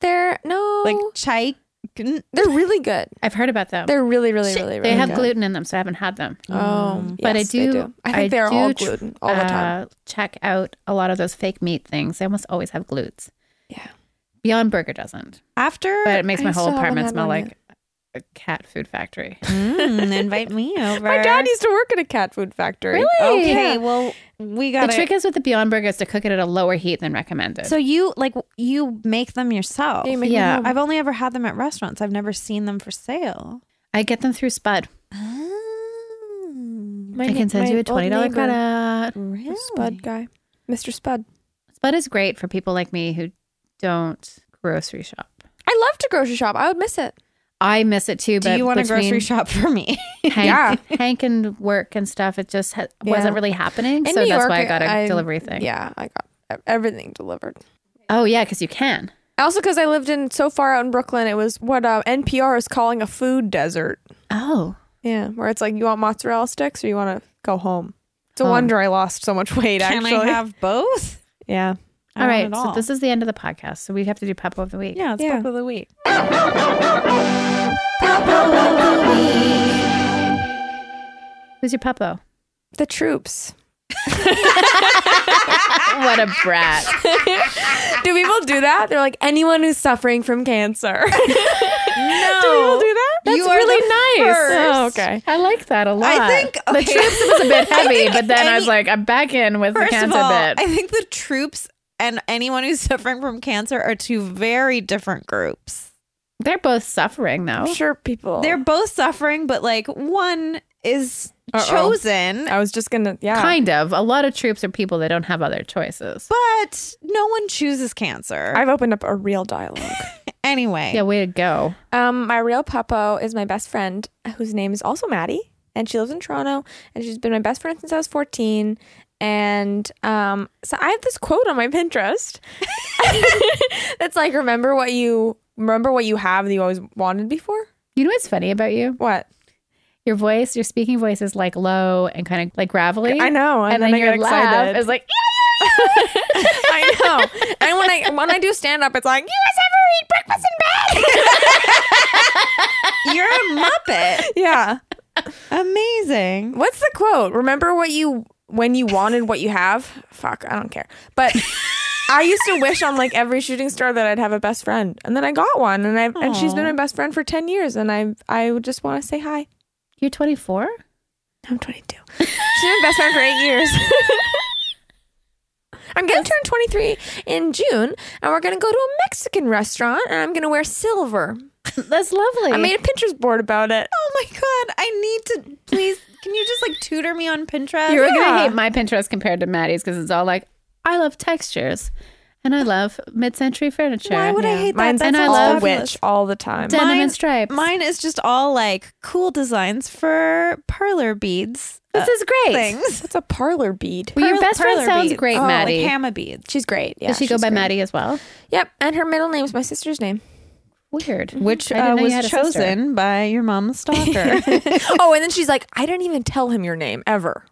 Speaker 3: They're no,
Speaker 2: Like chai.
Speaker 3: they're really good.
Speaker 1: I've heard about them.
Speaker 3: They're really, really,
Speaker 1: um, Shit,
Speaker 3: really, really.
Speaker 1: they have
Speaker 3: good.
Speaker 1: gluten in them, so I haven't had them.
Speaker 3: Oh,
Speaker 1: But I
Speaker 3: yes, they
Speaker 1: do-
Speaker 3: I think
Speaker 1: I
Speaker 3: they're
Speaker 1: do
Speaker 3: all
Speaker 1: tr-
Speaker 3: gluten all the time.
Speaker 1: Uh, check out a lot of those fake meat things. They almost always have glutes.
Speaker 3: Yeah.
Speaker 1: Beyond Burger doesn't,
Speaker 2: After
Speaker 1: but it makes
Speaker 3: I
Speaker 1: my whole
Speaker 3: still haven't
Speaker 1: apartment
Speaker 3: had
Speaker 1: smell
Speaker 3: one
Speaker 1: like a cat food factory.
Speaker 2: Mm, invite me over.
Speaker 3: My dad used to work at a cat food factory.
Speaker 1: Really?
Speaker 2: Okay,
Speaker 1: Yeah.
Speaker 2: well, we got
Speaker 1: The
Speaker 2: to
Speaker 1: trick is with the Beyond Burger is to cook it at a lower heat than recommended.
Speaker 2: So you like you make them yourself.
Speaker 3: Yeah, you make them
Speaker 1: Yeah.
Speaker 3: home.
Speaker 2: I've only ever had them at restaurants. I've never seen them for sale.
Speaker 1: I get them through Spud.
Speaker 3: My
Speaker 1: I
Speaker 3: ne-
Speaker 1: can send
Speaker 3: my
Speaker 1: you a
Speaker 3: old
Speaker 1: twenty dollar
Speaker 3: neighbor,
Speaker 1: credit.
Speaker 2: Really?
Speaker 3: Spud guy, Mr. Spud.
Speaker 1: Spud is great for people like me who don't grocery shop.
Speaker 3: I love to grocery shop. I would miss it.
Speaker 1: I miss it too.
Speaker 2: Do
Speaker 1: but
Speaker 2: you want to
Speaker 1: between
Speaker 2: grocery shop for me?
Speaker 1: Hank, Hank and work and stuff. It just ha-
Speaker 3: Yeah.
Speaker 1: wasn't really happening.
Speaker 3: In
Speaker 1: so
Speaker 3: New
Speaker 1: that's why I
Speaker 3: York,
Speaker 1: got a
Speaker 3: I-
Speaker 1: delivery thing.
Speaker 3: Yeah, I got e- everything delivered.
Speaker 1: Oh yeah, because you can.
Speaker 3: Also, because I lived in so far out in Brooklyn, it was what uh, NPR is calling a food desert.
Speaker 1: Oh,
Speaker 3: Yeah, where it's like you want mozzarella sticks or you want to go home. It's a
Speaker 1: Home.
Speaker 3: wonder I lost so much weight.
Speaker 2: Can
Speaker 3: actually,
Speaker 2: I have both?
Speaker 3: yeah.
Speaker 1: all right. So this is the end of the podcast. So we have to do Peppo of the week.
Speaker 2: yeah, it's
Speaker 3: Yeah.
Speaker 2: yeah. of the week.
Speaker 1: Who's your Peppo?
Speaker 3: The troops.
Speaker 1: what a brat.
Speaker 3: Do people do that? They're like anyone who's suffering from cancer.
Speaker 2: No,
Speaker 3: do people do that?
Speaker 2: That's you are really the
Speaker 3: nice.
Speaker 2: first.
Speaker 3: Oh, okay.
Speaker 1: I like that a lot.
Speaker 2: I think
Speaker 1: the
Speaker 2: okay,
Speaker 1: troops was a bit heavy, but then I was
Speaker 2: any-
Speaker 1: like, I'm back in with the
Speaker 2: First of
Speaker 1: cancer
Speaker 2: all,
Speaker 1: bit.
Speaker 2: I think the troops and anyone who's suffering from cancer are two very different groups.
Speaker 1: They're both suffering though.
Speaker 3: I'm sure people.
Speaker 1: Oh.
Speaker 2: They're both suffering, but like one is
Speaker 3: Uh-oh.
Speaker 2: chosen
Speaker 3: I was just gonna. Yeah.
Speaker 1: Kind of. A lot of troops are people that don't have other choices.
Speaker 2: But no one chooses cancer.
Speaker 3: I've opened up a real dialogue.
Speaker 2: anyway,
Speaker 1: Yeah, way to go.
Speaker 3: Um, my real puppo is my best friend, whose name is also Maddie. and she lives in Toronto, and she's been my best friend since I was 14. And um, so I have this quote on my Pinterest that's like, remember what you remember what you have that you always wanted before.
Speaker 1: You know what's funny about you?
Speaker 3: What?
Speaker 1: Your voice, your speaking voice is like low and kind of like gravelly.
Speaker 3: I know,
Speaker 1: And,
Speaker 3: and,
Speaker 1: then,
Speaker 3: then, I
Speaker 1: your
Speaker 3: get
Speaker 1: laugh
Speaker 3: excited.
Speaker 1: is like,
Speaker 3: I know. And when I when I do stand up, it's like, you guys ever eat breakfast in bed?
Speaker 2: You're a muppet.
Speaker 3: yeah.
Speaker 2: Amazing.
Speaker 3: What's the quote? Remember what you when you wanted what you have? Fuck, I don't care. But I used to wish on like every shooting star that I'd have a best friend, and then I got one, and I and she's been my best friend for ten years, and I I would just want to say hi.
Speaker 1: you're 24?
Speaker 3: I'm 22. She's been my best friend for eight years. I'm gonna turn 23 in June, and we're gonna go to a Mexican restaurant, and I'm gonna wear silver.
Speaker 1: That's lovely.
Speaker 3: I made a Pinterest board about it.
Speaker 2: Oh my god, I need to please can you just like tutor me on Pinterest?
Speaker 1: You're gonna
Speaker 3: Yeah.
Speaker 1: hate my Pinterest compared to Maddie's because it's all like, I love textures, and I love mid-century furniture.
Speaker 2: Why would Oh, I hate
Speaker 3: Mine's
Speaker 2: that?
Speaker 1: And I
Speaker 2: all
Speaker 1: love-
Speaker 3: witch all the time.
Speaker 1: denim
Speaker 2: mine-
Speaker 1: and stripes?
Speaker 2: Mine is just all like cool designs for parlor beads uh,
Speaker 1: Uh, this is great.
Speaker 2: things.
Speaker 3: What's a parlor bead?
Speaker 1: Well, your
Speaker 2: Perl-
Speaker 1: best friend
Speaker 2: perler
Speaker 1: sounds
Speaker 2: beads.
Speaker 1: great,
Speaker 2: Oh,
Speaker 1: Maddie.
Speaker 2: Like hammer beads.
Speaker 3: She's great. Yeah,
Speaker 1: Does she go
Speaker 3: she's
Speaker 1: by
Speaker 3: great.
Speaker 1: Maddie as well?
Speaker 3: Yep, and her middle name is my sister's name.
Speaker 1: Weird.
Speaker 2: Which
Speaker 1: Mm-hmm. I didn't
Speaker 2: uh,
Speaker 1: know you had
Speaker 2: was
Speaker 1: a sister.
Speaker 2: chosen by your mom's stalker.
Speaker 3: oh, and then she's like, I didn't even tell him your name ever.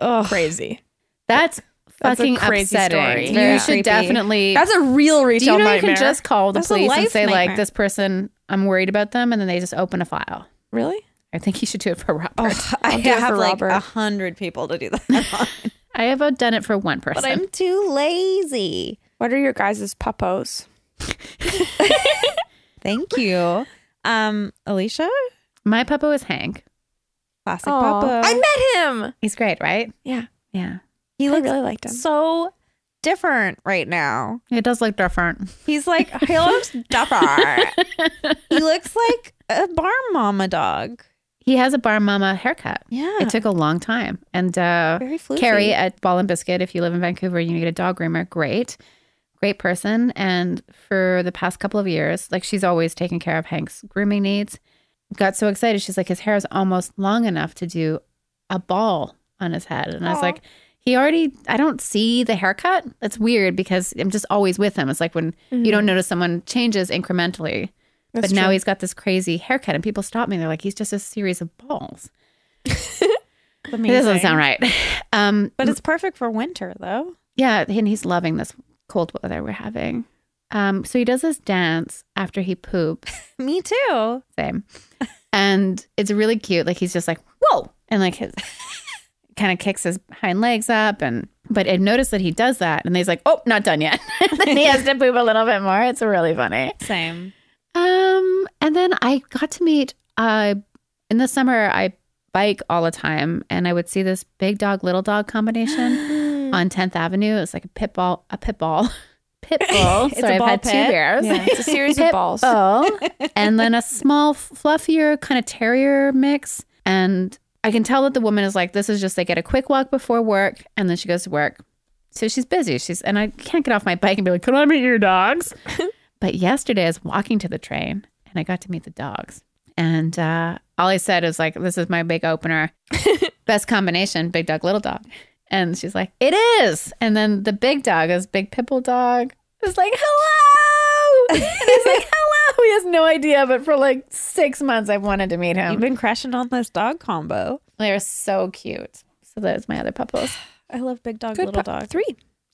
Speaker 2: Ugh.
Speaker 3: Crazy.
Speaker 1: That's
Speaker 3: That's a
Speaker 1: fucking
Speaker 3: crazy
Speaker 1: upsetting.
Speaker 3: story. It's
Speaker 1: You
Speaker 2: very
Speaker 1: should
Speaker 2: creepy.
Speaker 1: definitely.
Speaker 3: That's a real
Speaker 1: do
Speaker 3: retail
Speaker 1: you know
Speaker 3: nightmare.
Speaker 1: you can just call the
Speaker 2: That's a
Speaker 1: police and
Speaker 2: life
Speaker 1: say like
Speaker 2: nightmare.
Speaker 1: this person? I'm worried about them, and then they just open a file.
Speaker 3: really?
Speaker 1: I think you should do it for Robert.
Speaker 2: I
Speaker 3: do it for
Speaker 2: have like
Speaker 3: Robert.
Speaker 2: a hundred people to do that,
Speaker 1: I have uh, done it for one person.
Speaker 2: but I'm too lazy.
Speaker 3: What are your guys' puppos?
Speaker 2: Thank you, um, Alicia.
Speaker 1: My papa was Hank.
Speaker 2: Classic
Speaker 3: Aw.
Speaker 2: Papa.
Speaker 3: I met him.
Speaker 1: He's great, right?
Speaker 3: Yeah.
Speaker 1: Yeah.
Speaker 2: he
Speaker 3: I
Speaker 2: looks
Speaker 3: really liked him.
Speaker 2: so different right now.
Speaker 1: It does look different.
Speaker 2: He's like he looks dapper. he looks like a barn mama dog.
Speaker 1: He has a bar mama haircut.
Speaker 2: Yeah,
Speaker 1: It took a long time. And uh,
Speaker 2: very floofy.
Speaker 1: Carrie at Ball and Biscuit, if you live in Vancouver and you need a dog groomer, great. Great person. And for the past couple of years, like she's always taken care of Hank's grooming needs. Got so excited. She's like, his hair is almost long enough to do a ball on his head. And I was
Speaker 3: Aw.
Speaker 1: like, he already, I don't see the haircut. That's weird because I'm just always with him. It's like when you don't notice someone changes incrementally. but now he's got this crazy haircut, and people stop me. They're like, he's just a series of balls.
Speaker 2: Amazing.
Speaker 1: It doesn't sound right. Um,
Speaker 2: But it's perfect for winter though.
Speaker 1: yeah, and he's loving this cold weather we're having. Um, so he does this dance after he poops,
Speaker 2: Me too.
Speaker 1: same, and it's really cute. Like he's just like whoa, and like his kind of kicks his hind legs up, and but I've noticed that he does that, and he's like, oh, not done yet. then he has to poop a little bit more. It's really funny.
Speaker 2: Same.
Speaker 1: Um, and then I got to meet uh in the summer I bike all the time and I would see this big dog little dog combination on 10th Avenue. It was like a pit ball a pit ball. Pit bull.
Speaker 2: It's a
Speaker 1: Sorry, I've
Speaker 2: ball
Speaker 1: had two
Speaker 2: pit.
Speaker 1: beers.
Speaker 2: Yeah.
Speaker 3: It's a series of
Speaker 1: Pit
Speaker 3: balls.
Speaker 1: bull, and then a small, fluffier kind of terrier mix. And I can tell that the woman is like, this is just they get a quick walk before work, and then she goes to work. So she's busy. She's and I can't get off my bike and be like, can I meet your dogs? but yesterday, I was walking to the train, and I got to meet the dogs. And uh, all I said is like, this is my big opener, best combination, big dog, little dog. And she's like, it is. And then the big dog is big pitbull dog. Is like, hello. and he's like, hello. He has no idea, but for like six months, I've wanted to meet
Speaker 2: You've
Speaker 1: him.
Speaker 2: been crashing on this dog combo.
Speaker 1: They're so cute. So those my other puppos.
Speaker 2: I love big dog,
Speaker 3: Good
Speaker 2: little
Speaker 3: pu-
Speaker 2: dog.
Speaker 3: Three.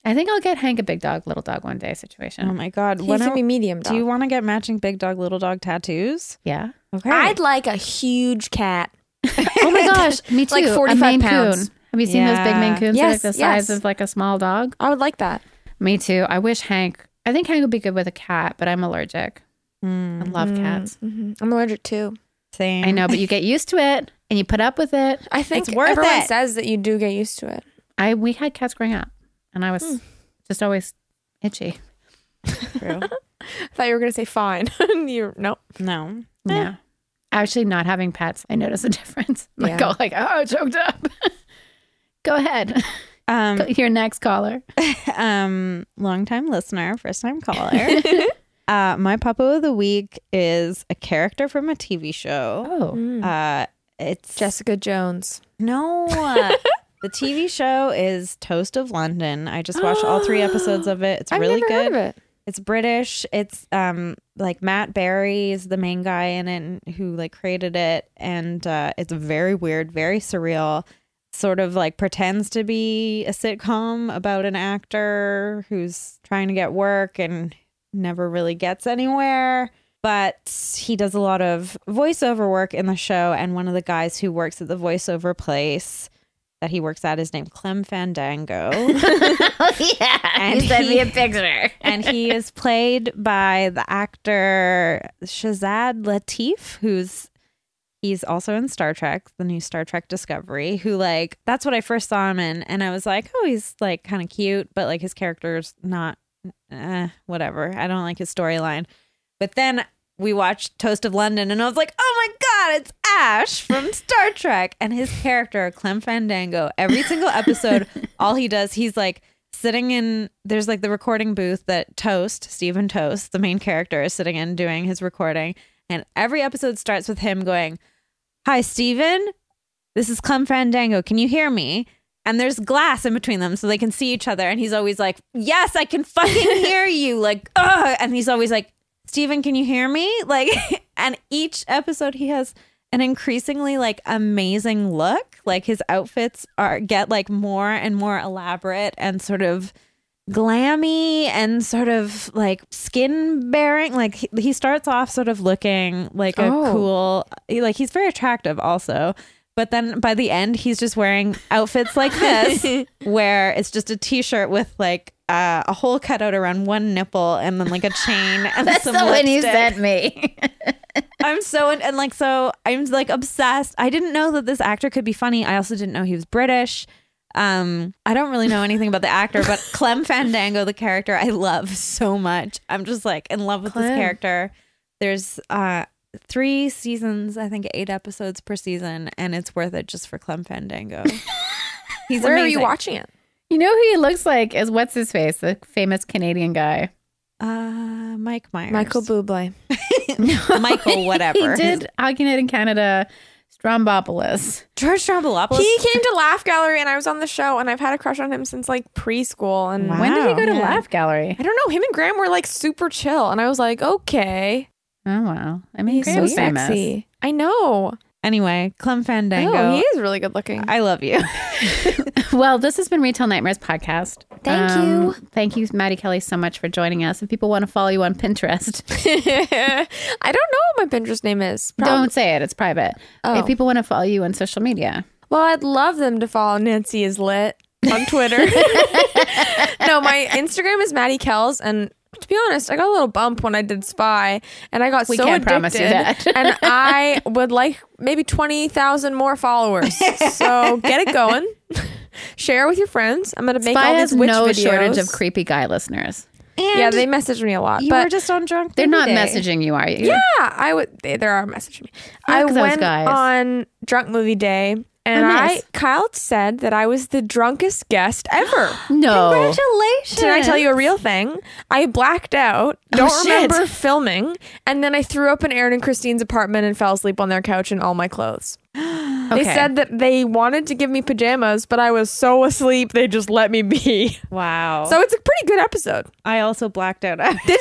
Speaker 1: I think I'll get Hank a big dog, little dog one day situation.
Speaker 2: Oh my god.
Speaker 3: He's
Speaker 2: When
Speaker 3: gonna
Speaker 2: are-
Speaker 3: be medium dog.
Speaker 2: do you want to get matching big dog, little dog tattoos?
Speaker 1: yeah.
Speaker 2: Okay.
Speaker 3: I'd like a huge cat.
Speaker 1: Oh my gosh. Me too.
Speaker 3: Like
Speaker 1: A
Speaker 3: 45
Speaker 1: Maine
Speaker 3: pounds.
Speaker 1: Coon. Have you seen those big
Speaker 2: Yeah.
Speaker 1: Maine Coons? They're
Speaker 3: Yes,
Speaker 1: like the
Speaker 3: yes.
Speaker 1: size of like a small dog.
Speaker 3: I would like that.
Speaker 1: Me too. I wish Hank, I think Hank would be good with a cat, but I'm allergic. I
Speaker 2: Mm,
Speaker 1: love cats.
Speaker 3: Mhm. I'm allergic too.
Speaker 2: same.
Speaker 1: I know, but you get used to it and you put up with it.
Speaker 3: I think
Speaker 2: It's worth
Speaker 3: everyone
Speaker 2: it.
Speaker 3: says that you do get used to it.
Speaker 1: I we had cats growing up, and I was just always itchy.
Speaker 2: True.
Speaker 3: I thought you were gonna say fine. you no.
Speaker 2: no.
Speaker 1: Yeah, actually, not having pets, I noticed a difference. Like,
Speaker 3: Yeah.
Speaker 1: go like, oh, choked up. go ahead,
Speaker 2: Um,
Speaker 1: your next caller.
Speaker 2: um longtime listener, first time caller. uh, my papa of the week is a character from a TV show.
Speaker 1: Oh,
Speaker 2: Uh, It's
Speaker 3: Jessica Jones.
Speaker 2: no. the TV show is Toast of London. I just watched all three episodes of it. It's
Speaker 3: I've
Speaker 2: really
Speaker 3: never
Speaker 2: good.
Speaker 3: heard of it.
Speaker 2: It's British. It's um like Matt Berry is the main guy in it and- who like created it, and uh, it's very weird, very surreal. Sort of like pretends to be a sitcom about an actor who's trying to get work and never really gets anywhere. But he does a lot of voiceover work in the show, and one of the guys who works at the voiceover place that he works at is named Clem Fandango.
Speaker 1: yeah,
Speaker 2: And
Speaker 1: you sent me a
Speaker 2: he-
Speaker 1: picture.
Speaker 2: and he is played by the actor Shazad Latif, who's he's also in Star Trek, the new Star Trek Discovery. Who like that's what I first saw him in, and I was like, oh, he's like kind of cute, but like his character's not, eh, whatever. I don't like his storyline. But then we watched Toast of London, and I was like, oh my god, it's Ash from Star Trek, and his character Clem Fandango. Every single episode, all he does, he's like sitting in there's like the recording booth that Toast, Stephen Toast, the main character, is sitting in doing his recording. And every episode starts with him going, Hi, Stephen. This is Clem Fandango. Can you hear me? And there's glass in between them so they can see each other. And he's always like, Yes, I can fucking hear you. Like, ugh. And he's always like, Stephen, can you hear me? Like, and each episode he has an increasingly like amazing look. Like his outfits are get like more and more elaborate and sort of glammy and sort of like skin bearing. Like he, he starts off sort of looking like a
Speaker 3: Oh.
Speaker 2: cool, he- like he's very attractive also. But then by the end, he's just wearing outfits like this, where it's just a t-shirt with like uh, a hole cut out around one nipple and then like a chain and
Speaker 1: That's the
Speaker 2: some
Speaker 1: one you
Speaker 2: lipstick.
Speaker 1: sent me.
Speaker 2: I'm so in, and like so I'm like obsessed. I didn't know that this actor could be funny. I also didn't know he was British. Um, I don't really know anything about the actor, but Clem Fandango, the character, I love so much. I'm just like in love with this
Speaker 1: Clem.
Speaker 2: character. There's uh three seasons, I think eight episodes per season, and it's worth it just for Clem Fandango. He's
Speaker 3: Where are you
Speaker 2: amazing.
Speaker 3: watching it?
Speaker 1: You know who he looks like is what's his face, the famous Canadian guy.
Speaker 2: Uh, Mike Myers,
Speaker 3: Michael Bublé.
Speaker 2: Michael,
Speaker 1: He
Speaker 2: whatever.
Speaker 1: did Hockey Night in Canada, Strombopoulos.
Speaker 2: George Strombolopoulos.
Speaker 3: He came to Laugh Gallery and I was on the show and I've had a crush on him since like preschool and
Speaker 1: When did he
Speaker 2: Wow.
Speaker 1: go to
Speaker 2: Yeah.
Speaker 1: Laugh Gallery?
Speaker 3: I don't know. Him and Graham were like super chill, and I was like, okay,
Speaker 1: Oh wow! I mean,
Speaker 3: he's so
Speaker 1: Graham's famous.
Speaker 3: sexy. I know.
Speaker 2: anyway, Clem Fandango.
Speaker 3: Oh, he is really good looking.
Speaker 2: I love you.
Speaker 1: Well, this has been Retail Nightmares podcast. Um,
Speaker 4: Thank you.
Speaker 1: Thank you, Maddie Kelly, so much for joining us. If people want to follow you on Pinterest,
Speaker 3: I don't know what my Pinterest name is. Prob-
Speaker 1: don't say it; it's private.
Speaker 3: Oh.
Speaker 1: If people want to follow you on social media,
Speaker 3: Well, I'd love them to follow Nancy is lit on Twitter. no, my Instagram is Maddie Kells, and to be honest, I got a little bump when I did Spy, and I got
Speaker 1: We
Speaker 3: so
Speaker 1: can't
Speaker 3: addicted.
Speaker 1: promise you that.
Speaker 3: and I would like maybe twenty thousand more followers. So get it going. Share with your friends. I'm gonna make
Speaker 1: Spy
Speaker 3: all
Speaker 1: has
Speaker 3: these witch
Speaker 1: no
Speaker 3: videos.
Speaker 1: shortage of creepy guy listeners.
Speaker 3: yeah, they message me a lot,
Speaker 2: You
Speaker 3: but
Speaker 2: were just on drunk.
Speaker 1: They're not
Speaker 2: Movie Day.
Speaker 1: messaging you, are you?
Speaker 3: yeah, I would. They, there are messaging me.
Speaker 1: Yeah,
Speaker 3: I
Speaker 1: 'cause I was
Speaker 3: went
Speaker 1: guys.
Speaker 3: on drunk movie day, and
Speaker 1: Oh, nice.
Speaker 3: I Kyle said that I was the drunkest guest ever.
Speaker 1: No.
Speaker 2: Congratulations!
Speaker 3: Did I tell you a real thing? I blacked out,
Speaker 1: Oh,
Speaker 3: don't remember filming, and then I threw up in Aaron and Christine's apartment and fell asleep on their couch in all my clothes. They
Speaker 1: Okay.
Speaker 3: said that they wanted to give me pajamas, but I was so asleep they just let me be.
Speaker 2: Wow.
Speaker 3: So it's a pretty good episode.
Speaker 2: I also blacked out. Did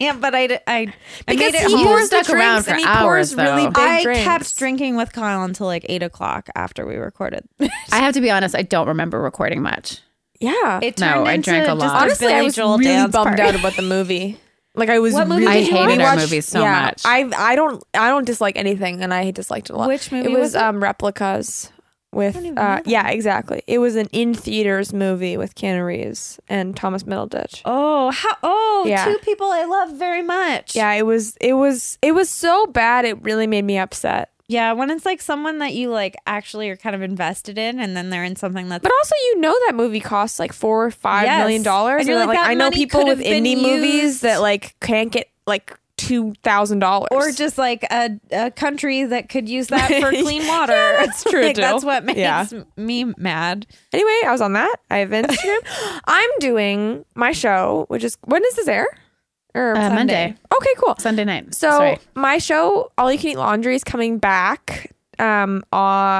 Speaker 2: you? but I, d- I, I
Speaker 3: Because
Speaker 2: made it
Speaker 3: he
Speaker 2: home.
Speaker 1: You
Speaker 3: pours the
Speaker 1: stuck around
Speaker 3: drinks
Speaker 1: for
Speaker 3: and he
Speaker 1: hours,
Speaker 3: pours really
Speaker 1: though.
Speaker 3: big
Speaker 2: I
Speaker 3: drinks.
Speaker 2: kept drinking with Kyle until like eight o'clock after we recorded.
Speaker 1: I have to be honest; I don't remember recording much.
Speaker 3: Yeah.
Speaker 2: It
Speaker 1: No,
Speaker 2: turned
Speaker 1: I
Speaker 2: into
Speaker 1: drank a
Speaker 2: just
Speaker 1: lot.
Speaker 3: Honestly,
Speaker 2: Billy
Speaker 3: I was
Speaker 2: Joel
Speaker 3: really
Speaker 2: dance
Speaker 3: bummed
Speaker 2: party.
Speaker 3: out about the movie. Like I was
Speaker 2: What movie
Speaker 3: really
Speaker 2: did you I hated
Speaker 1: watch? our
Speaker 3: We
Speaker 1: movies so
Speaker 3: yeah,
Speaker 1: much.
Speaker 3: I I don't I don't dislike anything and I disliked it a lot.
Speaker 2: Which movie
Speaker 3: It
Speaker 2: was
Speaker 3: was,
Speaker 2: it?
Speaker 3: um replicas with
Speaker 2: don't even
Speaker 3: uh,
Speaker 2: know
Speaker 3: yeah, exactly. It was an in theaters movie with Keanu Reeves and Thomas Middleditch.
Speaker 2: Oh, how? Oh, two
Speaker 3: Yeah.
Speaker 2: people I love very much.
Speaker 3: Yeah, it was it was it was so bad it really made me upset.
Speaker 2: yeah. When it's like someone that you like actually are kind of invested in, and then they're in something that's
Speaker 3: But also you know that movie costs like four or five
Speaker 2: Yes.
Speaker 3: million dollars.
Speaker 2: And you're
Speaker 3: that,
Speaker 2: like, that
Speaker 3: I know
Speaker 2: money
Speaker 3: people
Speaker 2: could
Speaker 3: with
Speaker 2: have been
Speaker 3: indie movies
Speaker 2: used.
Speaker 3: that like can't get like two thousand dollars.
Speaker 2: or just like a, a country that could use that for clean water.
Speaker 3: Yeah, that's true,
Speaker 2: Like, that's
Speaker 3: too.
Speaker 2: what makes
Speaker 3: Yeah.
Speaker 2: me mad.
Speaker 3: Anyway, I was on that. I have Instagram. I'm doing my show, which is when does this air? Or
Speaker 1: Uh,
Speaker 3: Sunday?
Speaker 1: Monday.
Speaker 3: Okay, cool.
Speaker 1: Sunday night.
Speaker 3: So
Speaker 1: Sorry.
Speaker 3: my show, All You Can Eat Laundry, is coming back um uh,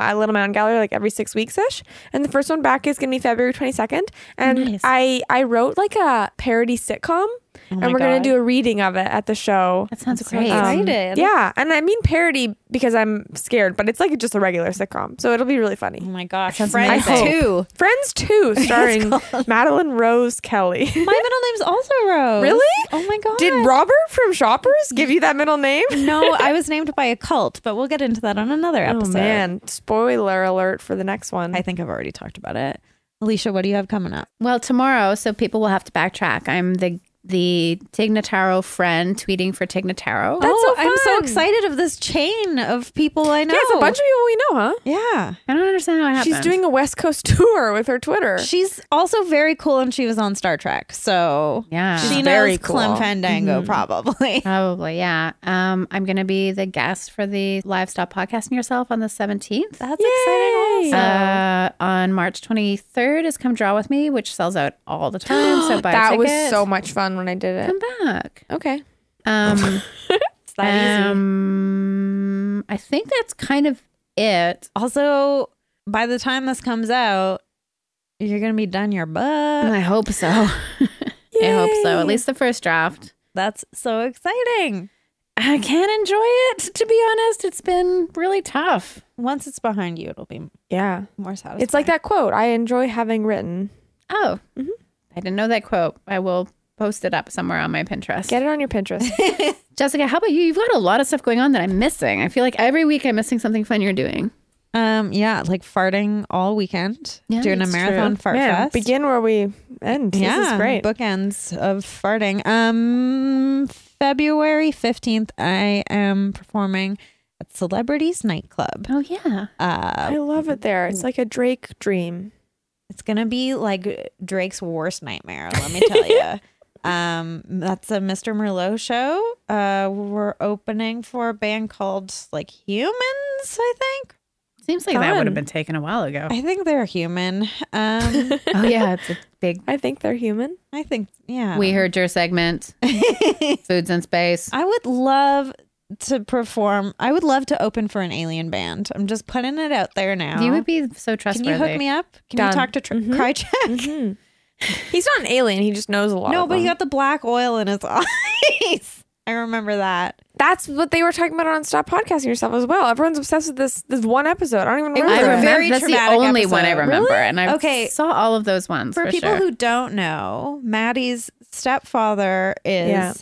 Speaker 3: at Little Mountain Gallery like every six weeks ish, and the first one back is gonna be February twenty second. And
Speaker 1: Nice. Oh
Speaker 3: I I wrote like a parody sitcom, and
Speaker 2: my
Speaker 3: we're gonna
Speaker 2: God.
Speaker 3: do a reading of it at the show.
Speaker 1: That sounds
Speaker 2: so
Speaker 1: great.
Speaker 2: exciting.
Speaker 3: Um,
Speaker 2: Excited.
Speaker 3: yeah, and I mean parody because I'm scared, but it's like just a regular sitcom, so it'll be really funny.
Speaker 2: Oh my gosh.
Speaker 1: sounds
Speaker 2: Friends
Speaker 1: amazing.
Speaker 2: too.
Speaker 3: Friends Two, starring Madeline Rose Kelly.
Speaker 2: My middle name's also Rose.
Speaker 3: Really?
Speaker 2: Oh my god.
Speaker 3: Did Robert from Shoppers give you that middle name?
Speaker 2: No, I was named by a cult, but we'll get into that on another episode.
Speaker 3: Oh man, spoiler alert for the next one.
Speaker 2: I think I've already talked about it. Alicia, what do you have coming up?
Speaker 1: Well, tomorrow, so people will have to backtrack. I'm the the Tignataro friend tweeting for Tignataro.
Speaker 3: That's
Speaker 2: oh,
Speaker 3: so
Speaker 2: I'm so
Speaker 3: fun.
Speaker 2: excited of this chain of people I know.
Speaker 3: yeah, it's a bunch of people we know, huh?
Speaker 2: Yeah.
Speaker 1: I don't understand how it happened.
Speaker 3: She's doing a West Coast tour with her Twitter.
Speaker 2: She's also very cool and she was on Star Trek. So
Speaker 1: Yeah.
Speaker 2: she knows
Speaker 3: very
Speaker 2: Clem
Speaker 3: cool.
Speaker 2: Fandango probably.
Speaker 1: Probably, yeah. Um, I'm going to be the guest for the Livestock Podcasting Yourself on the 17th.
Speaker 2: That's exciting also.
Speaker 1: Uh, on March 23rd is Come Draw With Me, which sells out all the time. so buy a
Speaker 3: that was
Speaker 1: ticket.
Speaker 3: so much fun when I did it.
Speaker 1: Come back.
Speaker 3: Okay.
Speaker 1: Um,
Speaker 2: It's that easy.
Speaker 1: um, I think that's kind of it.
Speaker 2: Also, by the time this comes out, you're gonna be done your butt.
Speaker 1: I hope so. I hope so. At least the first draft.
Speaker 2: That's so exciting.
Speaker 1: I can't enjoy it, to be honest. It's been really tough.
Speaker 2: Once it's behind you, it'll be
Speaker 3: Yeah.
Speaker 2: more satisfying.
Speaker 3: It's like that quote I enjoy having written.
Speaker 1: Oh, I didn't know that quote. I will post it up somewhere on my Pinterest.
Speaker 3: Get it on your Pinterest.
Speaker 1: Jessica, how about you? You've got a lot of stuff going on that I'm missing. I feel like every week I'm missing something fun you're doing.
Speaker 2: um, yeah, like farting all weekend,
Speaker 1: Yeah,
Speaker 2: doing a
Speaker 1: that's
Speaker 2: marathon
Speaker 1: true.
Speaker 2: fart
Speaker 3: Man,
Speaker 2: fest.
Speaker 3: begin where we end.
Speaker 2: yeah,
Speaker 3: This is great.
Speaker 2: Bookends of farting. Um, February fifteenth, I am performing at Celebrities Nightclub.
Speaker 1: Oh yeah.
Speaker 2: Uh,
Speaker 3: I love it there. It's like a Drake dream.
Speaker 2: It's gonna be like Drake's worst nightmare. Let me tell you. um, that's a Mr. Merlot show. Uh, we're opening for a band called like Humans. I think.
Speaker 1: Seems like that
Speaker 3: Fun.
Speaker 1: would have been taken a while ago.
Speaker 2: I think they're human. Um,
Speaker 1: oh yeah, it's a big.
Speaker 3: I think they're human.
Speaker 2: I think yeah.
Speaker 1: We heard your segment. Foods in space.
Speaker 2: I would love to perform. I would love to open for an alien band. I'm just putting it out there now.
Speaker 1: You would be so
Speaker 2: Can
Speaker 1: trustworthy.
Speaker 2: you hook me up? Can
Speaker 3: Done.
Speaker 2: you talk to Tr-
Speaker 3: Mhm.
Speaker 2: Krychek?
Speaker 3: He's not an alien. He just knows a lot.
Speaker 2: No,
Speaker 3: of
Speaker 2: but he
Speaker 3: them.
Speaker 2: got the black oil in his eyes. I remember that.
Speaker 3: that's what they were talking about on Stop Podcasting Yourself as well. Everyone's obsessed with this this one episode. I don't even
Speaker 2: was
Speaker 1: I
Speaker 3: remember.
Speaker 2: a
Speaker 1: remember
Speaker 2: very
Speaker 1: that's the
Speaker 2: traumatic
Speaker 1: only one I
Speaker 2: episode.
Speaker 1: remember, and I
Speaker 2: Okay.
Speaker 1: saw all of those ones
Speaker 2: for,
Speaker 1: for
Speaker 2: people
Speaker 1: sure.
Speaker 2: who don't know, Maddie's stepfather is
Speaker 3: Yeah.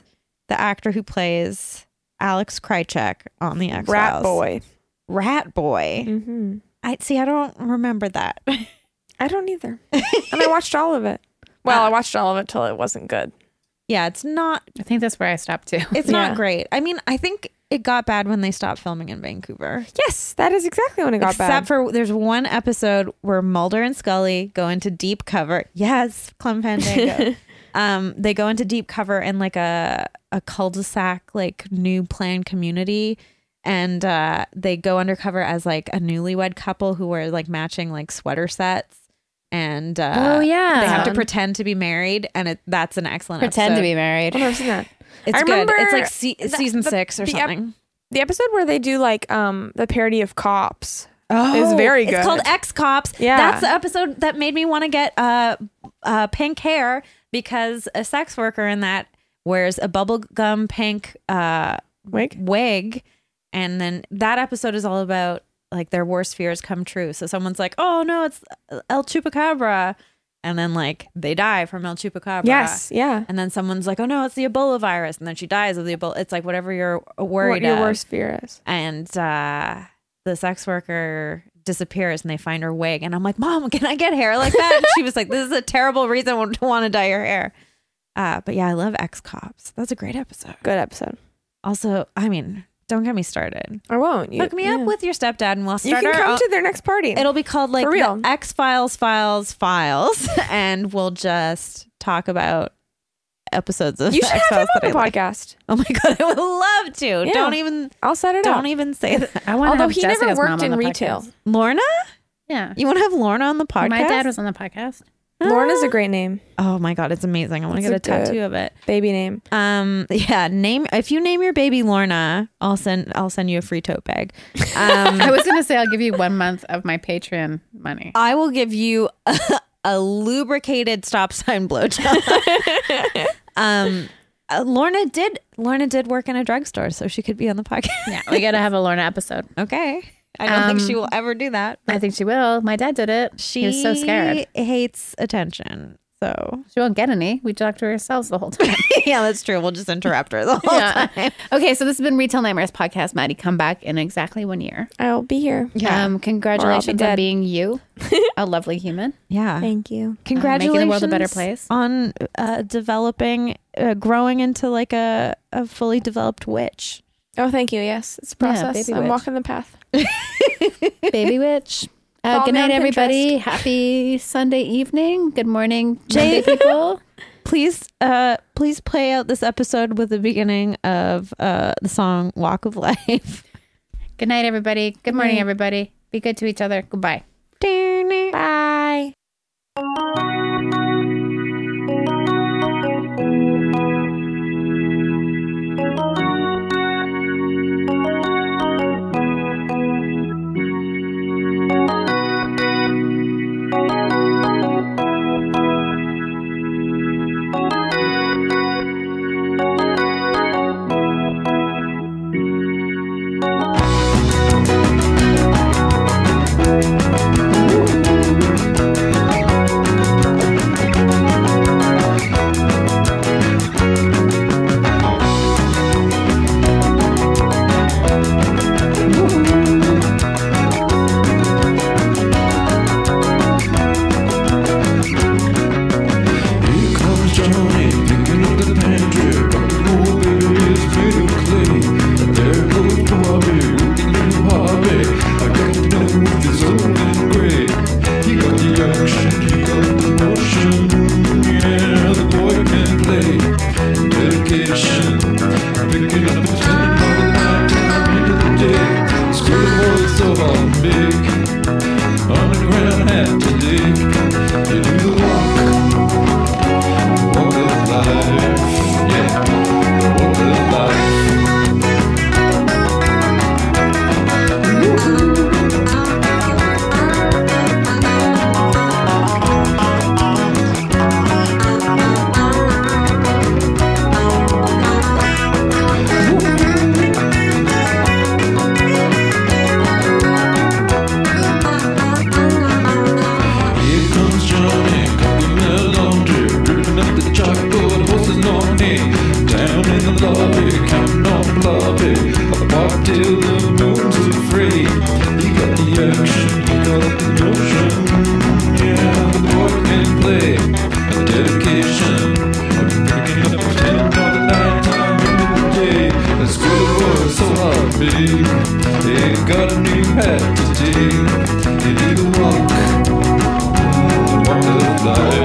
Speaker 2: the actor who plays Alex Krychek on the X
Speaker 3: Rat
Speaker 2: Files.
Speaker 3: Boy.
Speaker 2: Rat boy.
Speaker 3: Mm-hmm.
Speaker 2: I see. I don't remember that.
Speaker 3: I don't either. and I watched all of it. Well, I watched all of it till it wasn't good.
Speaker 2: yeah, it's not.
Speaker 1: I think that's where I stopped too.
Speaker 2: It's
Speaker 3: Yeah.
Speaker 2: not great. I mean, I think it got bad when they stopped filming in Vancouver.
Speaker 3: Yes, that is exactly when it got
Speaker 2: Except
Speaker 3: bad.
Speaker 2: for there's one episode where Mulder and Scully go into deep cover. Yes, Clem Fandango. um, they go into deep cover in like a a cul-de-sac, like new planned community, and uh, they go undercover as like a newlywed couple who wear like matching like sweater sets, and uh,
Speaker 1: oh yeah.
Speaker 2: they have to pretend to be married, and it, that's an excellent
Speaker 1: pretend to
Speaker 2: episode.
Speaker 1: be married.
Speaker 3: I've never seen that.
Speaker 2: It's
Speaker 3: I
Speaker 2: good. It's
Speaker 3: remember
Speaker 2: like se-
Speaker 3: the-
Speaker 2: season
Speaker 3: the-
Speaker 2: six or
Speaker 3: the ep-
Speaker 2: something.
Speaker 3: The episode where they do like um the parody of cops.
Speaker 2: Oh,
Speaker 3: It's very good.
Speaker 2: It's called X Cops.
Speaker 3: Yeah.
Speaker 2: that's the episode that made me want to get uh, uh, pink hair because a sex worker in that wears a bubblegum pink uh,
Speaker 3: Wig.
Speaker 2: wig, and then that episode is all about like their worst fears come true. So someone's like, "Oh no, it's El Chupacabra," and then like they die from El Chupacabra.
Speaker 3: Yes, yeah.
Speaker 2: And then someone's like, "Oh no, it's the Ebola virus," and then she dies of the Ebola. It's like whatever you're worried
Speaker 3: What your
Speaker 2: of
Speaker 3: worst fear is.
Speaker 2: and uh, the sex worker disappears and they find her wig and i'm like mom can i get hair like that and she was like this is a terrible reason to want to dye your hair uh, but yeah i love ex cops that's a great episode
Speaker 3: Good episode.
Speaker 2: also i mean don't get me started
Speaker 3: I won't. You,
Speaker 2: hook me up
Speaker 3: yeah.
Speaker 2: with your stepdad and we'll
Speaker 3: You
Speaker 2: start
Speaker 3: can
Speaker 2: our
Speaker 3: come
Speaker 2: own-
Speaker 3: to their next party.
Speaker 2: it'll be called like
Speaker 3: For real.
Speaker 2: x files files files and we'll just talk about episodes of
Speaker 3: you should have him
Speaker 2: X-Files
Speaker 3: on
Speaker 2: that
Speaker 3: the
Speaker 2: I like.
Speaker 3: podcast.
Speaker 2: oh my god i would love to
Speaker 3: Yeah.
Speaker 2: don't even
Speaker 3: I'll set it
Speaker 2: don't
Speaker 3: up.
Speaker 2: even say that
Speaker 1: I want.
Speaker 3: Although he never worked in retail.
Speaker 2: lorna
Speaker 1: Yeah. Oh,
Speaker 2: You want to have Lorna on the podcast?
Speaker 1: My dad was on the podcast.
Speaker 3: Lauren is a great name.
Speaker 2: Oh my god, it's amazing. I want to
Speaker 3: It's
Speaker 2: get
Speaker 3: a
Speaker 2: a tattoo
Speaker 3: good-
Speaker 2: of it.
Speaker 3: Baby name.
Speaker 2: Um, yeah, name if you name your baby Lorna, I'll send I'll send you a free tote bag. Um,
Speaker 1: I was gonna say I'll give you one month of my Patreon money.
Speaker 2: I will give you a, a lubricated stop sign blowjob. um, uh, Lorna did Lorna did work in a drugstore, so she could be on the podcast.
Speaker 1: Yeah, we gotta have a Lorna episode.
Speaker 2: okay, I don't think
Speaker 1: Um,
Speaker 2: she will ever do that.
Speaker 1: I think she will. My dad did it.
Speaker 2: She
Speaker 1: he was so scared.
Speaker 2: hates attention. So
Speaker 1: She won't get any. We talk to ourselves the whole time.
Speaker 2: yeah, that's true. We'll just interrupt her the whole
Speaker 1: Yeah.
Speaker 2: time.
Speaker 1: okay, so this has been Retail Nightmares podcast. Maddie, come back in exactly one year.
Speaker 3: I'll be here.
Speaker 2: Yeah.
Speaker 1: Um, congratulations on
Speaker 3: dead.
Speaker 1: being you, a lovely human.
Speaker 2: Yeah.
Speaker 3: Thank you.
Speaker 2: Congratulations
Speaker 1: the world a better place.
Speaker 2: on uh, developing, uh, growing into like a, a fully developed witch.
Speaker 3: Oh, thank you. Yes, it's a
Speaker 1: Yeah,
Speaker 3: process.
Speaker 1: baby
Speaker 3: I'm
Speaker 1: witch.
Speaker 3: walking the path.
Speaker 1: Baby witch. Uh,
Speaker 3: Follow
Speaker 1: good
Speaker 3: me
Speaker 1: night,
Speaker 3: on
Speaker 1: everybody. Happy Sunday evening. Good morning, Monday people.
Speaker 2: Please, uh, please play out this episode with the beginning of uh, the song "Walk of Life."
Speaker 1: Good night, everybody. Good, morning, everybody. Be good to each other. Goodbye.
Speaker 2: Bye.
Speaker 5: Here comes Johnny, picking up the pantry. Rocket roll, baby, it's pretty clean. There goes Bobby, with the new hobby. I got the done with his own and great. He got the action, he got the motion. Yeah, the boy can play. Dedication, picking up the time out of the night time into the day. School boys so all big. Underground hat to dig. You do the walk. What a life, yeah. What a life. Here comes Johnny, cooking the laundry, ripping up the chocolate, horses on it. Down in the lobby, counting on blobby. I walk till the moon's afraid. He got the action, he got the notion. Yeah, the boy can play. A dedication, picking up the ten by the night time into the day. The school was so hard, big. They got a new hat to take. You need a walk. Walk of life.